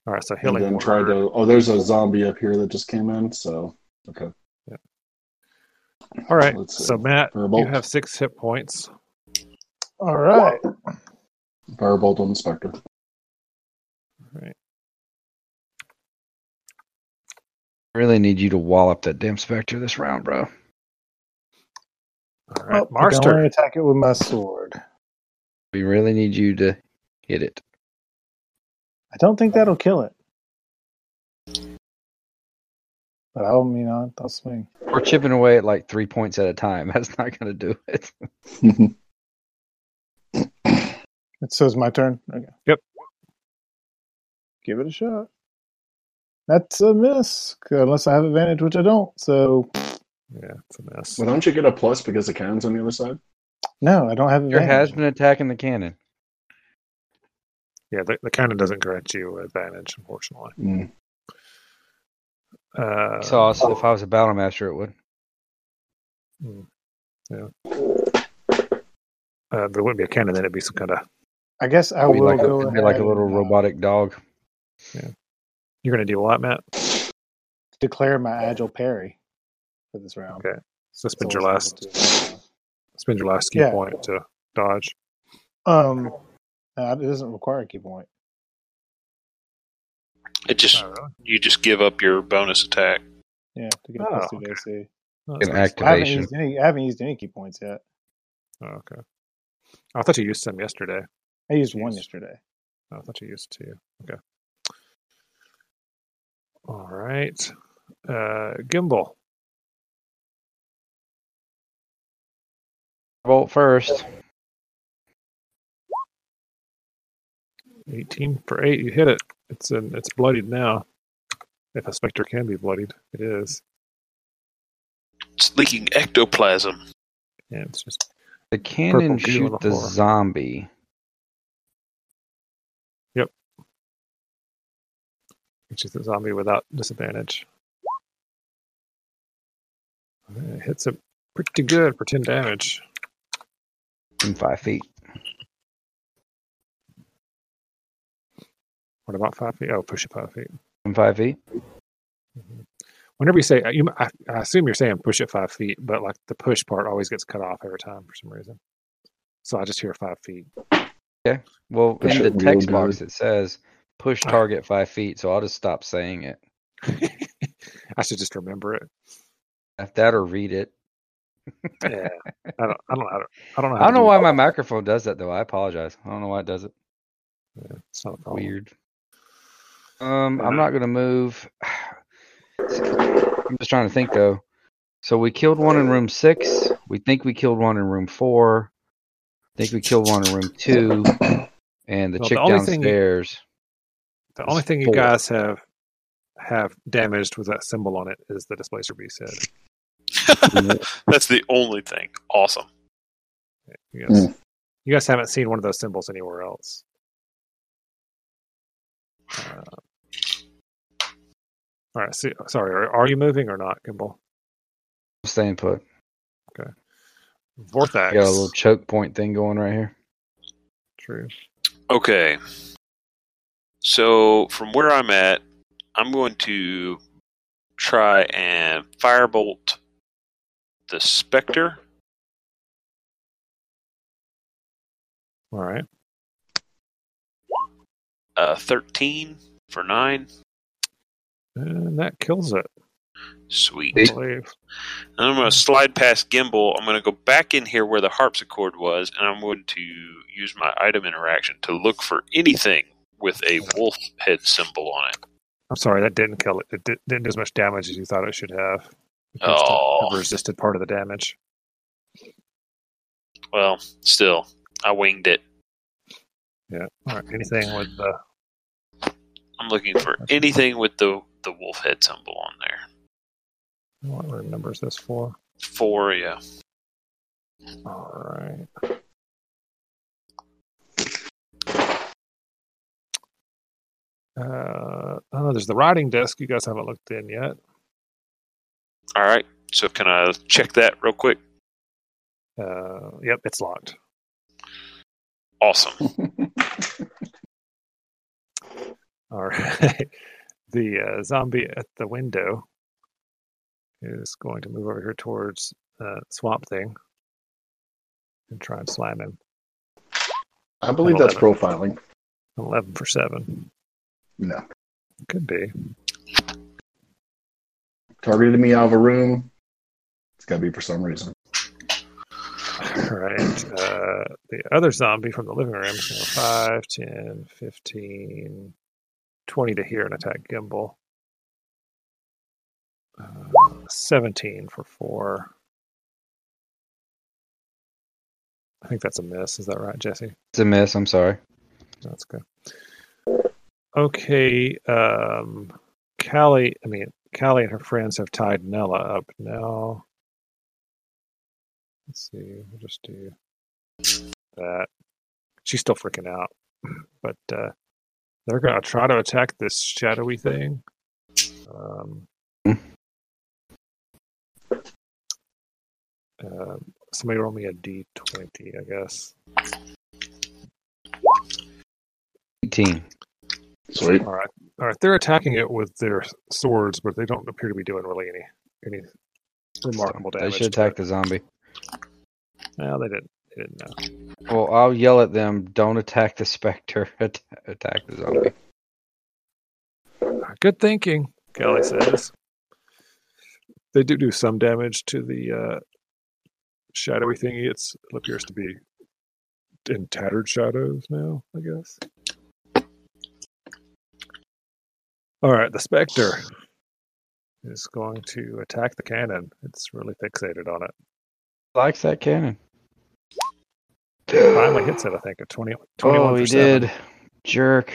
[SPEAKER 4] All right, so
[SPEAKER 1] And
[SPEAKER 4] healing
[SPEAKER 1] then try
[SPEAKER 4] word.
[SPEAKER 1] to. Oh, there's a zombie up here that just came in. So okay,
[SPEAKER 4] All right,
[SPEAKER 1] let's see.
[SPEAKER 4] so Matt, you
[SPEAKER 1] Firebolt.
[SPEAKER 4] have six hit points.
[SPEAKER 2] All right.
[SPEAKER 1] firebolt on the specter.
[SPEAKER 3] Really need you to wallop that damn specter this round, bro.
[SPEAKER 4] All right,
[SPEAKER 2] Well, I can
[SPEAKER 4] Marster.
[SPEAKER 2] only attack it with my sword.
[SPEAKER 3] We really need you to hit it.
[SPEAKER 2] I don't think that'll kill it. But I'll, you know, I'll swing.
[SPEAKER 3] We're chipping away at like three points at a time. That's not going to do it.
[SPEAKER 2] It says my turn. Okay.
[SPEAKER 4] Yep.
[SPEAKER 2] Give it a shot. That's a miss, unless I have advantage, which I don't. So
[SPEAKER 4] Yeah, it's a mess.
[SPEAKER 1] well, don't you get a plus because the cannon's on the other side?
[SPEAKER 2] no, I don't have
[SPEAKER 3] Your has
[SPEAKER 2] advantage.
[SPEAKER 3] been attacking the cannon.
[SPEAKER 4] Yeah, the, the cannon doesn't grant you advantage, unfortunately.
[SPEAKER 1] Mm.
[SPEAKER 4] Uh,
[SPEAKER 3] So so if I was a battle master, it would.
[SPEAKER 4] uh, there wouldn't be a cannon, then it'd be some kind of.
[SPEAKER 2] I guess I
[SPEAKER 3] It'd be
[SPEAKER 2] will
[SPEAKER 3] like, a,
[SPEAKER 2] go
[SPEAKER 3] it'd be like a
[SPEAKER 2] ahead
[SPEAKER 3] little
[SPEAKER 2] and, uh,
[SPEAKER 3] robotic dog.
[SPEAKER 4] You're going to do what, Matt?
[SPEAKER 2] uh, declare my agile parry. for this round.
[SPEAKER 4] Okay. So
[SPEAKER 2] It's
[SPEAKER 4] spend your
[SPEAKER 2] always
[SPEAKER 4] last
[SPEAKER 2] level two.
[SPEAKER 4] spend your last key
[SPEAKER 2] Yeah.
[SPEAKER 4] point to dodge.
[SPEAKER 2] Um, no, it doesn't require a key point.
[SPEAKER 5] It just
[SPEAKER 4] Oh, really?
[SPEAKER 5] you just give up your bonus attack.
[SPEAKER 2] Yeah, to get
[SPEAKER 4] Oh,
[SPEAKER 2] plus two
[SPEAKER 4] okay.
[SPEAKER 2] AC.
[SPEAKER 4] Oh, that's
[SPEAKER 3] An
[SPEAKER 4] nice.
[SPEAKER 2] I haven't
[SPEAKER 3] activation.
[SPEAKER 2] used any. I haven't used any key points yet.
[SPEAKER 4] Oh, okay. I thought you used some yesterday.
[SPEAKER 2] I used one
[SPEAKER 4] Jeez.
[SPEAKER 2] yesterday.
[SPEAKER 4] I thought you used two. Okay. All right. Uh, Gimbal.
[SPEAKER 3] Bolt first.
[SPEAKER 4] 18 for 8. You hit it. It's in, it's bloodied now. If a specter can be bloodied, it is.
[SPEAKER 5] It's leaking ectoplasm.
[SPEAKER 4] Yeah, it's just
[SPEAKER 3] The cannon
[SPEAKER 4] Purple goo on
[SPEAKER 3] shoot
[SPEAKER 4] the
[SPEAKER 3] the
[SPEAKER 4] floor.
[SPEAKER 3] zombie.
[SPEAKER 4] it's just a zombie without disadvantage. Okay, It hits it pretty good for 10 damage.
[SPEAKER 3] in five feet.
[SPEAKER 4] What about 5 feet? Oh, push it 5 feet.
[SPEAKER 3] In five feet.
[SPEAKER 4] Whenever you say, you, I, I assume you're saying push it 5 feet, but like the push part always gets cut off every time for some reason. So I just hear 5 feet.
[SPEAKER 3] Well,
[SPEAKER 1] Push
[SPEAKER 3] in
[SPEAKER 1] it
[SPEAKER 3] the
[SPEAKER 1] real
[SPEAKER 3] text box
[SPEAKER 1] good.
[SPEAKER 3] it says push target five feet, so I'll just stop saying it.
[SPEAKER 4] I should just remember it.
[SPEAKER 3] If that or read it.
[SPEAKER 4] Yeah. I don't, I don't know how to, I don't know, how
[SPEAKER 3] I
[SPEAKER 4] to
[SPEAKER 3] don't know
[SPEAKER 4] do
[SPEAKER 3] why
[SPEAKER 4] that.
[SPEAKER 3] my microphone does that though. I apologize. I don't know why it does it.
[SPEAKER 4] It's not a problem.
[SPEAKER 3] Weird. Um,
[SPEAKER 4] Yeah.
[SPEAKER 3] I'm not gonna move. I'm just trying to think though. So we killed one in room six. We think we killed one in room four. I think we killed one in room two. And the
[SPEAKER 4] Well,
[SPEAKER 3] chick
[SPEAKER 4] the only thing you-
[SPEAKER 3] downstairs.
[SPEAKER 4] The
[SPEAKER 3] It's
[SPEAKER 4] only thing you
[SPEAKER 3] four.
[SPEAKER 4] guys have have damaged with that symbol on it is the displacer beast head.
[SPEAKER 5] That's the only thing. Awesome.
[SPEAKER 4] You guys, you guys haven't seen one of those symbols anywhere else. Uh, all right. So, sorry. Are, are you moving or not, Gimbal?
[SPEAKER 3] staying put. I
[SPEAKER 4] Vortex.
[SPEAKER 3] got a little choke point thing going right here.
[SPEAKER 4] True.
[SPEAKER 5] Okay. So from where I'm at, I'm going to try and firebolt the specter.
[SPEAKER 4] All right.
[SPEAKER 5] Uh, Thirteen for nine.
[SPEAKER 4] And that kills it.
[SPEAKER 5] Sweet.
[SPEAKER 4] I
[SPEAKER 3] Eight.
[SPEAKER 4] believe.
[SPEAKER 5] And I'm going to slide past Gimbal. I'm going to go back in here where the harpsichord was, and I'm going to use my item interaction to look for anything with a wolf head symbol on it.
[SPEAKER 4] I'm sorry. That didn't kill it. It did, didn't do as much damage as you thought it should have. It could still
[SPEAKER 5] Oh.
[SPEAKER 4] have resisted part of the damage.
[SPEAKER 5] Well, still, I winged it.
[SPEAKER 4] Yeah. All right. Anything with the
[SPEAKER 5] I'm looking for anything with the the wolf head symbol on there.
[SPEAKER 4] what room number is this for?
[SPEAKER 5] Four, yeah.
[SPEAKER 4] All right. Uh, oh, there's the writing desk. You guys haven't looked in yet.
[SPEAKER 5] All right. So can I check that real quick?
[SPEAKER 4] Uh, yep, it's locked.
[SPEAKER 5] Awesome.
[SPEAKER 4] All right. the uh, zombie at the window is going to move over here towards uh, Swamp Thing and try and slam him.
[SPEAKER 1] I believe that's profiling.
[SPEAKER 4] Eleven for seven.
[SPEAKER 1] No.
[SPEAKER 4] Could be.
[SPEAKER 1] Targeted me out of a room. It's got to be for some reason.
[SPEAKER 4] All right. Uh, the other zombie from the living room is going to 5, 10, 15, 20 to here and attack Gimbal. Uh, 17 for 4. I think that's a miss. Is that right, Jesse?
[SPEAKER 3] It's a miss, I'm sorry.
[SPEAKER 4] That's good. Okay. Um, Callie, I mean, Callie and her friends have tied Nella up now. Let's see. We'll just do that. She's still freaking out, but uh, they're going to try to attack this shadowy thing. Um,
[SPEAKER 3] Hmm.
[SPEAKER 4] uh, somebody roll me a d20, I guess.
[SPEAKER 3] Eighteen.
[SPEAKER 1] Sweet.
[SPEAKER 4] All right, all right. They're attacking it with their swords, but they don't appear to be doing really any any remarkable
[SPEAKER 3] They
[SPEAKER 4] damage.
[SPEAKER 3] should
[SPEAKER 4] to
[SPEAKER 3] attack
[SPEAKER 4] it.
[SPEAKER 3] the zombie.
[SPEAKER 4] No, they didn't. They didn't know.
[SPEAKER 3] Well, I'll yell at them. Don't attack the specter. At- attack the zombie.
[SPEAKER 4] Good thinking, Kelly says. They do do some damage to the uh, shadowy thingy. It's, it appears to be in tattered shadows now, I guess. All right, the Spectre is going to attack the cannon. It's really fixated on it.
[SPEAKER 3] Likes that cannon.
[SPEAKER 4] Finally hits it, I think, at 20, 21
[SPEAKER 3] Oh,
[SPEAKER 4] for
[SPEAKER 3] he
[SPEAKER 4] seven.
[SPEAKER 3] did. Jerk.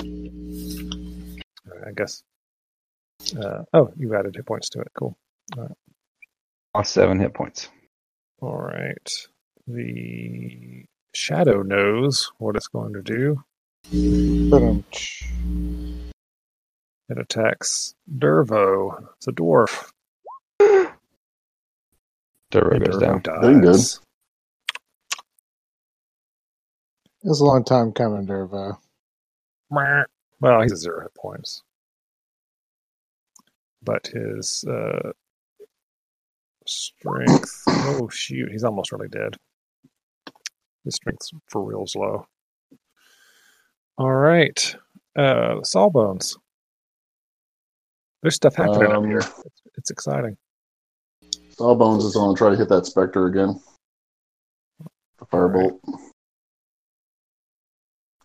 [SPEAKER 4] I guess. Uh, oh, you've added hit points to it. Cool.
[SPEAKER 3] Lost seven hit points.
[SPEAKER 4] All right. The shadow knows what it's going to do.
[SPEAKER 2] Boom.
[SPEAKER 4] It attacks Dervo. It's a dwarf.
[SPEAKER 3] Turbo
[SPEAKER 4] And
[SPEAKER 3] goes down.
[SPEAKER 1] Doing good.
[SPEAKER 4] dies.
[SPEAKER 2] It was a long time coming, Dervo.
[SPEAKER 4] Meh. Well, he's at zero hit points. But his uh, strength. Oh, shoot. He's almost really dead. His strength's for reals low. All right. Uh, sawbones. There's stuff happening up
[SPEAKER 1] Um,
[SPEAKER 4] here. It's, it's exciting.
[SPEAKER 1] Sawbones is going to try to hit that Spectre again. The Firebolt.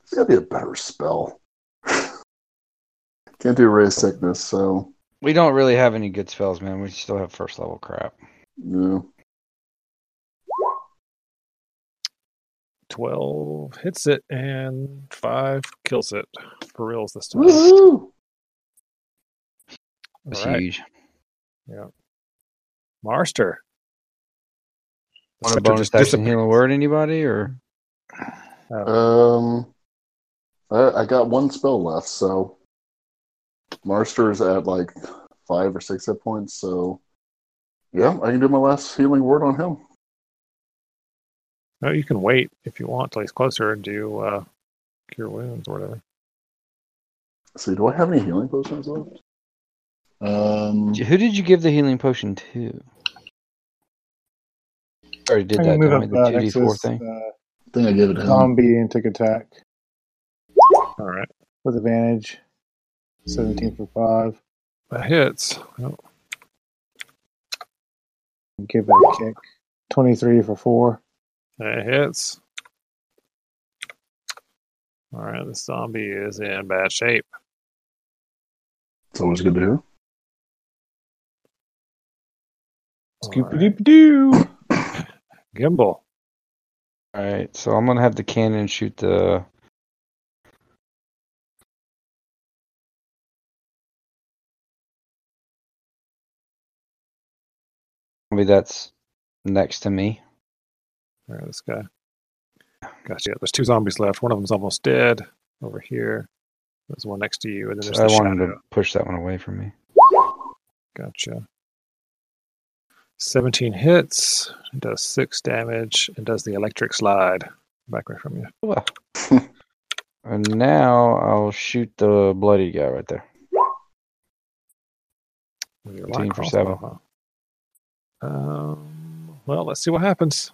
[SPEAKER 1] It's got to be a better spell. Can't do Ray of Sickness, so.
[SPEAKER 3] We don't really have any good spells, man. We still have first level crap.
[SPEAKER 1] Yeah.
[SPEAKER 4] 12 hits it and 5 kills it. For reals this time. All
[SPEAKER 1] Woohoo!
[SPEAKER 3] It's
[SPEAKER 4] right.
[SPEAKER 3] huge.
[SPEAKER 4] Marster.
[SPEAKER 3] Want a
[SPEAKER 4] Spectre
[SPEAKER 3] bonus
[SPEAKER 4] just
[SPEAKER 3] action
[SPEAKER 4] disappears.
[SPEAKER 3] healing word, anybody? Or
[SPEAKER 1] Um, I, I got one spell left, so. Marster's at like five or six hit points, so. Yeah, I can do my last healing word on him.
[SPEAKER 4] No, you can wait if you want till he's closer and do uh, cure wounds or whatever.
[SPEAKER 1] See, do I have any healing potions left? Um,
[SPEAKER 3] who did you give the healing potion to? Already did
[SPEAKER 2] I
[SPEAKER 3] that.
[SPEAKER 2] can move
[SPEAKER 3] Don't
[SPEAKER 2] up
[SPEAKER 3] we? The
[SPEAKER 2] uh,
[SPEAKER 3] two D
[SPEAKER 2] next
[SPEAKER 3] four
[SPEAKER 2] is
[SPEAKER 3] thing. Mm-hmm.
[SPEAKER 2] uh,
[SPEAKER 1] I think I gave it to him.
[SPEAKER 2] zombie and take attack
[SPEAKER 4] All right,
[SPEAKER 2] with advantage. 17 for 5.
[SPEAKER 4] that hits. Oh,
[SPEAKER 2] Give it a kick. 23 for 4.
[SPEAKER 4] that hits. All right, the zombie is in bad shape.
[SPEAKER 1] It's always good to hear.
[SPEAKER 4] All
[SPEAKER 2] Scoop
[SPEAKER 4] right.
[SPEAKER 2] doop doo.
[SPEAKER 4] Gimbal.
[SPEAKER 3] All right, so I'm gonna have the cannon shoot the. Maybe that's next to me.
[SPEAKER 4] All right, this guy. Gotcha. Yeah, there's two zombies left. One of them's almost dead over here. There's one next to you, and then
[SPEAKER 3] So
[SPEAKER 4] there's
[SPEAKER 3] I
[SPEAKER 4] the
[SPEAKER 3] want him
[SPEAKER 4] shadow.
[SPEAKER 3] to push that one away from me.
[SPEAKER 4] Gotcha. 17 hits, does 6 damage, and does the electric slide back away from you.
[SPEAKER 3] Well. and now I'll shoot the bloody guy right there.
[SPEAKER 4] With your
[SPEAKER 3] 15
[SPEAKER 4] light
[SPEAKER 3] for
[SPEAKER 4] crossbow, huh? Um, well, let's see what happens.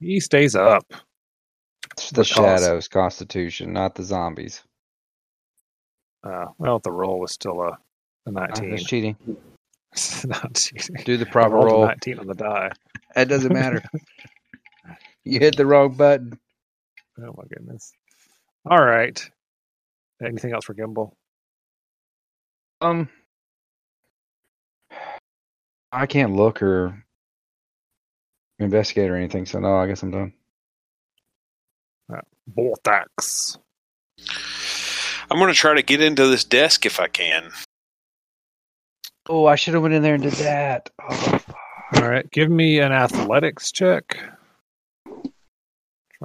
[SPEAKER 4] He stays up.
[SPEAKER 3] It's the
[SPEAKER 4] Because-
[SPEAKER 3] shadows constitution, not the zombies.
[SPEAKER 4] Uh, well, the roll was still a, a
[SPEAKER 3] Uh, that's
[SPEAKER 4] 19.
[SPEAKER 3] cheating.
[SPEAKER 4] It's not cheating.
[SPEAKER 3] Do the
[SPEAKER 4] I
[SPEAKER 3] proper
[SPEAKER 4] rolled a
[SPEAKER 3] roll.
[SPEAKER 4] 19 on the die.
[SPEAKER 3] That doesn't matter. you hit the wrong button.
[SPEAKER 4] Oh, my goodness. All right. Anything else for Gimbal?
[SPEAKER 3] Um, I can't look or investigate or anything. So no, I guess I'm done.
[SPEAKER 4] Vortex.
[SPEAKER 5] I'm going to try to get into this desk if I can.
[SPEAKER 3] Oh, I should have went in there and did that. Oh,
[SPEAKER 4] All right. Give me an athletics check. Try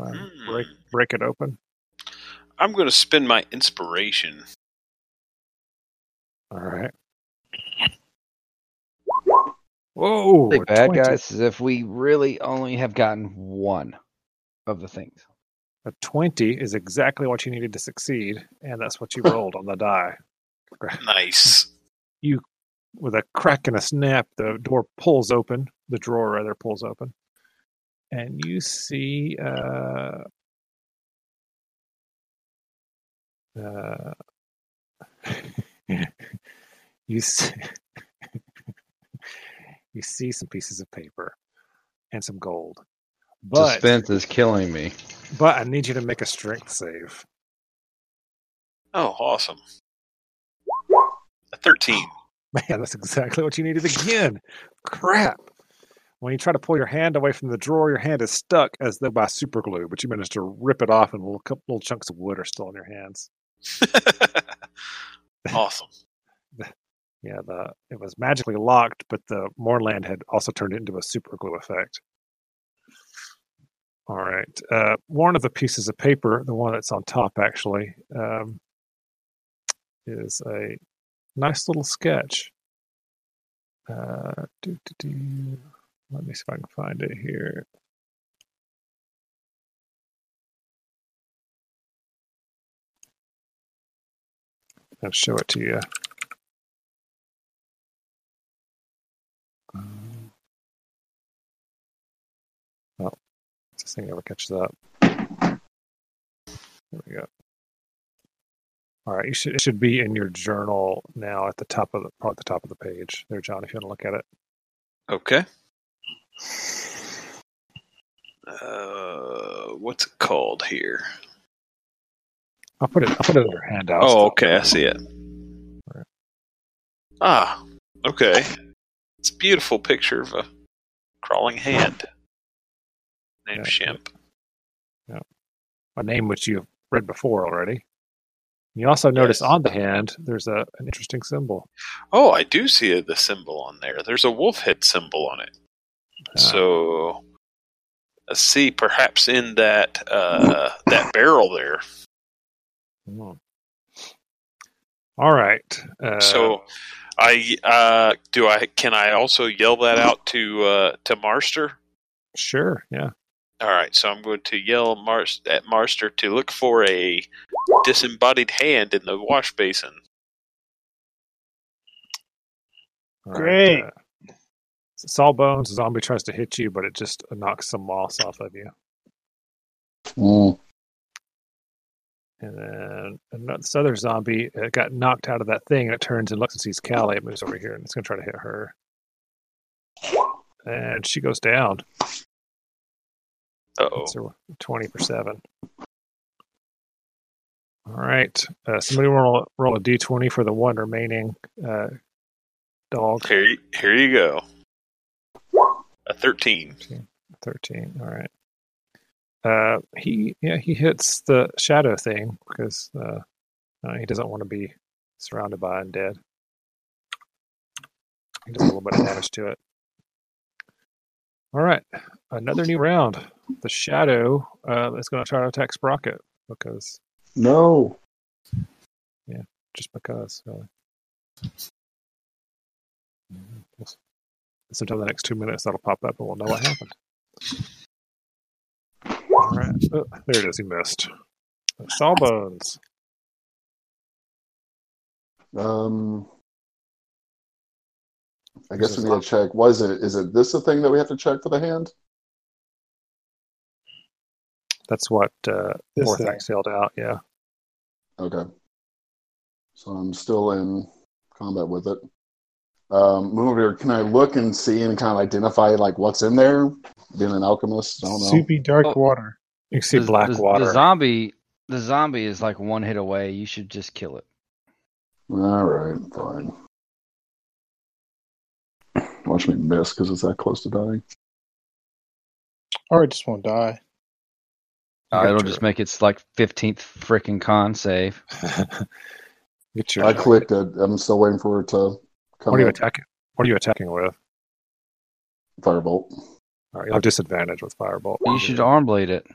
[SPEAKER 4] and break,
[SPEAKER 5] Hmm.
[SPEAKER 4] break it open.
[SPEAKER 5] I'm going to spend my inspiration.
[SPEAKER 4] All right. Whoa.
[SPEAKER 3] big bad
[SPEAKER 4] 20.
[SPEAKER 3] guys. Is if we really only have gotten one of the things.
[SPEAKER 4] A 20 is exactly what you needed to succeed, and that's what you rolled on the die.
[SPEAKER 5] Nice.
[SPEAKER 4] You with a crack and a snap, the door pulls open, the drawer rather pulls open, and you see uh, uh, you see, you see some pieces of paper and some gold. But
[SPEAKER 3] Suspense is killing me.
[SPEAKER 4] but I need you to make a strength save.
[SPEAKER 5] Oh, awesome. A 13.
[SPEAKER 4] Man, that's exactly what you needed again. Crap. When you try to pull your hand away from the drawer, your hand is stuck as though by super glue, but you manage to rip it off and little, cou- little chunks of wood are still in your hands.
[SPEAKER 5] awesome.
[SPEAKER 4] Yeah, the it was magically locked, but the moorland had also turned it into a super glue effect. All right. Uh, one of the pieces of paper, the one that's on top actually, um, is a nice little sketch. Uh, do, do, do. Let me see if I can find it here. I'll show it to you. Um, oh, if this thing ever catches up. There we go. All right, you should it should be in your journal now at the top of the probably at the top of the page there, John. If you want to look at it,
[SPEAKER 5] Okay. Uh, what's it called here?
[SPEAKER 4] I'll put it. I'll put it in your handout.
[SPEAKER 5] Oh, okay, I see it. Ah, okay. It's a beautiful picture of a crawling hand named
[SPEAKER 4] Yeah.
[SPEAKER 5] Shimp.
[SPEAKER 4] a name which you've read before already. You also notice
[SPEAKER 5] Yes.
[SPEAKER 4] on the hand there's a an interesting symbol.
[SPEAKER 5] Oh, I do see the symbol on there. There's a wolf head symbol on it.
[SPEAKER 4] Ah.
[SPEAKER 5] So, let's see. Perhaps in that uh, that barrel there.
[SPEAKER 4] Hmm. All right. Uh,
[SPEAKER 5] so, I uh, do. I can I also yell that out to uh, to Marster.
[SPEAKER 4] sure, yeah.
[SPEAKER 5] All right, so I'm going to yell Mar- at Marster to look for a disembodied hand in the wash basin.
[SPEAKER 4] All right,
[SPEAKER 2] Great.
[SPEAKER 4] uh, Sawbones zombie tries to hit you, but it just knocks some moss off of you.
[SPEAKER 1] Mm.
[SPEAKER 4] And then another, this other zombie uh, got knocked out of that thing, and it turns and looks and sees Callie. It moves over here, and it's going to try to hit her. And she goes down.
[SPEAKER 5] Uh oh.
[SPEAKER 4] It's a 20 for 7. All right. Uh, somebody roll, roll a d20 for the one remaining uh, dog.
[SPEAKER 5] Here, y- here you go. A 13.
[SPEAKER 4] 13 all right uh he yeah he hits the shadow thing because uh, uh, he doesn't want to be surrounded by undead he does a little bit of damage to it all right another new round the shadow uh is going to try to attack sprocket because
[SPEAKER 1] No.
[SPEAKER 4] just because really Mhm. We'll- sometime in the next two minutes that'll pop up and we'll know what happened all right Oh, there it is he missed sawbones
[SPEAKER 1] Um, I
[SPEAKER 4] This
[SPEAKER 1] guess
[SPEAKER 4] is
[SPEAKER 1] we need to check. What is it? Is it this the thing that we have to check for the hand?
[SPEAKER 4] that's what uh
[SPEAKER 2] This
[SPEAKER 4] fourth
[SPEAKER 2] thing.
[SPEAKER 4] act sailed out yeah
[SPEAKER 1] Okay. So I'm still in combat with it. Um, move over here. Can I look and see and kind of identify like what's in there? Being an alchemist, I don't know.
[SPEAKER 2] Soupy dark
[SPEAKER 3] Oh.
[SPEAKER 2] water.
[SPEAKER 4] you can see black
[SPEAKER 3] the,
[SPEAKER 4] water
[SPEAKER 3] The zombie, the zombie is like one hit away. You should just kill it.
[SPEAKER 1] All right, fine. Watch me miss because it's that close to dying.
[SPEAKER 2] Or it just won't die.
[SPEAKER 4] You got
[SPEAKER 3] it'll
[SPEAKER 4] your-
[SPEAKER 3] just make its like fifteenth freaking con save.
[SPEAKER 4] get your
[SPEAKER 1] I clicked it. I'm still waiting for it to come
[SPEAKER 4] what are you
[SPEAKER 1] up.
[SPEAKER 4] attacking what are you attacking with
[SPEAKER 1] Firebolt.
[SPEAKER 4] all right you'll have disadvantage with firebolt
[SPEAKER 3] You should arm blade it.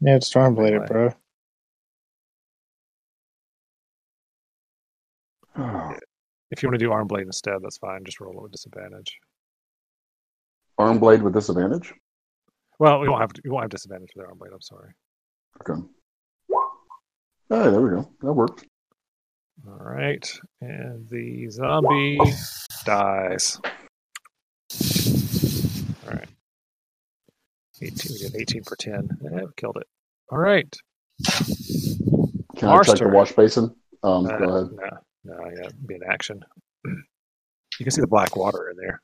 [SPEAKER 2] Yeah, it's storm bladed,
[SPEAKER 3] Anyway.
[SPEAKER 2] bro.
[SPEAKER 4] Oh. if you want to do arm blade instead that's fine just roll it with disadvantage
[SPEAKER 1] Arm blade with disadvantage.
[SPEAKER 4] well we won't have you won't have disadvantage with arm blade i'm sorry
[SPEAKER 1] Okay. Hey, there we go. That worked.
[SPEAKER 4] All right, and the zombie dies. All right, eighteen. We did eighteen for ten. Eh, killed it. All right.
[SPEAKER 1] Can I
[SPEAKER 4] Our
[SPEAKER 1] check
[SPEAKER 4] story.
[SPEAKER 1] the wash basin? Um,
[SPEAKER 4] Uh,
[SPEAKER 1] go ahead.
[SPEAKER 4] No, no, yeah, be an action. You can see the black water in there.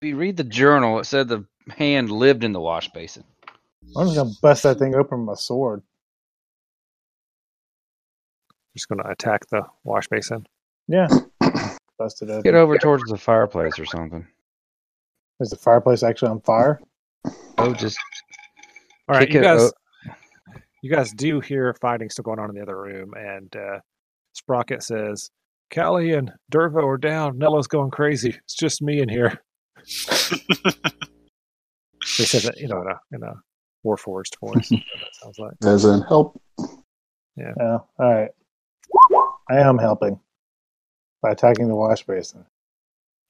[SPEAKER 3] If you read the journal, it said the hand lived in the wash basin.
[SPEAKER 2] I'm just gonna bust that thing open with my sword.
[SPEAKER 4] Just going to attack the wash basin.
[SPEAKER 2] Yeah, bust it open.
[SPEAKER 3] Get over towards the fireplace or something.
[SPEAKER 2] Is the fireplace actually on fire?
[SPEAKER 3] Oh, just
[SPEAKER 4] All right,
[SPEAKER 3] Kick
[SPEAKER 4] you
[SPEAKER 3] it
[SPEAKER 4] guys.
[SPEAKER 3] up.
[SPEAKER 4] You guys do hear fighting still going on in the other room, and uh, Sprocket says, "Callie and Dervo are down. Nello's going crazy. It's just me in here." he says that you know in a, in a Warforged voice. so that sounds like
[SPEAKER 1] As in help.
[SPEAKER 2] Oh, all right. I am helping by attacking the wash basin.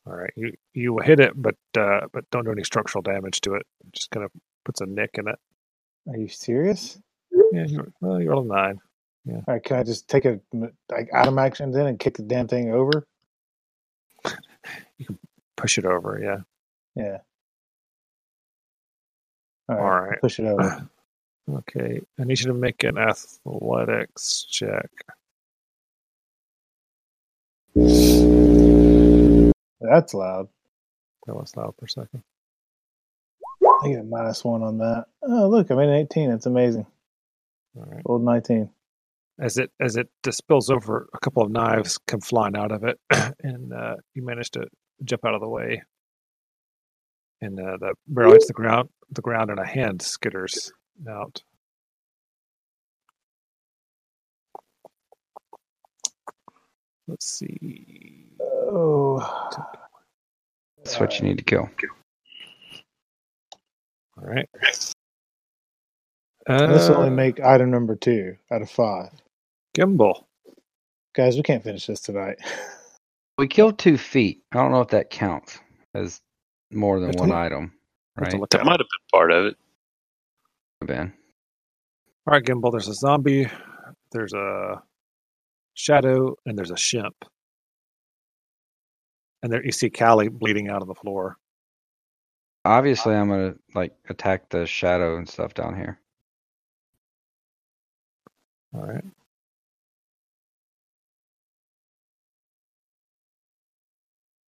[SPEAKER 4] all right. You you hit it, but uh, but don't do any structural damage to it. Just kind of puts a nick in it.
[SPEAKER 2] Are you serious?
[SPEAKER 4] Yeah, you, well, you rolled a nine.
[SPEAKER 2] All right, can I just take a like item action then and kick the damn thing over?
[SPEAKER 4] Push it over. Yeah.
[SPEAKER 2] Yeah. All
[SPEAKER 4] All
[SPEAKER 2] right,
[SPEAKER 4] right.
[SPEAKER 2] push it over.
[SPEAKER 4] Okay. I need you to make an athletics check.
[SPEAKER 2] That's loud.
[SPEAKER 4] That was loud for a second.
[SPEAKER 2] I get a minus one on that. Oh, look, I made an 18. It's amazing.
[SPEAKER 4] All right.
[SPEAKER 2] Old 19.
[SPEAKER 4] As it as it just spills over, a couple of knives come flying out of it, and uh, you manage to jump out of the way. And uh, the barrel hits the ground, the ground, and a hand skitters out. Let's see.
[SPEAKER 2] Oh,
[SPEAKER 3] that's what you need to kill.
[SPEAKER 4] All right.
[SPEAKER 2] this will only
[SPEAKER 4] Uh,
[SPEAKER 2] make item number two out of five.
[SPEAKER 4] Gimbal.
[SPEAKER 2] Guys, we can't finish this tonight.
[SPEAKER 3] We killed two feet. I don't know if that counts as more than
[SPEAKER 4] That's
[SPEAKER 3] one
[SPEAKER 4] it.
[SPEAKER 3] item,
[SPEAKER 4] Have
[SPEAKER 3] right?
[SPEAKER 4] to look
[SPEAKER 5] That
[SPEAKER 4] at it.
[SPEAKER 5] might have been part of it.
[SPEAKER 3] Ben,
[SPEAKER 4] All right, Gimbal, there's a zombie, there's a shadow, and there's a shimp. And there you see Callie bleeding out on the floor.
[SPEAKER 3] obviously, I'm gonna like attack the shadow and stuff down here.
[SPEAKER 4] All right.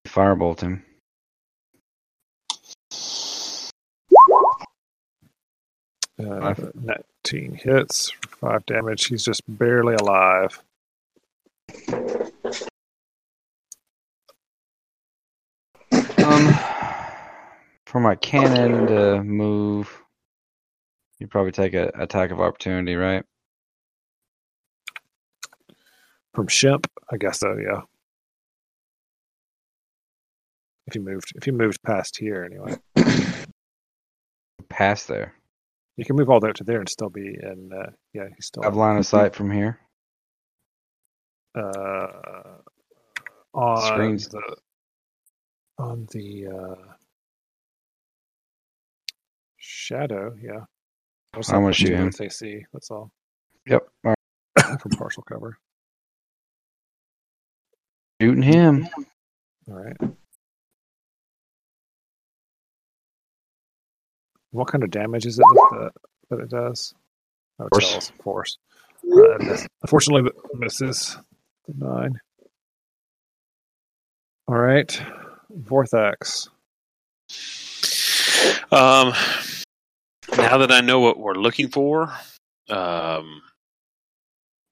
[SPEAKER 3] Firebolt him.
[SPEAKER 4] Uh,
[SPEAKER 3] Five.
[SPEAKER 4] 19 hits, 5 damage. He's just barely alive.
[SPEAKER 3] Um, for my cannon to move, you probably take a attack of opportunity, right?
[SPEAKER 4] From shimp, I guess so, yeah. If you moved, if you moved past here anyway,
[SPEAKER 3] Pass there.
[SPEAKER 4] you can move all the way up to there and still be in. Uh, yeah, he's still
[SPEAKER 3] I have line of sight from here.
[SPEAKER 4] uh, on
[SPEAKER 3] Screens.
[SPEAKER 4] the on the uh, shadow. Yeah, I
[SPEAKER 3] I'm gonna shoot him.
[SPEAKER 4] They see that's all
[SPEAKER 3] Yep. All right.
[SPEAKER 4] from partial cover.
[SPEAKER 3] Shooting him.
[SPEAKER 4] All right. What kind of damage is it that, the, that it does? Oh,
[SPEAKER 3] Force.
[SPEAKER 4] it's force. Uh, it miss- unfortunately, it misses the nine. All right, Vorthax.
[SPEAKER 5] Um, now that I know what we're looking for, um,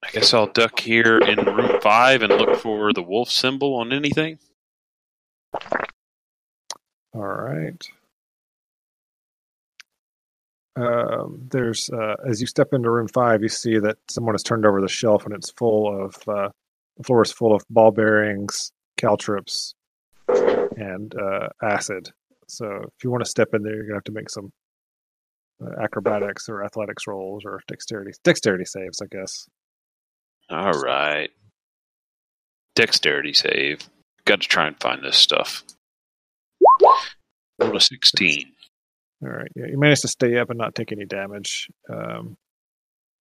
[SPEAKER 5] I guess I'll duck here in room five and look for the wolf symbol on anything.
[SPEAKER 4] All right. Um, there's uh, as you step into room five, you see that someone has turned over the shelf and it's full of uh, the floor is full of ball bearings, caltrips, and uh, acid. So if you want to step in there, you're gonna have to make some uh, acrobatics or athletics rolls or dexterity dexterity saves, I guess.
[SPEAKER 5] All right. Dexterity save. Got to try and find this stuff. Roll a 16.
[SPEAKER 4] All right, yeah, you managed to stay up and not take any damage. Um,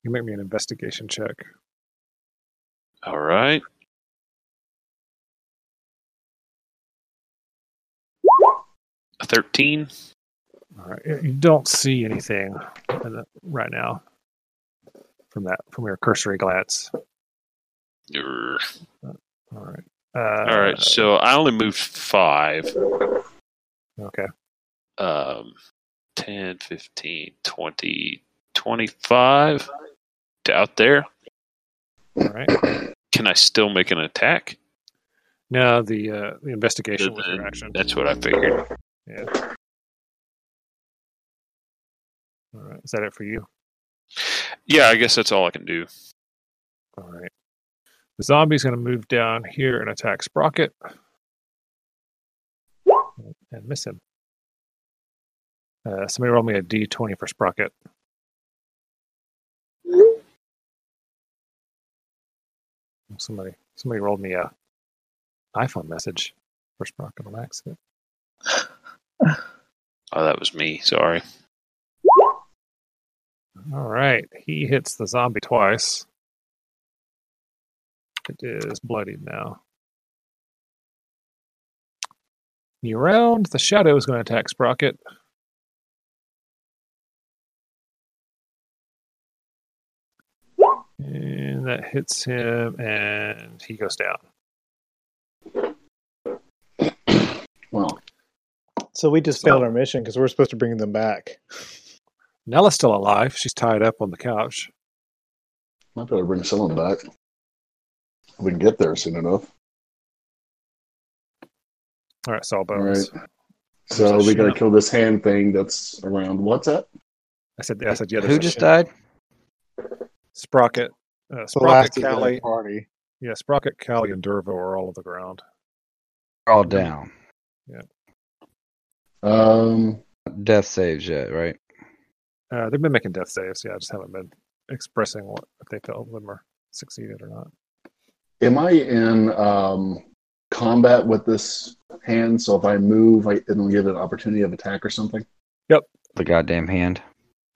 [SPEAKER 4] you make me an investigation check.
[SPEAKER 5] All right. A 13?
[SPEAKER 4] All right. You you don't see anything in the, right now from that from your cursory glance.
[SPEAKER 5] Err.
[SPEAKER 4] All right. Uh,
[SPEAKER 5] All right, so I only moved five.
[SPEAKER 4] Okay.
[SPEAKER 5] um, 10, 15, 20, 25 to out there.
[SPEAKER 4] All right.
[SPEAKER 5] Can I still make an attack?
[SPEAKER 4] Now the uh, the investigation was
[SPEAKER 5] The-
[SPEAKER 4] your action.
[SPEAKER 5] That's what I figured.
[SPEAKER 4] All right. Is that it for you?
[SPEAKER 5] Yeah, I guess that's all I can do.
[SPEAKER 4] All right. The zombie's going to move down here and attack Sprocket and miss him. Uh, somebody roll me a d20 for Sprocket. Somebody, somebody rolled me a iPhone message for Sprocket on accident.
[SPEAKER 5] Oh, that was me. Sorry.
[SPEAKER 4] All right, he hits the zombie twice. It is bloodied now. New round. The shadow is going to attack Sprocket. And that hits him, and he goes down.
[SPEAKER 1] Well,
[SPEAKER 2] So we just failed our mission because we're supposed to bring them back.
[SPEAKER 4] Nella's still alive. She's tied up on the couch.
[SPEAKER 1] might better bring someone back. We can get there soon enough.
[SPEAKER 4] All right, sawbones.
[SPEAKER 1] So
[SPEAKER 4] There's a
[SPEAKER 1] we gotta
[SPEAKER 4] ship.
[SPEAKER 1] kill this hand thing that's around. What's that?
[SPEAKER 4] I said, I said, yeah. there's
[SPEAKER 3] Who
[SPEAKER 4] a
[SPEAKER 3] just
[SPEAKER 4] ship.
[SPEAKER 3] died?
[SPEAKER 4] Sprocket.
[SPEAKER 2] The
[SPEAKER 4] Uh,
[SPEAKER 2] last
[SPEAKER 4] Sprocket,
[SPEAKER 2] of the
[SPEAKER 4] Callie,
[SPEAKER 2] party.
[SPEAKER 4] Yeah, Sprocket, Cali, and Durvo are all on the ground.
[SPEAKER 3] They're all down.
[SPEAKER 1] Um,
[SPEAKER 3] Death saves yet, right?
[SPEAKER 4] Uh, they've been making death saves. Yeah, I just haven't been expressing what if they felt them or succeeded or not.
[SPEAKER 1] am I in um, combat with this hand? So if I move, I it'll give it an opportunity of attack or something.
[SPEAKER 3] The goddamn hand.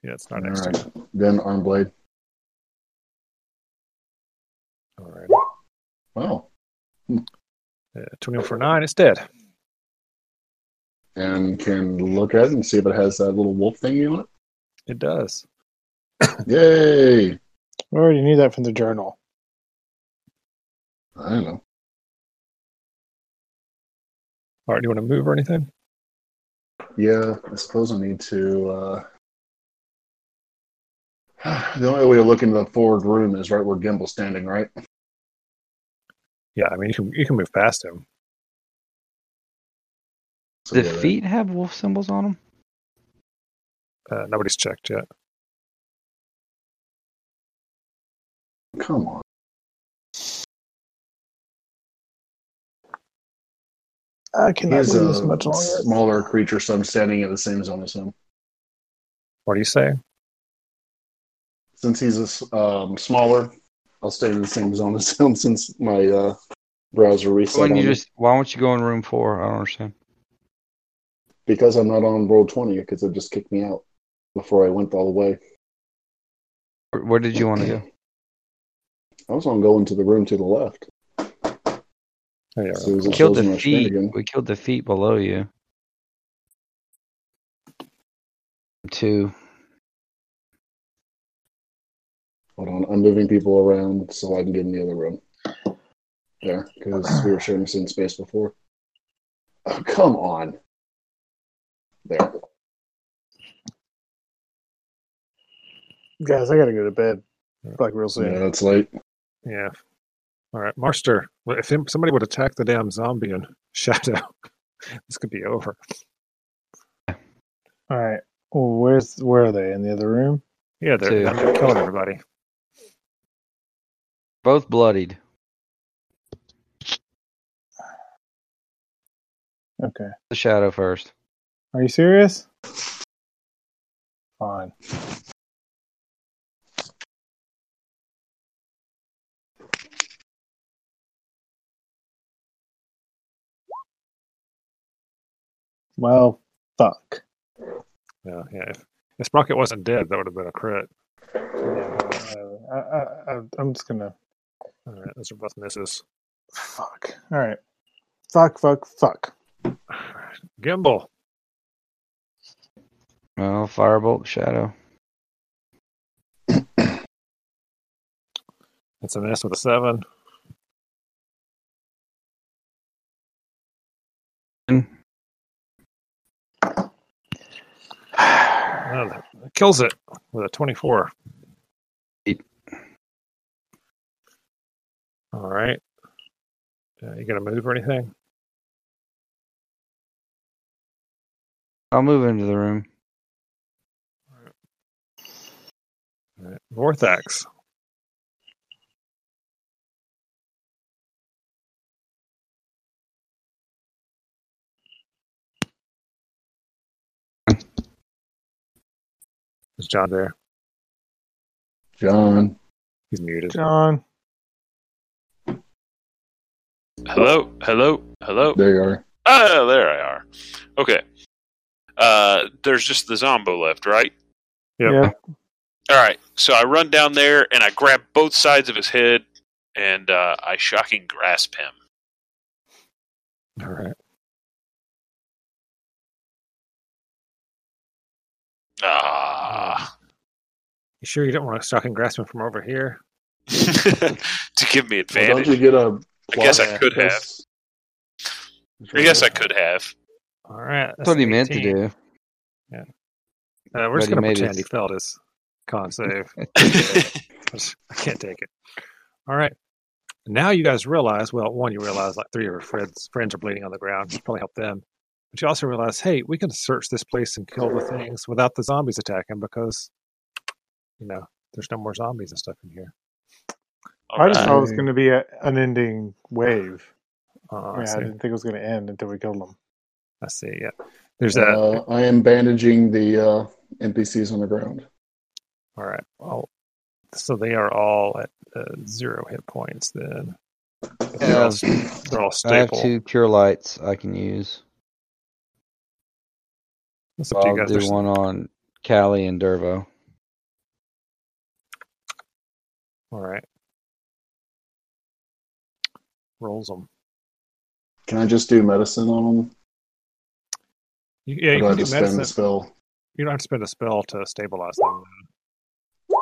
[SPEAKER 4] Yeah, it's
[SPEAKER 1] All
[SPEAKER 4] not next to
[SPEAKER 1] right. Then arm blade.
[SPEAKER 4] you. All right.
[SPEAKER 1] Wow.
[SPEAKER 4] Uh, 21 for 9, it's dead.
[SPEAKER 1] And can look at it and see if it has that little wolf thingy on it.
[SPEAKER 4] It does.
[SPEAKER 1] Yay!
[SPEAKER 2] We already knew that from the journal.
[SPEAKER 1] I don't know.
[SPEAKER 4] All right, do you want to move or anything?
[SPEAKER 1] Yeah, I suppose I need to. Uh... The only way to look into the forward room is right where Gimble's standing, right?
[SPEAKER 4] Yeah, I mean, you can you can move past him.
[SPEAKER 1] So,
[SPEAKER 3] Did
[SPEAKER 1] yeah, that-
[SPEAKER 3] feet have wolf symbols on them?
[SPEAKER 4] Uh, nobody's checked yet.
[SPEAKER 1] Come on.
[SPEAKER 2] I cannot
[SPEAKER 1] He's
[SPEAKER 2] do
[SPEAKER 1] a
[SPEAKER 2] this much longer.
[SPEAKER 1] smaller creature, so I'm standing at the same zone as him.
[SPEAKER 4] What do you say?
[SPEAKER 1] Since he's a s- um, smaller, I'll stay in the same zone as him since my uh, browser reset.
[SPEAKER 3] When
[SPEAKER 1] on
[SPEAKER 3] you
[SPEAKER 1] me.
[SPEAKER 3] just why won't you go in room four? I don't understand.
[SPEAKER 1] Because I'm not on roll 20, because it just kicked me out before I went all the way.
[SPEAKER 3] Where, where did you want to go?
[SPEAKER 1] I was on going to the room to the left.
[SPEAKER 4] Oh, yeah,
[SPEAKER 1] As soon as
[SPEAKER 3] We
[SPEAKER 1] it
[SPEAKER 3] killed
[SPEAKER 1] shows
[SPEAKER 3] the
[SPEAKER 1] my screen
[SPEAKER 3] feet.
[SPEAKER 1] again.
[SPEAKER 3] We killed the feet below you. Two.
[SPEAKER 1] Hold on, I'm moving people around so I can get in the other room. There, because we were sharing the same space before. Oh, come on. There.
[SPEAKER 2] Guys, I gotta go to bed. Like
[SPEAKER 1] Yeah,
[SPEAKER 2] real soon.
[SPEAKER 1] that's late.
[SPEAKER 4] yeah. All right, Marster, well, if him, somebody would attack the damn zombie and shadow, this could be over.
[SPEAKER 2] All right. Well, where's where are they in the other room?
[SPEAKER 4] Yeah, they're,
[SPEAKER 3] Two.
[SPEAKER 4] they're killing everybody.
[SPEAKER 3] Both bloodied.
[SPEAKER 2] Okay.
[SPEAKER 3] The shadow first.
[SPEAKER 2] Are you serious? Fine. Well, fuck.
[SPEAKER 4] Yeah, yeah. If, if Sprocket wasn't dead, that would have been a crit.
[SPEAKER 2] Yeah, I, I, I, I'm just gonna
[SPEAKER 4] All right, those are both misses.
[SPEAKER 2] fuck. All right, fuck, fuck, fuck.
[SPEAKER 4] Gimbal.
[SPEAKER 3] Well, firebolt shadow.
[SPEAKER 4] It's an S with a seven. Oh, that that kills it with a 24.
[SPEAKER 3] Eight.
[SPEAKER 4] All right. Uh, you going to move or anything?
[SPEAKER 3] I'll move into the room.
[SPEAKER 4] All right. Vorthax. Is John there?
[SPEAKER 1] John.
[SPEAKER 4] He's muted.
[SPEAKER 2] John.
[SPEAKER 5] Hello, hello, hello.
[SPEAKER 1] There you are.
[SPEAKER 5] Ah, there I are. Okay. Uh, there's just the zombo left, right?
[SPEAKER 4] Yep.
[SPEAKER 2] Yeah.
[SPEAKER 5] All right. So I run down there and I grab both sides of his head and uh, I shocking grasp him.
[SPEAKER 4] All right.
[SPEAKER 5] Ah.
[SPEAKER 4] You sure you don't want to stalk and grasp him from over here?
[SPEAKER 5] to give me
[SPEAKER 1] Well, don't
[SPEAKER 5] advantage.
[SPEAKER 1] you get a?
[SPEAKER 5] I guess I
[SPEAKER 1] plus-
[SPEAKER 5] could have. I guess I could have.
[SPEAKER 4] All right.
[SPEAKER 3] That's what he meant to do.
[SPEAKER 4] do. Uh, we're
[SPEAKER 3] But
[SPEAKER 4] just
[SPEAKER 3] he
[SPEAKER 4] going to
[SPEAKER 3] made
[SPEAKER 4] pretend
[SPEAKER 3] his-
[SPEAKER 4] he failed his con save. I can't take it. All right. Now you guys realize, well, one, you realize like three of your friends friends are bleeding on the ground. Should probably help them. But you also realize, hey, we can search this place and kill the things without the zombies attacking because, you know, there's no more zombies and stuff in here.
[SPEAKER 5] All
[SPEAKER 2] I just
[SPEAKER 5] right.
[SPEAKER 2] thought it was going to be a, an ending wave.
[SPEAKER 4] Uh,
[SPEAKER 2] I, mean, I
[SPEAKER 4] I, see.
[SPEAKER 2] didn't think it was going to end until we killed them.
[SPEAKER 4] I see. Yeah. There's a.
[SPEAKER 1] Uh, I am bandaging the uh, NPCs on the ground.
[SPEAKER 4] All right. Well, so they are all at uh, zero hit points then. They're all, they're all
[SPEAKER 3] I have
[SPEAKER 4] stable.
[SPEAKER 3] two cure lights I can use.
[SPEAKER 4] It's up to you
[SPEAKER 3] I'll
[SPEAKER 4] guys.
[SPEAKER 3] do
[SPEAKER 4] There's-
[SPEAKER 3] one on Callie and Dervo.
[SPEAKER 4] All right. Rolls them.
[SPEAKER 1] Can I just do medicine on them?
[SPEAKER 4] You, yeah,
[SPEAKER 1] Or
[SPEAKER 4] you
[SPEAKER 1] do I
[SPEAKER 4] can do
[SPEAKER 1] just spend
[SPEAKER 4] medicine.
[SPEAKER 1] the spell?
[SPEAKER 4] You don't have to spend a spell to stabilize them.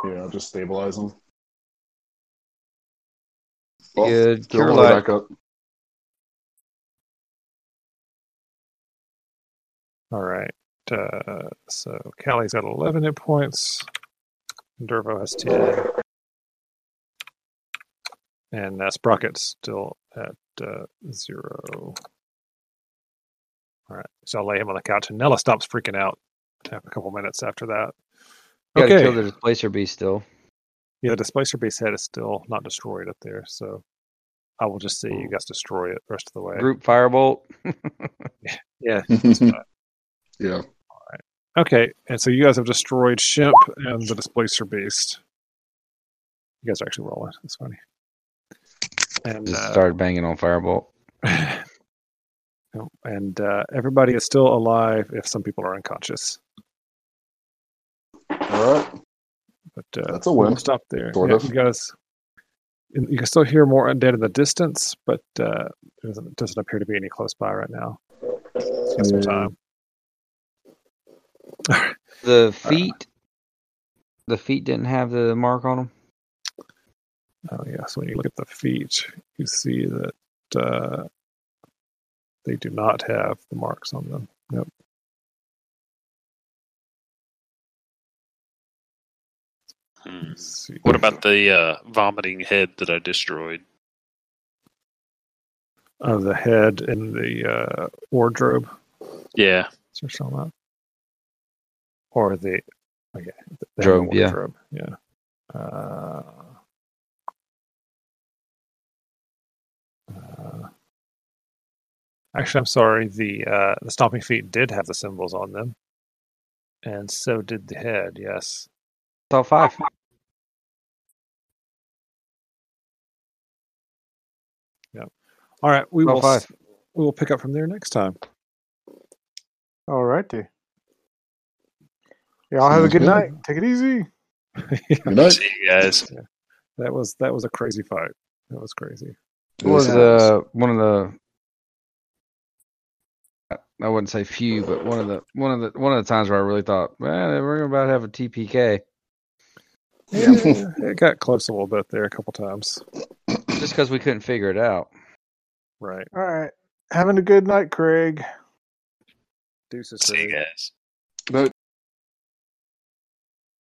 [SPEAKER 1] Yeah, I'll just stabilize them.
[SPEAKER 3] Good
[SPEAKER 1] Throw
[SPEAKER 3] cure
[SPEAKER 1] her
[SPEAKER 3] light.
[SPEAKER 1] back up.
[SPEAKER 4] All right. Uh, so Callie's got 11 hit points. Dervo has 10. And uh, Sprocket's still at uh, zero. All right. So I'll lay him on the couch. And Nella stops freaking out a couple minutes after that.
[SPEAKER 3] Got to
[SPEAKER 4] Okay.
[SPEAKER 3] kill the displacer beast still.
[SPEAKER 4] Yeah, the displacer base head is still not destroyed up there. So I will just say
[SPEAKER 1] Oh.
[SPEAKER 4] you guys destroy it the rest of the way.
[SPEAKER 3] Group firebolt.
[SPEAKER 4] Yeah,
[SPEAKER 1] yeah.
[SPEAKER 4] Okay, and so you guys have destroyed ship and the displacer beast. You guys are actually rolling. That's funny. And
[SPEAKER 3] Just
[SPEAKER 4] uh,
[SPEAKER 3] started banging on firebolt.
[SPEAKER 4] and uh, everybody is still alive if some people are unconscious.
[SPEAKER 1] All right.
[SPEAKER 4] But uh,
[SPEAKER 1] That's a win,
[SPEAKER 4] We'll stop there.
[SPEAKER 1] sort
[SPEAKER 4] Yeah,
[SPEAKER 1] of.
[SPEAKER 4] You guys, you can still hear more undead in the distance, but uh, it doesn't, it doesn't appear to be any close by right now. Let's get some
[SPEAKER 1] Uh,
[SPEAKER 4] time.
[SPEAKER 3] The feet. The feet didn't have the mark on them.
[SPEAKER 4] Oh yeah, so when you look at the feet, you see that uh, they do not have the marks on them. Yep.
[SPEAKER 5] Hmm.
[SPEAKER 4] Let's see.
[SPEAKER 5] What about the uh, vomiting head that I destroyed?
[SPEAKER 4] uh, the head in the uh, wardrobe
[SPEAKER 5] Yeah.
[SPEAKER 4] or something? Or the oh, yeah, the, the
[SPEAKER 3] Drobe, yeah.
[SPEAKER 4] wardrobe. Yeah. Uh, uh, actually, I'm sorry. The uh, the stomping feet did have the symbols on them, and so did the head. Yes.
[SPEAKER 3] It's all five.
[SPEAKER 4] All right, we
[SPEAKER 3] Roll
[SPEAKER 4] will
[SPEAKER 3] five.
[SPEAKER 4] s- we will pick up from there next time.
[SPEAKER 2] All righty. Y'all have a
[SPEAKER 1] Sounds
[SPEAKER 2] good
[SPEAKER 1] good.
[SPEAKER 2] night. Take it easy.
[SPEAKER 1] Good night.
[SPEAKER 5] See you guys.
[SPEAKER 4] That was that was a crazy fight. That was crazy.
[SPEAKER 3] It was
[SPEAKER 1] This happens.
[SPEAKER 3] uh, one of the I wouldn't say few, but one of the one of the one of the times where I really thought, man, we're about to have a TPK,
[SPEAKER 1] Yeah.
[SPEAKER 4] Yeah, it got close a little bit there a couple times.
[SPEAKER 3] just because we couldn't figure it out.
[SPEAKER 4] Right.
[SPEAKER 2] All right. Having a good night, Craig.
[SPEAKER 4] Deuces.
[SPEAKER 5] See
[SPEAKER 4] Craig.
[SPEAKER 5] you guys.